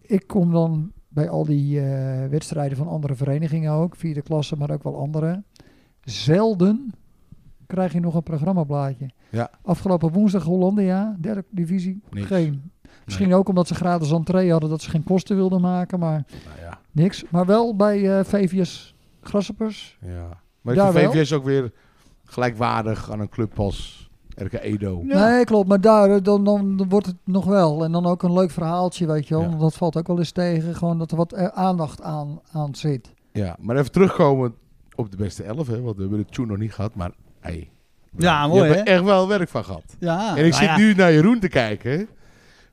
[SPEAKER 5] ik kom dan bij al die eh, wedstrijden van andere verenigingen ook, vierde klasse, maar ook wel andere. Zelden krijg je nog een programmablaadje.
[SPEAKER 4] Ja.
[SPEAKER 5] Afgelopen woensdag Hollandia, derde divisie,
[SPEAKER 4] Niks.
[SPEAKER 5] geen. Misschien ook omdat ze gratis entree hadden, dat ze geen kosten wilden maken, maar
[SPEAKER 4] Nou ja,
[SPEAKER 5] niks. Maar wel bij eh VVS Grashoppers.
[SPEAKER 4] ja. Maar
[SPEAKER 5] Daar
[SPEAKER 4] ik vind
[SPEAKER 5] wel.
[SPEAKER 4] VVS ook weer gelijkwaardig aan een club als RK Edo.
[SPEAKER 5] Nee, klopt, maar daar eh, dan, dan, dan wordt het nog wel. En dan ook een leuk verhaaltje, weet je wel.
[SPEAKER 4] Ja.
[SPEAKER 5] want Dat valt ook wel eens tegen, gewoon dat er wat eh, aandacht aan, aan zit.
[SPEAKER 4] Ja, maar even terugkomen op de beste elf, hè, want we hebben de tune nog niet gehad, maar hey,
[SPEAKER 3] Ja,
[SPEAKER 4] je
[SPEAKER 3] mooi
[SPEAKER 4] hebt
[SPEAKER 3] hè?
[SPEAKER 4] er echt wel werk van gehad.
[SPEAKER 3] Ja,
[SPEAKER 4] en ik
[SPEAKER 3] nou
[SPEAKER 4] zit
[SPEAKER 3] ja.
[SPEAKER 4] nu naar Jeroen te kijken.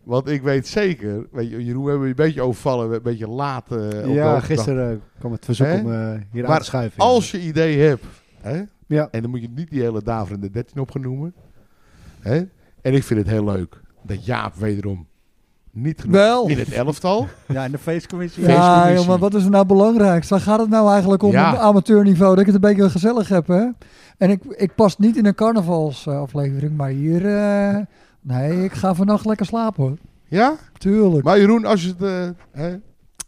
[SPEAKER 4] Want ik weet zeker, weet je, Jeroen, we hebben je een beetje overvallen, een beetje laat. eh, op de
[SPEAKER 2] ja,
[SPEAKER 4] hoogte.
[SPEAKER 2] gisteren eh, kwam het verzoek
[SPEAKER 4] Hè?
[SPEAKER 2] om eh, hier
[SPEAKER 4] Maar
[SPEAKER 2] aan te schuiven. ja.
[SPEAKER 4] Als je idee hebt, hè,
[SPEAKER 2] Ja.
[SPEAKER 4] en dan moet je niet die hele daverende 13 op gaan noemen. Hè? En ik vind het heel leuk dat Jaap wederom niet genoemd
[SPEAKER 3] Wel.
[SPEAKER 4] in het elftal.
[SPEAKER 3] ja, in de feestcommissie.
[SPEAKER 4] Ja.
[SPEAKER 5] Ja,
[SPEAKER 4] Feestcommissie.
[SPEAKER 5] joh, maar wat is er nou belangrijk? Waar gaat het nou eigenlijk om
[SPEAKER 4] Ja.
[SPEAKER 5] op amateurniveau? Dat ik het een beetje gezellig heb, hè? En ik, ik pas niet in een carnavalsaflevering, maar hier... eh, nee, ik ga vannacht lekker slapen, hoor.
[SPEAKER 4] Ja?
[SPEAKER 5] Tuurlijk.
[SPEAKER 4] Maar Jeroen, als je het... eh, hè,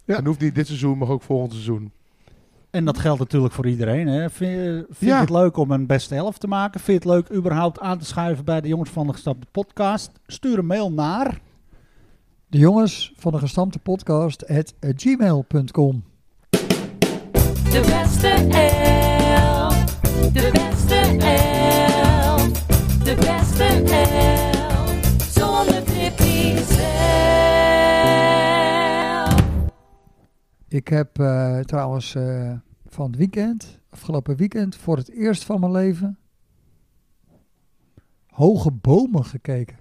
[SPEAKER 2] Ja.
[SPEAKER 4] En hoeft niet dit seizoen, maar ook volgend seizoen.
[SPEAKER 3] En dat geldt natuurlijk voor iedereen. Hè. Vind, je- vind je
[SPEAKER 4] Ja.
[SPEAKER 3] het leuk om een beste helft te maken? Vind je het leuk überhaupt aan te schuiven bij de Jongens van de Gestapte podcast? Stuur een mail naar.
[SPEAKER 5] De jongens van de gestampte podcast at gmail.com.
[SPEAKER 8] De beste L. De beste L. De beste L. Zonder Pippi zelf.
[SPEAKER 5] Ik heb eh, trouwens eh, van het weekend, afgelopen weekend, voor het eerst van mijn leven... Hoge bomen gekeken.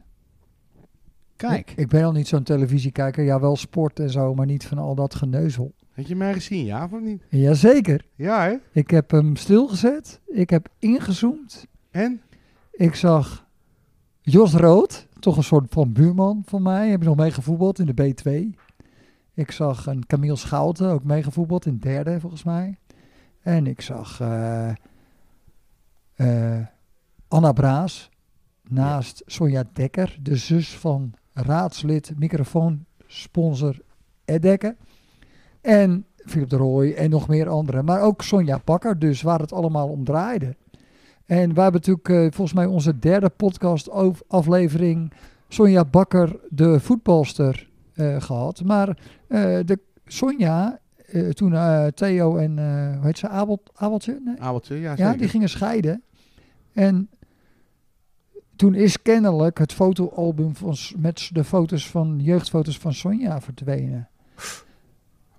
[SPEAKER 3] Kijk.
[SPEAKER 5] Ik, ik ben al niet zo'n televisiekijker. Ja, wel sport en zo, maar niet van al dat geneuzel.
[SPEAKER 4] Had je mij gezien, ja of niet?
[SPEAKER 5] Jazeker.
[SPEAKER 4] Ja, hè?
[SPEAKER 5] Ik heb hem stilgezet. Ik heb ingezoomd.
[SPEAKER 4] En?
[SPEAKER 5] Ik zag Jos Rood, toch een soort van buurman van mij. Heb ik nog meegevoetbald in de B2. Ik zag een Camille Schouten, ook meegevoetbald in derde volgens mij. En ik zag eh, eh, Anna Braas naast Sonja Dekker, de zus van raadslid, microfoonsponsor Ed Dekker. En Philip de Rooij en nog meer anderen. Maar ook Sonja Bakker, dus waar het allemaal om draaide. En wij hebben natuurlijk eh, volgens mij onze derde podcast over- aflevering Sonja Bakker, de voetbalster, eh, gehad. Maar eh, de Sonja, eh, toen eh, Theo en, eh, hoe heet ze, Abel, Abeltje? Nee,
[SPEAKER 4] Abeltje, ja
[SPEAKER 5] ja,
[SPEAKER 4] zeker.
[SPEAKER 5] die gingen scheiden. En toen is kennelijk het fotoalbum van, S- met s- de foto's van jeugdfoto's van Sonja verdwenen.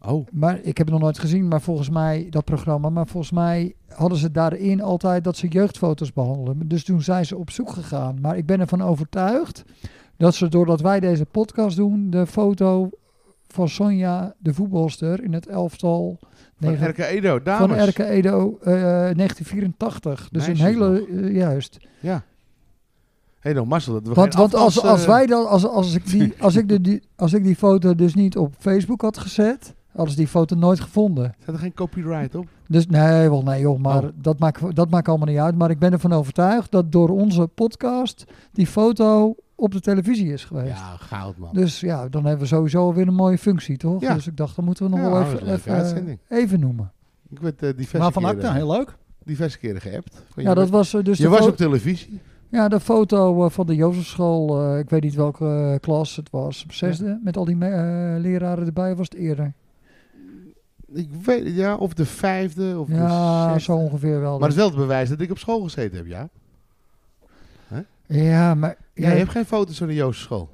[SPEAKER 4] Oh,
[SPEAKER 5] Maar ik heb het nog nooit gezien, maar volgens mij dat programma. Maar volgens mij hadden ze daarin altijd dat ze jeugdfoto's behandelen. Dus toen zijn ze op zoek gegaan. Maar ik ben ervan overtuigd dat ze doordat wij deze podcast doen, de foto van Sonja, de voetbalster in het elftal
[SPEAKER 4] van
[SPEAKER 5] negen-
[SPEAKER 4] RK Edo, dames.
[SPEAKER 5] van Erke Edo eh, 1984. Dus een
[SPEAKER 4] Meisjes
[SPEAKER 5] hele. eh, juist.
[SPEAKER 4] Ja. Hé, nog Marcel, dat we
[SPEAKER 5] Want,
[SPEAKER 4] geen
[SPEAKER 5] want als,
[SPEAKER 4] aftas,
[SPEAKER 5] als
[SPEAKER 4] eh,
[SPEAKER 5] wij dan. Als, als, ik die, als, ik de, die, als ik die foto dus niet op Facebook had gezet. hadden ze die foto nooit gevonden.
[SPEAKER 4] Staat er geen copyright op?
[SPEAKER 5] Dus nee, wel nee, joh. Maar
[SPEAKER 4] Oh.
[SPEAKER 5] dat, maakt, dat maakt allemaal niet uit. Maar ik ben ervan overtuigd dat door onze podcast. die foto op de televisie is geweest.
[SPEAKER 4] Ja, goud man.
[SPEAKER 5] Dus ja, dan hebben we sowieso weer een mooie functie, toch?
[SPEAKER 4] Ja.
[SPEAKER 5] Dus ik dacht, dan moeten we nog
[SPEAKER 4] Ja, oh,
[SPEAKER 5] wel
[SPEAKER 4] dat is een
[SPEAKER 5] even,
[SPEAKER 4] leuke
[SPEAKER 5] even,
[SPEAKER 4] uitzending.
[SPEAKER 5] even noemen.
[SPEAKER 4] Ik werd eh, diverse,
[SPEAKER 3] Waarvan ook
[SPEAKER 4] keren,
[SPEAKER 3] dan? Heel leuk.
[SPEAKER 4] diverse keren geappt. Van,
[SPEAKER 5] Ja,
[SPEAKER 4] je
[SPEAKER 5] dat was eh, dus
[SPEAKER 4] je
[SPEAKER 5] de
[SPEAKER 4] was
[SPEAKER 5] fo-
[SPEAKER 4] op televisie.
[SPEAKER 5] Ja, de foto eh, van de Jozefschool, eh, ik weet niet welke eh, klas het was, op zesde, met al die me- eh, leraren erbij, of was het eerder?
[SPEAKER 4] Ik weet het, ja, of de vijfde, of de
[SPEAKER 5] ja,
[SPEAKER 4] zesde.
[SPEAKER 5] zo ongeveer wel.
[SPEAKER 4] Maar het is wel het bewijs dat ik op school gezeten heb, ja.
[SPEAKER 5] Ja, maar
[SPEAKER 4] Jij
[SPEAKER 5] ja,
[SPEAKER 4] hebt geen foto's van de Joost school.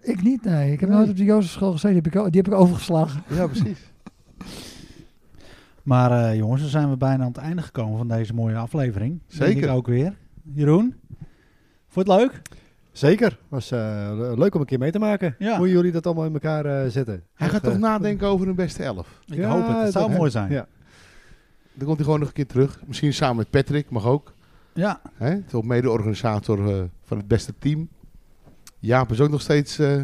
[SPEAKER 5] ik niet, nee. Ik heb
[SPEAKER 4] Nee.
[SPEAKER 5] nooit op de Jozefschool gezeten, die heb ik, o- die heb ik overgeslagen.
[SPEAKER 4] Ja, precies.
[SPEAKER 3] Maar eh, jongens, dan zijn we bijna aan het einde gekomen van deze mooie aflevering. Denk
[SPEAKER 4] Zeker.
[SPEAKER 3] ik ook weer. Jeroen, vond je het leuk?
[SPEAKER 2] Zeker. Was eh, le- leuk om een keer mee te maken.
[SPEAKER 3] Ja.
[SPEAKER 2] Hoe jullie dat allemaal in elkaar eh zetten.
[SPEAKER 4] <laughs> Hij gaat
[SPEAKER 2] Echt,
[SPEAKER 4] toch
[SPEAKER 2] eh,
[SPEAKER 4] nadenken over een beste elf.
[SPEAKER 3] Ik
[SPEAKER 2] Ja,
[SPEAKER 3] hoop het. Het zou
[SPEAKER 2] dat-
[SPEAKER 3] mooi zijn. Ja.
[SPEAKER 2] ja.
[SPEAKER 4] Dan komt hij gewoon nog een keer terug. Misschien samen met Patrick, mag ook. Hè? Het is ook mede-organisator eh, van het beste team. Jaap is ook nog steeds eh,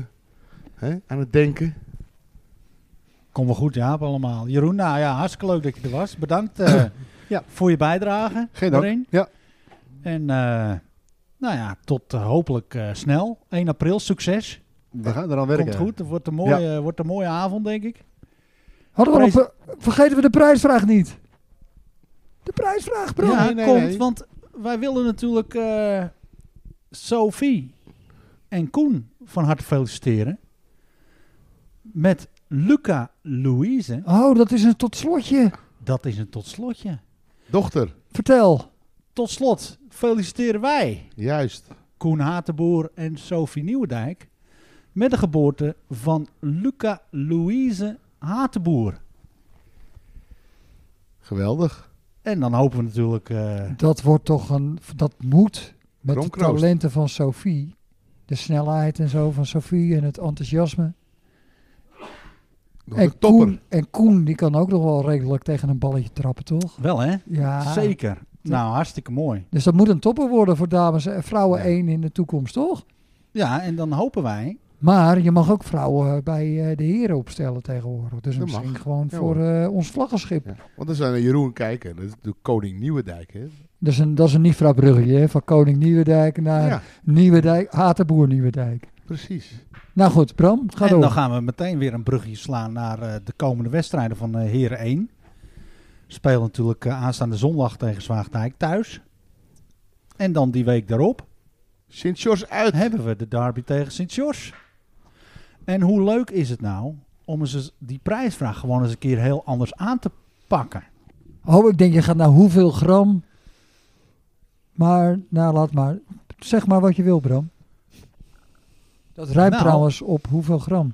[SPEAKER 4] hè, aan het denken.
[SPEAKER 3] Kom wel goed, Jaap, allemaal. Jeroen, nou ja, hartstikke leuk dat je er was. Bedankt eh,
[SPEAKER 2] <clears throat> Ja.
[SPEAKER 3] voor je bijdrage.
[SPEAKER 2] Geen dank.
[SPEAKER 3] daarin.
[SPEAKER 2] Ja.
[SPEAKER 3] En eh, nou ja, tot eh, hopelijk eh, snel. 1 april, succes.
[SPEAKER 2] We gaan er aan werken.
[SPEAKER 3] Komt goed. Het wordt een mooie, wordt een mooie avond, denk ik.
[SPEAKER 5] Hadden we nog,
[SPEAKER 3] Prijs-
[SPEAKER 5] ver- vergeten we de prijsvraag niet? De prijsvraag, bro.
[SPEAKER 3] ja,
[SPEAKER 4] nee, nee,
[SPEAKER 3] komt,
[SPEAKER 4] nee.
[SPEAKER 3] want wij willen natuurlijk eh, Sophie en Koen van harte feliciteren. Met Luca Louise.
[SPEAKER 5] Oh, dat is een tot slotje.
[SPEAKER 3] Dat is een tot slotje.
[SPEAKER 4] Dochter,
[SPEAKER 5] Vertel.
[SPEAKER 3] Tot slot feliciteren wij
[SPEAKER 4] juist.
[SPEAKER 3] Koen Hatenboer en Sophie Nieuwendijk met de geboorte van Luca Louise Hatenboer.
[SPEAKER 4] Geweldig.
[SPEAKER 3] En dan hopen we natuurlijk... eh,
[SPEAKER 5] Dat wordt toch een... Dat moet met
[SPEAKER 4] Kromkroost.
[SPEAKER 5] de talenten van Sophie. De snelheid en zo van Sophie en het enthousiasme.
[SPEAKER 4] Nog
[SPEAKER 5] En
[SPEAKER 4] een topper.
[SPEAKER 5] Koen, en Koen, die kan ook nog wel redelijk tegen een balletje trappen, toch?
[SPEAKER 3] wel hè?
[SPEAKER 5] Ja.
[SPEAKER 3] Zeker. Nou, hartstikke mooi.
[SPEAKER 5] Dus dat moet een topper worden voor dames en vrouwen
[SPEAKER 4] Ja.
[SPEAKER 5] 1 in de toekomst, toch?
[SPEAKER 3] Ja, en dan hopen wij
[SPEAKER 5] Maar je mag ook vrouwen bij eh, de heren opstellen tegenwoordig. Dus
[SPEAKER 4] Dat
[SPEAKER 5] misschien
[SPEAKER 4] mag.
[SPEAKER 5] gewoon
[SPEAKER 4] Ja,
[SPEAKER 5] voor eh, ons vlaggenschip.
[SPEAKER 4] Ja. Want dan zijn we Jeroen kijken. Dat is de koning Nieuwendijk. Hè?
[SPEAKER 5] Dat is een, dat is een Nifra bruggetje, hè? van Koning Nieuwendijk naar
[SPEAKER 4] Ja,
[SPEAKER 5] Nieuwendijk, Haterboer Nieuwendijk.
[SPEAKER 4] precies.
[SPEAKER 5] Nou goed, Bram, ga
[SPEAKER 3] en
[SPEAKER 5] door.
[SPEAKER 3] dan gaan we meteen weer een brugje slaan naar eh, de komende wedstrijden van eh Heren 1. Spelen natuurlijk eh, aanstaande zondag tegen Zwaagdijk thuis. En dan die week daarop
[SPEAKER 4] Sint-George uit.
[SPEAKER 3] hebben we de derby tegen Sint-George. En hoe leuk is het nou om eens eens die prijsvraag gewoon eens een keer heel anders aan te pakken.
[SPEAKER 5] Oh, ik denk je gaat naar hoeveel gram. Maar, nou laat maar. Zeg maar wat je wil, Bram. Dat rijmt
[SPEAKER 3] Nou.
[SPEAKER 5] trouwens op hoeveel gram.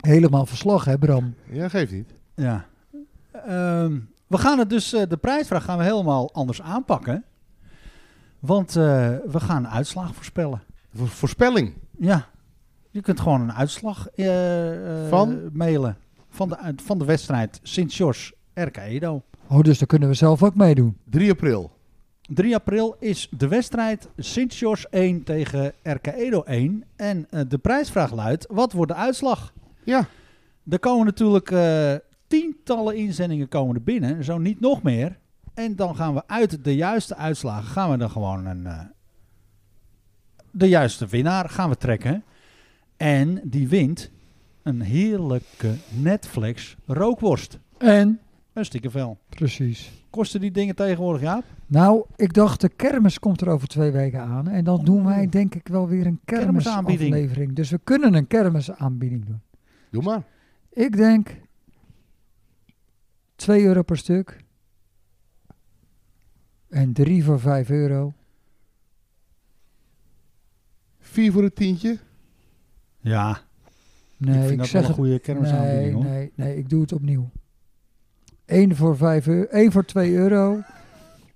[SPEAKER 5] Helemaal verslag, hè Bram?
[SPEAKER 4] Ja, geeft niet.
[SPEAKER 3] Ja. Ehm, we gaan het dus, eh, de prijsvraag gaan we helemaal anders aanpakken. Want eh, we gaan een uitslag voorspellen.
[SPEAKER 4] Vo- voorspelling.
[SPEAKER 3] Ja, je kunt gewoon een uitslag eh, eh,
[SPEAKER 4] Van?
[SPEAKER 3] mailen. Van de, uit- van de wedstrijd Sint-George RK Edo.
[SPEAKER 5] Oh, dus daar kunnen we zelf ook meedoen.
[SPEAKER 4] 3 april.
[SPEAKER 3] 3 april is de wedstrijd Sint-George 1 tegen RK Edo 1. En eh, de prijsvraag luidt, wat wordt de uitslag?
[SPEAKER 4] Ja.
[SPEAKER 3] Er komen natuurlijk eh, tientallen inzendingen komen er binnen, zo niet nog meer. En dan gaan we uit de juiste uitslagen, gaan we dan gewoon een, eh, de juiste winnaar gaan we trekken. En die wint een heerlijke Netflix rookworst.
[SPEAKER 5] En?
[SPEAKER 3] Een stikkenvel.
[SPEAKER 5] Precies.
[SPEAKER 3] Kosten die dingen tegenwoordig, Jaap?
[SPEAKER 5] Nou, ik dacht de kermis komt er over twee weken aan. En dan doen wij denk ik wel weer een
[SPEAKER 3] Kermisaanbieding.
[SPEAKER 5] kermisaanbieding. Dus we kunnen een kermisaanbieding doen.
[SPEAKER 4] Doe maar.
[SPEAKER 5] Ik denk 2 euro per stuk. En 3 voor 5 euro.
[SPEAKER 4] 4 voor het tientje.
[SPEAKER 3] Ja,
[SPEAKER 5] Nee,
[SPEAKER 3] ik
[SPEAKER 5] ik,
[SPEAKER 3] vind dat
[SPEAKER 5] zeg
[SPEAKER 3] wel een
[SPEAKER 5] het.
[SPEAKER 3] goede kermisaanbieding,
[SPEAKER 5] nee,
[SPEAKER 3] hoor.
[SPEAKER 5] nee, nee, ik doe het opnieuw. 1 voor 5 euro, 1 voor 2 euro.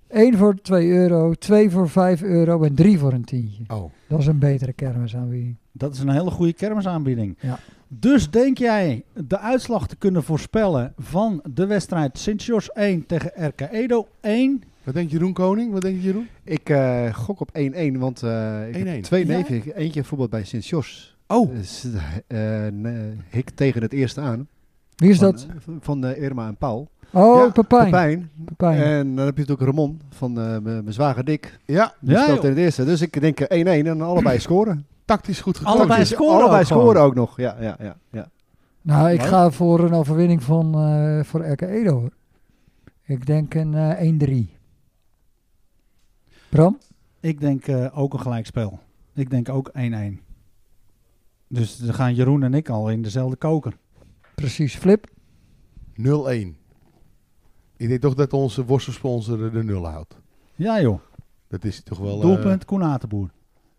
[SPEAKER 5] 1 voor 2 euro, 2 voor 5 euro en 3 voor een tientje.
[SPEAKER 4] Oh.
[SPEAKER 5] Dat is een betere kermisaanbieding.
[SPEAKER 3] Dat is een hele goede kermisaanbieding.
[SPEAKER 5] Ja.
[SPEAKER 3] Dus denk jij de uitslag te kunnen voorspellen van de wedstrijd Sint-George 1 tegen RK Edo 1?
[SPEAKER 4] Wat denkt Jeroen Koning? Wat denkt Jeroen?
[SPEAKER 2] Ik eh, gok op 1-1, want eh, ik
[SPEAKER 4] 1-1.
[SPEAKER 2] heb twee neven. Eentje voetbal bij Sint-Jos.
[SPEAKER 3] Oh,
[SPEAKER 2] Dus, eh, eh, nee, hik tegen het eerste aan.
[SPEAKER 5] Wie is
[SPEAKER 2] van,
[SPEAKER 5] dat?
[SPEAKER 2] eh, van- van eh, Irma en Paul.
[SPEAKER 5] Oh,
[SPEAKER 4] Ja,
[SPEAKER 5] Pepijn. Pepijn.
[SPEAKER 2] Pepijn. En dan heb je natuurlijk Ramon van eh, m- mijn zwager Dick.
[SPEAKER 4] Ja,
[SPEAKER 2] Die
[SPEAKER 3] ja,
[SPEAKER 2] speelt
[SPEAKER 3] joh.
[SPEAKER 2] in het eerste. Dus ik denk eh, 1-1
[SPEAKER 3] <clears throat>
[SPEAKER 2] en allebei scoren.
[SPEAKER 4] tactisch goed gekozen.
[SPEAKER 3] allebei
[SPEAKER 2] Dus
[SPEAKER 3] scoren.
[SPEAKER 2] allebei
[SPEAKER 3] ook
[SPEAKER 2] scoren
[SPEAKER 3] gewoon.
[SPEAKER 2] ook nog. Ja, ja, ja, ja.
[SPEAKER 5] Nou, ik
[SPEAKER 3] Leuk.
[SPEAKER 5] ga voor een overwinning van eh, voor RK Edo. hoor. Ik denk een eh 1-3. Bram?
[SPEAKER 3] Ik denk eh, ook een gelijkspel. Ik denk ook 1-1. Dus dan gaan Jeroen en ik al in dezelfde koker.
[SPEAKER 5] Precies, Flip.
[SPEAKER 4] 0-1. Ik denk toch dat onze worstelsponsor de nul houdt.
[SPEAKER 3] Ja joh,
[SPEAKER 4] Dat is toch wel... eh,
[SPEAKER 3] doelpunt Koen Atenboer.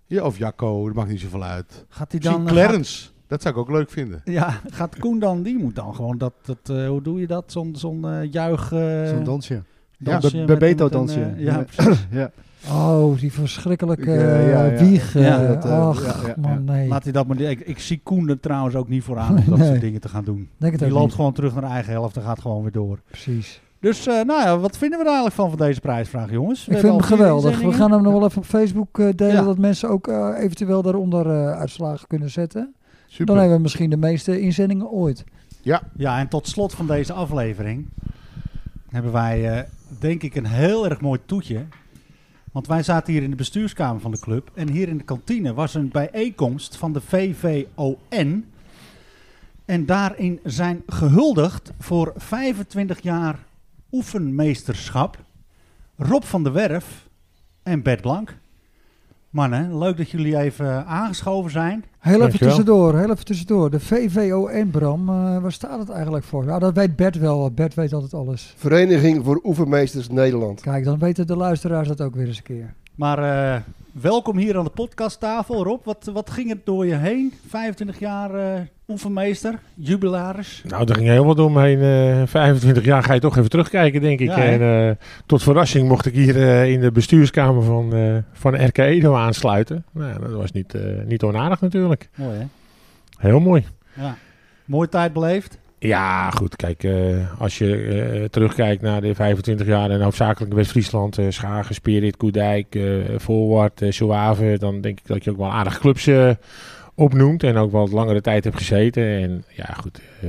[SPEAKER 4] ja, of Jacco, dat maakt niet zoveel uit.
[SPEAKER 3] Gaat hij
[SPEAKER 4] Misschien
[SPEAKER 3] dan... eh,
[SPEAKER 4] Clarence. Dat zou ik ook leuk vinden.
[SPEAKER 3] gaat- ja, gaat Koen dan, die moet dan gewoon dat, dat eh, hoe doe je dat? Zo'n zo'n eh, juich... eh,
[SPEAKER 2] Zo'n dansje.
[SPEAKER 3] dansje
[SPEAKER 2] be-
[SPEAKER 3] met een-
[SPEAKER 2] Bebeto
[SPEAKER 3] met een,
[SPEAKER 2] dansje.
[SPEAKER 3] eh, ja,
[SPEAKER 2] Ja.
[SPEAKER 3] precies.
[SPEAKER 2] Ja.
[SPEAKER 5] Oh, die verschrikkelijke
[SPEAKER 2] Ik, eh, ja,
[SPEAKER 5] eh,
[SPEAKER 2] ja.
[SPEAKER 5] wieg. eh,
[SPEAKER 3] Ja,
[SPEAKER 2] dat, eh,
[SPEAKER 5] Ach,
[SPEAKER 2] ja, ja, ja.
[SPEAKER 5] man, nee.
[SPEAKER 3] Laat hij dat maar... Ik, ik zie Koen er trouwens ook niet voor aan
[SPEAKER 5] <laughs>
[SPEAKER 3] om dat
[SPEAKER 5] Nee.
[SPEAKER 3] soort dingen te gaan doen.
[SPEAKER 5] denk het
[SPEAKER 3] Die
[SPEAKER 5] ook
[SPEAKER 3] loopt
[SPEAKER 5] niet.
[SPEAKER 3] gewoon terug naar de eigen helft en gaat gewoon weer door.
[SPEAKER 5] Precies.
[SPEAKER 3] Dus eh, nou ja, wat vinden we er eigenlijk van van deze prijsvraag, jongens? We
[SPEAKER 5] Ik vind
[SPEAKER 3] hebben
[SPEAKER 5] hem
[SPEAKER 3] al vier
[SPEAKER 5] geweldig. We
[SPEAKER 3] inzendingen.
[SPEAKER 5] gaan hem nog wel even op Facebook eh, delen,
[SPEAKER 3] Ja.
[SPEAKER 5] dat mensen ook eh, eventueel daaronder eh, uitslagen kunnen zetten.
[SPEAKER 4] Super.
[SPEAKER 5] Dan hebben we misschien de meeste inzendingen ooit.
[SPEAKER 3] Ja, en tot slot van deze aflevering hebben wij, eh, denk ik, een heel erg mooi toetje. Want wij zaten hier in de bestuurskamer van de club. En hier in de kantine was een bijeenkomst van de VVON. En daarin zijn gehuldigd voor 25 jaar oefenmeesterschap. Rob van der Werf en Bert Blank. Mannen, leuk dat jullie even eh, aangeschoven zijn.
[SPEAKER 5] Heel even
[SPEAKER 4] Dankjewel.
[SPEAKER 5] tussendoor, heel even tussendoor. De VVON, Bram, eh, waar staat het eigenlijk voor? Nou, dat weet Bert wel. want Bert weet altijd alles.
[SPEAKER 7] Vereniging voor Oefenmeesters Nederland.
[SPEAKER 5] Kijk, dan weten de luisteraars dat ook weer eens een keer.
[SPEAKER 3] Maar eh, welkom hier aan de podcasttafel. Rob, wat, wat ging er door je heen? 25 jaar eh, oefenmeester, jubilaris.
[SPEAKER 9] Nou, daar ging heel wat omheen. eh 25 jaar ga je toch even terugkijken, denk ik.
[SPEAKER 3] Ja, hè?
[SPEAKER 9] en eh, tot verrassing mocht ik hier eh, in de bestuurskamer van, eh van RK Edo aansluiten. Nou, dat was niet, eh, niet onaardig natuurlijk.
[SPEAKER 3] Mooi hè?
[SPEAKER 9] Heel mooi.
[SPEAKER 3] Ja. Mooie tijd beleefd.
[SPEAKER 9] Ja, goed. Kijk, eh, als je eh, terugkijkt naar de 25 jaar en hoofdzakelijk West-Friesland, eh, Schagen, Spirit, Koedijk, eh Voorwaard, eh Zouave, dan denk ik dat je ook wel aardig clubs eh, opnoemt en ook wel wat langere tijd hebt gezeten. En ja, goed. eh,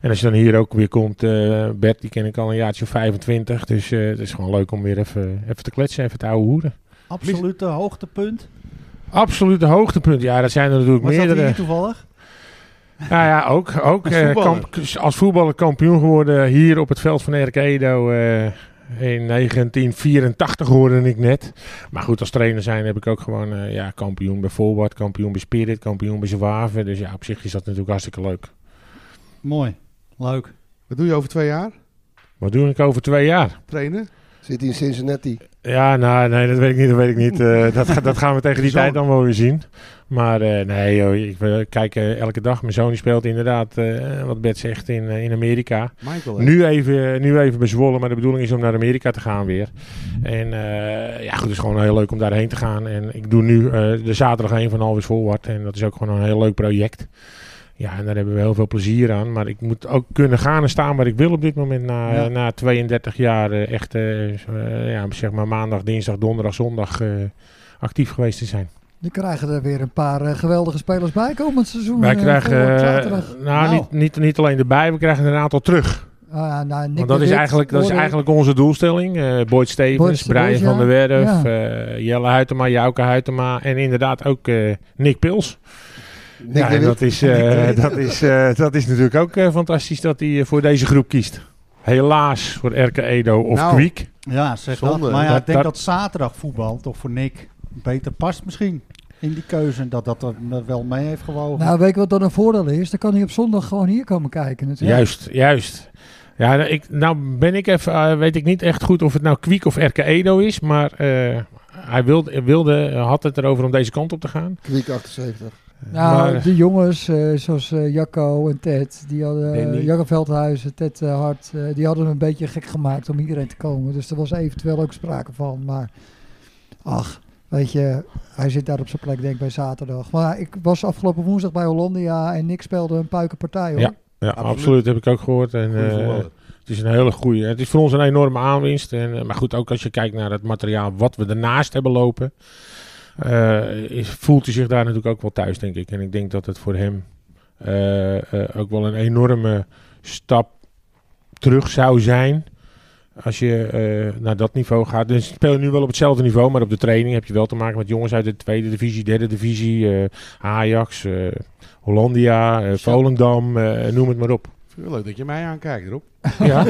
[SPEAKER 9] en als je dan hier ook weer komt, eh, Bert, die ken ik al een jaartje of 25, dus eh, het is gewoon leuk om weer even, even te kletsen, even te ouwe hoeren.
[SPEAKER 3] Absolute hoogtepunt.
[SPEAKER 9] Absoluut hoogtepunt. Ja, dat zijn er natuurlijk
[SPEAKER 3] Was dat
[SPEAKER 9] meerdere.
[SPEAKER 3] hier toevallig?
[SPEAKER 9] Nou ja, ook. ook
[SPEAKER 3] Als
[SPEAKER 9] eh,
[SPEAKER 3] voetballer.
[SPEAKER 9] kamp- als voetballer kampioen geworden hier op het veld van RK Edo. eh, in 1984 hoorde ik net. Maar goed, als trainer zijn heb ik ook gewoon eh, ja, kampioen bij Forward, kampioen bij Spirit, kampioen bij Zwaven. Dus ja, op zich is dat natuurlijk hartstikke leuk.
[SPEAKER 3] Mooi. Leuk.
[SPEAKER 4] Wat doe je over twee jaar?
[SPEAKER 9] Wat doe ik over twee jaar?
[SPEAKER 4] Trainen?
[SPEAKER 7] Zit in Cincinnati.
[SPEAKER 9] Ja, nou, nee, dat weet ik niet. Dat weet ik niet. Eh, dat, ga- dat gaan we tegen die
[SPEAKER 4] Zo.
[SPEAKER 9] tijd dan wel weer zien. Maar eh, nee, joh, ik eh, kijk eh, elke dag. Mijn zoon die speelt inderdaad, eh, wat Bert zegt, in, eh, in Amerika.
[SPEAKER 4] Michael, hè?
[SPEAKER 9] Nu even, nu even bezwollen, maar de bedoeling is om naar Amerika te gaan weer. En eh, ja, goed, het is gewoon heel leuk om daarheen te gaan. En ik doe nu eh, de zaterdag een van Alvis Forward. En dat is ook gewoon een heel leuk project. Ja, en daar hebben we heel veel plezier aan. Maar ik moet ook kunnen gaan en staan waar ik wil op dit moment. Na,
[SPEAKER 3] Ja.
[SPEAKER 9] na 32 jaar eh, echt, eh, zo, eh, ja, zeg maar maandag, dinsdag, donderdag, zondag eh, actief geweest te zijn.
[SPEAKER 5] Nu krijgen er weer een paar eh, geweldige spelers bij komend seizoen.
[SPEAKER 9] Wij
[SPEAKER 5] eh,
[SPEAKER 9] krijgen,
[SPEAKER 5] voor
[SPEAKER 9] eh,
[SPEAKER 5] zaterdag.
[SPEAKER 9] nou,
[SPEAKER 3] Nou.
[SPEAKER 9] Niet, niet, niet alleen erbij, we krijgen er een aantal terug.
[SPEAKER 5] Ah, nou, Nick
[SPEAKER 9] Want dat
[SPEAKER 5] de
[SPEAKER 9] is,
[SPEAKER 5] Wit,
[SPEAKER 9] eigenlijk, dat is
[SPEAKER 5] Oren-
[SPEAKER 9] eigenlijk onze doelstelling. Eh Boyd Stevens,
[SPEAKER 5] Boyd Stevens,
[SPEAKER 9] Brian
[SPEAKER 5] ja.
[SPEAKER 9] van der Werf,
[SPEAKER 5] Ja.
[SPEAKER 9] eh, Jelle Huytema, Jouke Huytema en inderdaad ook eh, Nick Pils.
[SPEAKER 7] Nick
[SPEAKER 9] Ja,
[SPEAKER 7] de
[SPEAKER 9] en
[SPEAKER 7] Wit.
[SPEAKER 9] dat, is, eh, <laughs> dat, is, eh, dat is natuurlijk ook eh, fantastisch dat hij eh, voor deze groep kiest. Helaas voor RK Edo of
[SPEAKER 4] Nou.
[SPEAKER 9] Kwiek.
[SPEAKER 3] Ja, zeg dat.
[SPEAKER 4] Zonde.
[SPEAKER 3] Maar ja,
[SPEAKER 9] Dat-
[SPEAKER 3] ik denk
[SPEAKER 9] dat-
[SPEAKER 3] dat zaterdag voetbal toch voor Nick beter past misschien. In die keuze en dat dat er wel mee heeft gewogen.
[SPEAKER 5] Nou, weet je wat dan een voordeel is? Dan kan hij op zondag gewoon hier komen kijken natuurlijk.
[SPEAKER 9] Juist, juist. Ja, nou, ik, nou ben ik even, eh, weet ik niet echt goed of het nou Kwiek of RK Edo is, maar eh, hij wilde, wilde, had het erover om deze kant op te gaan.
[SPEAKER 7] Kwiek 78.
[SPEAKER 5] Nou,
[SPEAKER 9] Maar-
[SPEAKER 5] de jongens eh, zoals eh, Jacco en Ted, die hadden,
[SPEAKER 4] Danny.
[SPEAKER 5] eh, Jacco Veldhuis en Ted eh, Hart, eh, die hadden hem een beetje gek gemaakt om hierheen te komen. Dus er was eventueel ook sprake van. Maar ach, weet je, hij zit daar op zijn plek denk ik bij zaterdag. Maar ik was afgelopen woensdag bij Hollandia en Nick speelde een puikenpartij hoor.
[SPEAKER 9] Ja,
[SPEAKER 4] Absoluut.
[SPEAKER 9] absoluut, heb ik ook gehoord. En,
[SPEAKER 4] Goeie
[SPEAKER 9] eh,
[SPEAKER 4] voetballer.
[SPEAKER 9] Het is een hele goede. Het is voor ons een enorme aanwinst. En, eh, maar goed, ook als je kijkt naar het materiaal wat we ernaast hebben lopen, eh, is, voelt hij zich daar natuurlijk ook wel thuis, denk ik. En ik denk dat het voor hem eh, eh, ook wel een enorme stap terug zou zijn. Als je eh, naar dat niveau gaat. Dus ik speel nu wel op hetzelfde niveau, maar op de training heb je wel te maken met jongens uit de tweede divisie, derde divisie, eh, Ajax, eh, Hollandia, eh,
[SPEAKER 4] Zo.
[SPEAKER 9] Volendam, eh, noem het maar op.
[SPEAKER 4] Vind ik Leuk dat je mij aankijkt, <laughs> Rob.
[SPEAKER 9] Ja.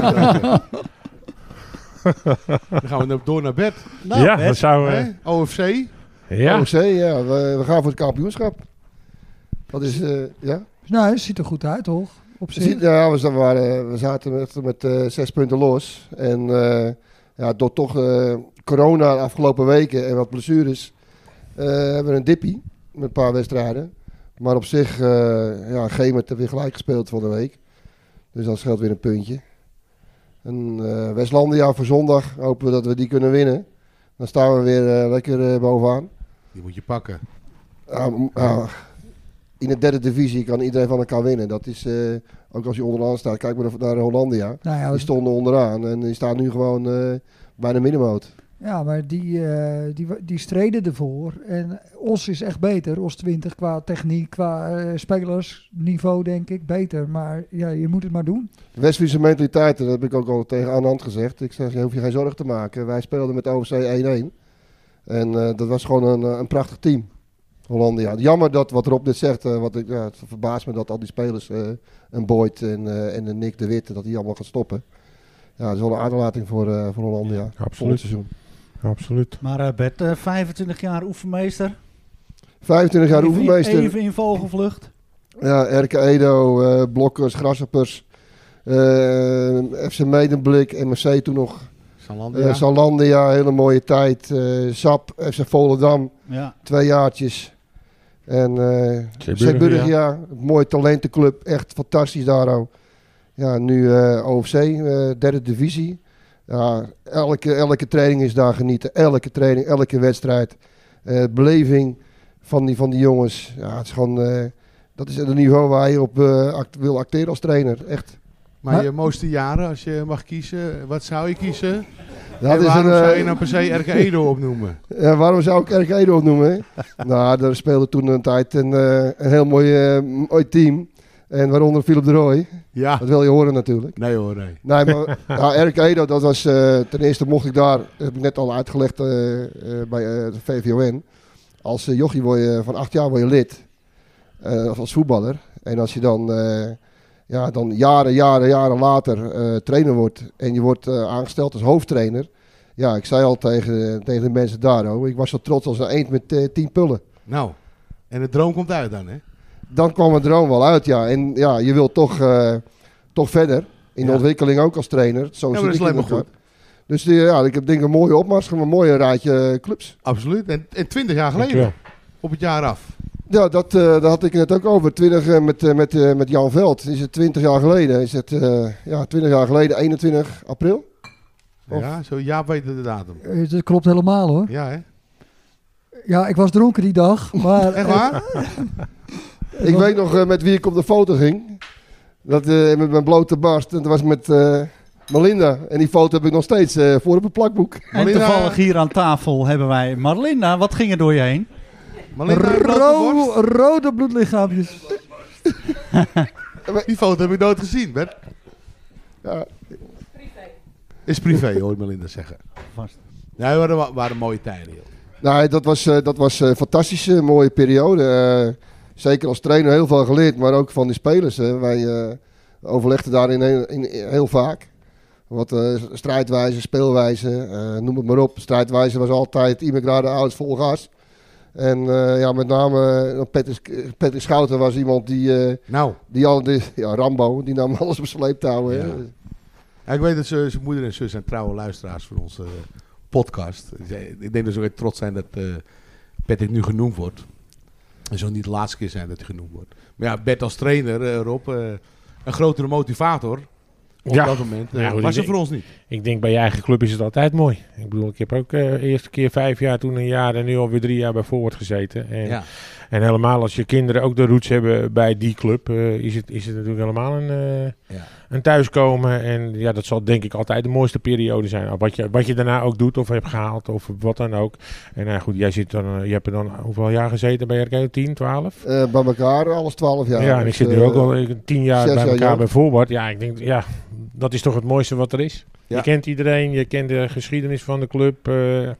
[SPEAKER 4] Dan gaan we nou door naar bed.
[SPEAKER 3] Nou,
[SPEAKER 9] ja,
[SPEAKER 3] Bert,
[SPEAKER 9] dat zou. eh,
[SPEAKER 4] Hè? OFC.
[SPEAKER 9] ja.
[SPEAKER 7] OC, ja. We, we gaan voor het kampioenschap. Dat is, eh, ja.
[SPEAKER 5] Nou, hij ziet er goed uit toch? Op zich.
[SPEAKER 7] Zie- ja we, za- waren, we zaten met, met eh, zes punten los. En eh, ja, door toch eh, corona de afgelopen weken en wat blessures... eh, hebben we een dippie met een paar wedstrijden. Maar op zich, eh ja, Gemert heeft weer gelijk gespeeld van de week. Dus dat scheelt weer een puntje. En eh, Westlandia voor zondag hopen we dat we die kunnen winnen. Dan staan we weer eh, lekker eh, bovenaan.
[SPEAKER 4] Die moet je pakken.
[SPEAKER 7] Ja, Ehm, m- ja, in de derde divisie kan iedereen van elkaar winnen. Dat is eh, ook als je onderaan staat. Kijk maar naar Hollandia.
[SPEAKER 5] Nou ja,
[SPEAKER 7] Die stonden onderaan en die staan nu gewoon eh, bij de middenmoot.
[SPEAKER 5] Ja, maar die, eh, die, wa- die streden ervoor. En Os is echt beter. Os 20 qua techniek, qua eh, spelersniveau denk ik beter. Maar ja, je moet het maar doen.
[SPEAKER 7] Westfriese mentaliteit, dat heb ik ook al tegen Anand gezegd. Ik zeg, je hoeft je geen zorgen te maken. Wij speelden met OVC 1-1. En eh, dat was gewoon een, eh, een prachtig team. Hollandia. Jammer dat wat Rob net zegt, eh, wat ik, ja, het verbaast me dat al die spelers, eh, een Boyd en, eh, en een Nick de Witte, dat die allemaal gaan stoppen. Ja, dat is wel een aderlating voor, eh, voor Hollandia. Volgend
[SPEAKER 9] Absoluut,
[SPEAKER 7] seizoen.
[SPEAKER 9] absoluut.
[SPEAKER 3] Maar eh, Bert, eh, 25 jaar oefenmeester.
[SPEAKER 7] 25 jaar
[SPEAKER 3] Even-
[SPEAKER 7] oefenmeester.
[SPEAKER 3] Even in vogelvlucht.
[SPEAKER 7] Ja, RK Edo, eh, Blokkers, Grashoppers, eh, FC Medemblik, MFC toen nog.
[SPEAKER 4] Zalandia.
[SPEAKER 7] Eh Zalandia, hele mooie tijd. eh SAP, FC Volendam,
[SPEAKER 3] Ja.
[SPEAKER 7] twee jaartjes. En eh Zeeburgia, mooi talentenclub, echt fantastisch daar ook. Ja, nu eh, OFC, eh, derde divisie. Ja, elke, elke training is daar genieten. Elke training, elke wedstrijd. Eh, beleving van die, van die jongens. Ja, het is gewoon, eh, dat is het niveau waar je op eh, act- wil acteren als trainer. Echt.
[SPEAKER 4] Maar
[SPEAKER 5] Maar-
[SPEAKER 4] je mooiste jaren, als je mag kiezen, wat zou je kiezen?
[SPEAKER 7] Dat
[SPEAKER 4] en
[SPEAKER 7] is
[SPEAKER 4] waarom
[SPEAKER 7] een,
[SPEAKER 4] zou
[SPEAKER 7] eh,
[SPEAKER 4] je nou per se RK <laughs> Edo opnoemen?
[SPEAKER 7] Ja, waarom zou ik RK Edo noemen?
[SPEAKER 4] <laughs>
[SPEAKER 7] nou, daar speelde toen een tijd een, eh, een heel mooi, eh, mooi team. En waaronder Philip de Rooij.
[SPEAKER 4] Ja.
[SPEAKER 7] Dat wil je horen natuurlijk.
[SPEAKER 4] Nee hoor, nee.
[SPEAKER 7] Nee, maar nou, RK Edo, dat was... eh, ten eerste mocht ik daar, dat heb ik net al uitgelegd eh, eh, bij eh, de VVON. Als eh, jochie word je, van acht jaar word je lid. Eh, als- als voetballer. En als je dan, eh, ja, dan jaren, jaren, jaren later eh, trainer wordt. En je wordt eh, aangesteld als hoofdtrainer. Ja, ik zei al tegen, tegen de mensen daar ook. Ik was zo trots als een eend met eh, tien pullen.
[SPEAKER 4] Nou, en de droom komt uit dan, hè?
[SPEAKER 7] Dan kwam mijn droom wel uit, ja. En ja, je wilt toch, eh, toch verder. In de
[SPEAKER 4] Ja.
[SPEAKER 7] ontwikkeling ook als trainer. Zo
[SPEAKER 4] maar
[SPEAKER 7] zit
[SPEAKER 4] dat is
[SPEAKER 7] ik in
[SPEAKER 4] alleen maar
[SPEAKER 7] elkaar.
[SPEAKER 4] goed.
[SPEAKER 7] Dus eh, ja, ik heb denk ik een mooie opmars. Een mooie raadje eh, clubs.
[SPEAKER 4] Absoluut. En, en 20 jaar geleden,
[SPEAKER 9] Dankjewel.
[SPEAKER 4] op het jaar af.
[SPEAKER 7] Ja, dat, eh, daar had ik net ook over. 20, eh, met, eh, met, eh, met Jan Veld. Is het 20 jaar geleden? Is het, eh, ja, 20 jaar geleden, 21 april. Of-
[SPEAKER 4] Ja, zo Jaap weet de datum.
[SPEAKER 5] Eh, Dat klopt helemaal hoor.
[SPEAKER 4] Ja, hè?
[SPEAKER 5] Ja, ik was dronken die
[SPEAKER 4] <laughs>
[SPEAKER 5] dag, maar...
[SPEAKER 4] Echt <laughs> waar?
[SPEAKER 7] Ik weet nog eh, met wie ik op de foto ging. Dat, eh, met mijn blote barst. En dat was met eh, Melinda. En die foto heb ik nog steeds eh, voor op een plakboek.
[SPEAKER 3] En
[SPEAKER 4] Marlina-
[SPEAKER 3] toevallig hier aan tafel hebben wij Marlinda. Wat ging er door je heen?
[SPEAKER 4] Melinda,
[SPEAKER 5] Ro-
[SPEAKER 4] blote borst?
[SPEAKER 5] rode bloedlichaampjes.
[SPEAKER 4] Die foto heb ik nooit gezien, Bert.
[SPEAKER 7] Ja,
[SPEAKER 4] Is privé, hoor ik Melinda zeggen.
[SPEAKER 3] Vast.
[SPEAKER 4] Nee, maar dat wa- waren mooie tijden, joh.
[SPEAKER 7] Nou, dat was, eh, dat was een fantastische, mooie periode. Eh, zeker als trainer heel veel geleerd, maar ook van die spelers. hè. Wij eh, overlegden daarin heel, in, heel vaak. Wat eh, strijdwijze, speelwijze, eh, noem het maar op. Strijdwijze was altijd iemand naar de ouders vol gas. En eh, ja, met name eh, Patrick, Patrick Schouten was iemand die, eh,
[SPEAKER 4] Nou,
[SPEAKER 7] die al, die, ja, Rambo, die nam alles op sleeptouw. hè.
[SPEAKER 4] Ja. ja, ik weet dat ze- zijn moeder en zus zijn trouwe luisteraars van onze eh, podcast. Ze- Ik denk dat ze ook echt trots zijn dat eh Patrick nu genoemd wordt. En zo niet de laatste keer zijn dat hij genoemd wordt. Maar ja, Bert als trainer, eh, Rob, eh, een grotere motivator op
[SPEAKER 9] Ja.
[SPEAKER 4] dat moment. eh,
[SPEAKER 9] Ja, goed,
[SPEAKER 4] was
[SPEAKER 9] ik
[SPEAKER 4] er voor ons niet.
[SPEAKER 9] Ik denk bij je eigen club is het altijd mooi. Ik bedoel, ik heb ook eh eerste keer vijf jaar, toen een jaar en nu alweer drie jaar bij Forward gezeten. En,
[SPEAKER 4] Ja.
[SPEAKER 9] en helemaal als je kinderen ook de roots hebben bij die club, eh, is, het, is het natuurlijk helemaal een, eh,
[SPEAKER 4] Ja.
[SPEAKER 9] een thuiskomen. En ja, dat zal denk ik altijd de mooiste periode zijn. Wat je, wat je daarna ook doet of hebt gehaald of wat dan ook. En nou goed, jij zit dan, eh, je hebt er dan hoeveel jaar gezeten bij RK? 10, 12?
[SPEAKER 7] Eh, bij elkaar, alles 12
[SPEAKER 9] Ja,
[SPEAKER 7] jaar.
[SPEAKER 9] en ik
[SPEAKER 7] Dus,
[SPEAKER 9] zit nu
[SPEAKER 7] eh,
[SPEAKER 9] ook al ik- tien jaar
[SPEAKER 7] zes
[SPEAKER 9] bij
[SPEAKER 7] jaar
[SPEAKER 9] elkaar
[SPEAKER 7] jong.
[SPEAKER 9] bij Voorbad. Ja, ik denk, ja, dat is toch het mooiste wat er is.
[SPEAKER 7] Ja.
[SPEAKER 9] Je kent iedereen, je kent de geschiedenis van de club, eh,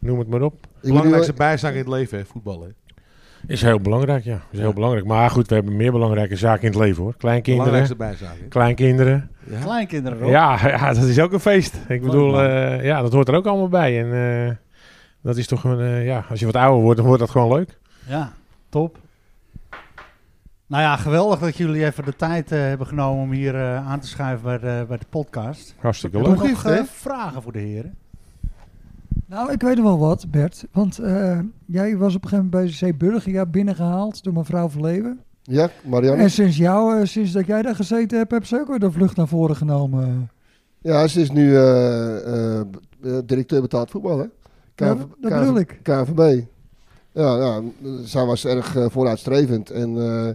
[SPEAKER 9] noem het maar op.
[SPEAKER 7] ik ben nu-
[SPEAKER 4] Belangrijkste bijzaak in het leven, hè, voetballen.
[SPEAKER 9] Is heel belangrijk, ja. Is heel belangrijk. Maar goed, we hebben meer belangrijke zaken in het leven, hoor. Kleinkinderen,
[SPEAKER 4] Belangrijkste bijzaak. hè.
[SPEAKER 9] kleinkinderen.
[SPEAKER 4] Ja.
[SPEAKER 3] Kleinkinderen, Rob.
[SPEAKER 9] Ja, <laughs> ja, dat is ook een feest. Ik bedoel,
[SPEAKER 4] man.
[SPEAKER 9] eh, ja, dat hoort er ook allemaal bij. En eh, dat is toch een, eh, ja, als je wat ouder wordt, dan wordt dat gewoon leuk.
[SPEAKER 3] Ja, top. Nou ja, geweldig dat jullie even de tijd eh, hebben genomen om hier eh, aan te schuiven bij de, bij de podcast.
[SPEAKER 9] Hartstikke
[SPEAKER 3] Heb
[SPEAKER 9] leuk.
[SPEAKER 3] je nog
[SPEAKER 4] Gift, hè?
[SPEAKER 3] eh, vragen voor de heren?
[SPEAKER 5] Nou, ik weet er wel wat, Bert. Want eh, jij was op een gegeven moment bij Zeeburgia binnengehaald door mevrouw Verleeuwen.
[SPEAKER 7] Ja, Marianne.
[SPEAKER 5] En sinds jou, eh, sinds dat jij daar gezeten hebt, heb ze ook weer de vlucht naar voren genomen.
[SPEAKER 7] Ja, ze is nu eh, eh, eh, directeur betaald voetbal, hè?
[SPEAKER 5] Ja,
[SPEAKER 7] KV
[SPEAKER 5] dat bedoel ik.
[SPEAKER 7] KNVB. Ja, ja, zij was erg eh, vooruitstrevend. En eh,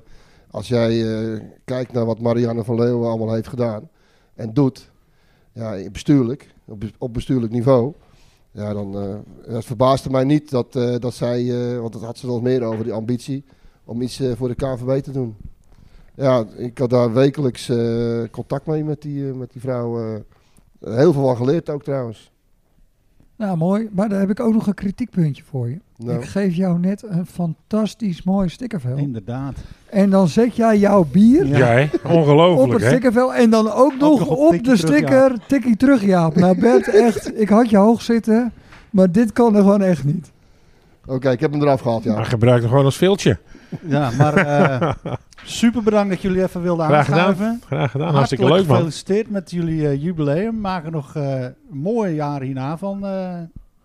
[SPEAKER 7] als jij eh, kijkt naar wat Marianne van Leeuwen allemaal heeft gedaan en doet, ja, bestuurlijk, op, op bestuurlijk niveau, ja, dan eh, het verbaasde mij niet dat, eh, dat zij, eh, want dat had ze nog meer over, die ambitie, om iets eh, voor de KNVB te doen. Ja, ik had daar wekelijks eh, contact mee met die, eh, met die vrouw. eh. heel veel van geleerd ook trouwens.
[SPEAKER 5] Nou, mooi. Maar daar heb ik ook nog een kritiekpuntje voor je.
[SPEAKER 7] Nou,
[SPEAKER 5] Ik geef jou net een fantastisch mooi stickervel.
[SPEAKER 3] Inderdaad.
[SPEAKER 5] En dan zet jij jouw bier
[SPEAKER 9] Ja, hè? Ongelooflijk,
[SPEAKER 5] op het
[SPEAKER 9] hè?
[SPEAKER 5] stickervel. En dan ook nog
[SPEAKER 3] nog op
[SPEAKER 5] op
[SPEAKER 3] tikkie
[SPEAKER 5] de
[SPEAKER 3] terug,
[SPEAKER 5] sticker tikkie terug, Jaap. Nou, Bert, echt. Ik had je hoog zitten. Maar dit kan er gewoon echt niet.
[SPEAKER 7] Oké, Oh, ik heb hem eraf gehaald, ja.
[SPEAKER 9] Maar gebruik hem gewoon als filtje.
[SPEAKER 3] Ja, maar eh,
[SPEAKER 9] <laughs>
[SPEAKER 3] super bedankt dat jullie even wilden
[SPEAKER 9] Graag gedaan.
[SPEAKER 3] aanschuiven.
[SPEAKER 9] Graag gedaan. Hartstikke leuk, man.
[SPEAKER 3] gefeliciteerd met jullie eh, jubileum. Maken nog eh, een mooi jaar hierna van. eh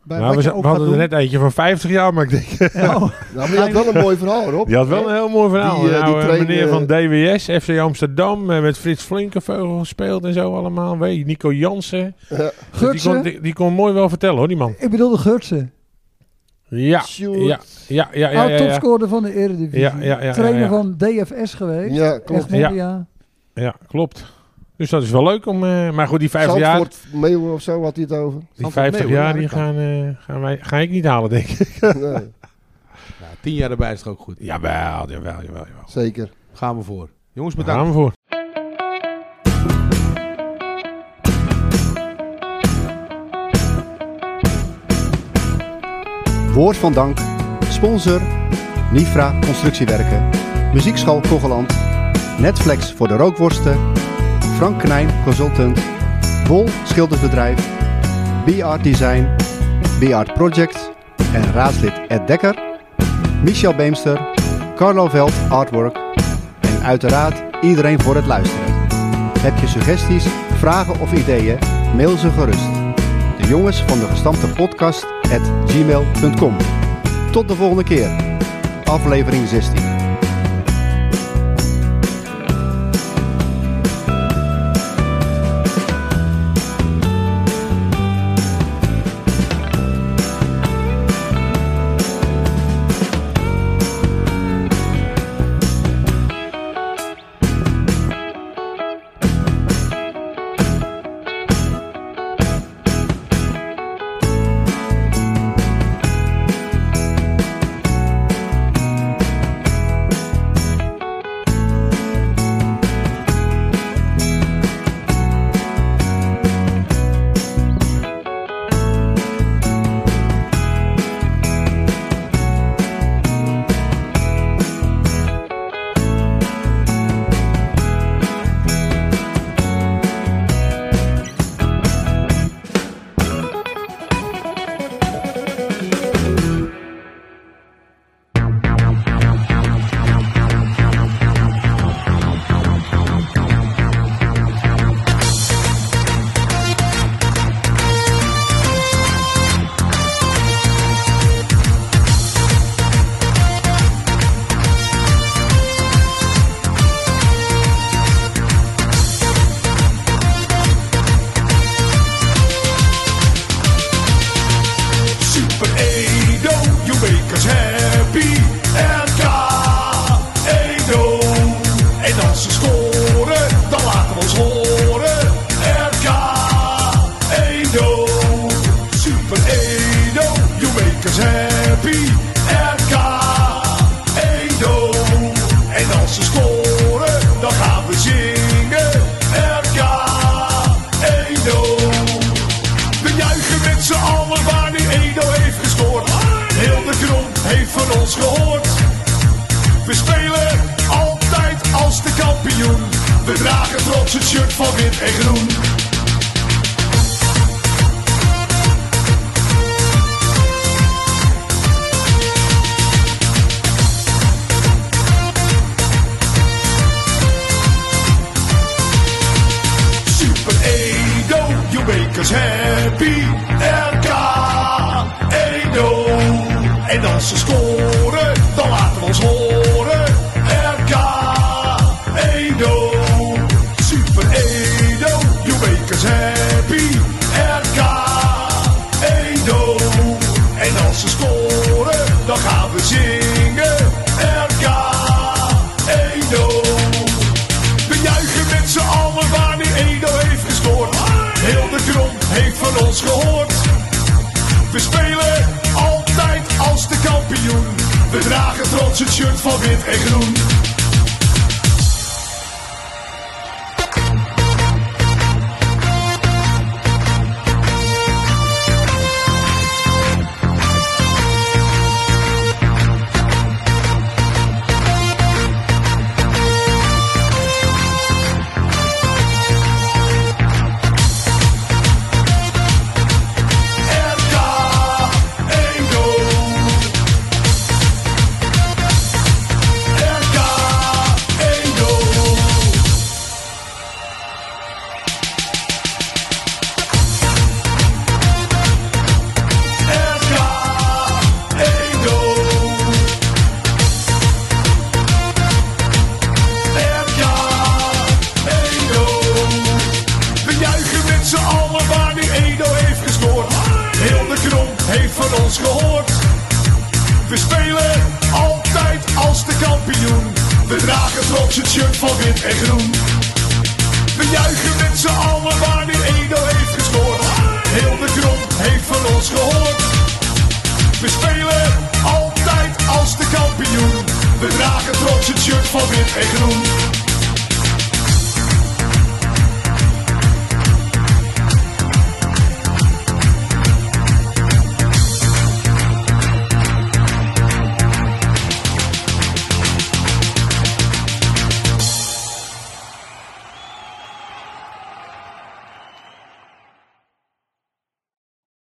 [SPEAKER 3] bij
[SPEAKER 9] Nou, we,
[SPEAKER 3] wat
[SPEAKER 9] z-
[SPEAKER 3] je
[SPEAKER 9] we
[SPEAKER 3] ook gaat
[SPEAKER 9] hadden er
[SPEAKER 3] doen.
[SPEAKER 9] net eentje van 50 jaar, maar ik denk... <laughs>
[SPEAKER 3] Ja.
[SPEAKER 7] Nou, maar je had wel een mooi verhaal, Rob.
[SPEAKER 9] Die had wel een heel mooi verhaal.
[SPEAKER 7] Die, eh,
[SPEAKER 9] nou,
[SPEAKER 7] die
[SPEAKER 9] eh,
[SPEAKER 7] train,
[SPEAKER 9] meneer
[SPEAKER 7] eh,
[SPEAKER 9] van DWS, FC Amsterdam, eh, met Frits Flinkenveugel gespeeld en zo allemaal. Weet je, Nico Jansen.
[SPEAKER 7] Ja.
[SPEAKER 9] Dus die, kon,
[SPEAKER 5] Gutsen.
[SPEAKER 9] die, die kon mooi wel vertellen, hoor, die man.
[SPEAKER 5] Ik bedoel de Gutsen.
[SPEAKER 9] Ja,
[SPEAKER 7] Sjoerd.
[SPEAKER 9] ja, ja, ja, ja,
[SPEAKER 5] Oud
[SPEAKER 9] ja, ja.
[SPEAKER 5] topscorer van de Eredivisie.
[SPEAKER 9] Ja, ja, ja, ja,
[SPEAKER 5] Trainer
[SPEAKER 9] ja.
[SPEAKER 5] van DFS geweest.
[SPEAKER 7] Ja, klopt.
[SPEAKER 5] Echt media.
[SPEAKER 9] Ja, klopt. Dus dat is wel leuk om... eh, maar goed, die 50 jaar,
[SPEAKER 7] Zandvoort, Meeuwen of zo had hij het over.
[SPEAKER 9] die
[SPEAKER 4] Zandvoort
[SPEAKER 9] 50
[SPEAKER 4] Meeuwen,
[SPEAKER 9] jaar
[SPEAKER 4] ja,
[SPEAKER 9] die
[SPEAKER 4] dat kan.
[SPEAKER 9] gaan, eh, gaan, wij, ga ik niet halen, denk ik.
[SPEAKER 7] Nee,
[SPEAKER 4] Nou, tien jaar erbij is toch ook goed.
[SPEAKER 9] Jawel, jawel, jawel. jawel.
[SPEAKER 7] zeker.
[SPEAKER 4] Gaan we voor. Jongens,
[SPEAKER 9] Daar gaan
[SPEAKER 4] bedankt.
[SPEAKER 9] we voor.
[SPEAKER 2] Woord van dank, sponsor Nifra Constructiewerken, Muziekschool Kogeland, Netflix voor de rookworsten, Frank Knijn Consultant, Bol Schildersbedrijf, B-Art Design, B-Art Project en raadslid Ed Dekker, Michel Beemster, Carlo Veld Artwork en uiteraard iedereen voor het luisteren. Heb je suggesties, vragen of ideeën? Mail ze gerust. De jongens van de gestampte podcast at gmail.com. Tot de volgende keer. Aflevering 16.
[SPEAKER 10] Super Edo, you make us happy. RK Edo. En als ze scoren, dan laten we ons horen. RK Edo. Super Edo, you make us happy. RK Edo. En als ze scoren, dan gaan we zingen. RK Edo. We juichen met z'n allen wanneer Edo heeft gescoord. Heel de grond heeft van ons gehoord. We spelen altijd als de kampioen. We dragen trots het shirt van wit en groen. Super Edo, you make us happy. RK Edo. En als ze scoren, dan laten we ons horen. RK Edo. Super Edo, you make us happy. RK Edo. E En als ze scoren, dan gaan we zingen. RK Edo. We juichen met z'n allen wanneer Edo heeft gescoord. Heel de grond heeft van ons gehoord. We spelen altijd als de kampioen. We dragen trots het shirt van wit en groen. van ons gehoord. We spelen altijd als de kampioen. We dragen trots het shirt van wit en groen. We juichen met z'n allen wanneer Edo heeft gescoord. Heel de grond heeft van ons gehoord. We spelen altijd als de kampioen. We dragen trots het shirt van wit en groen.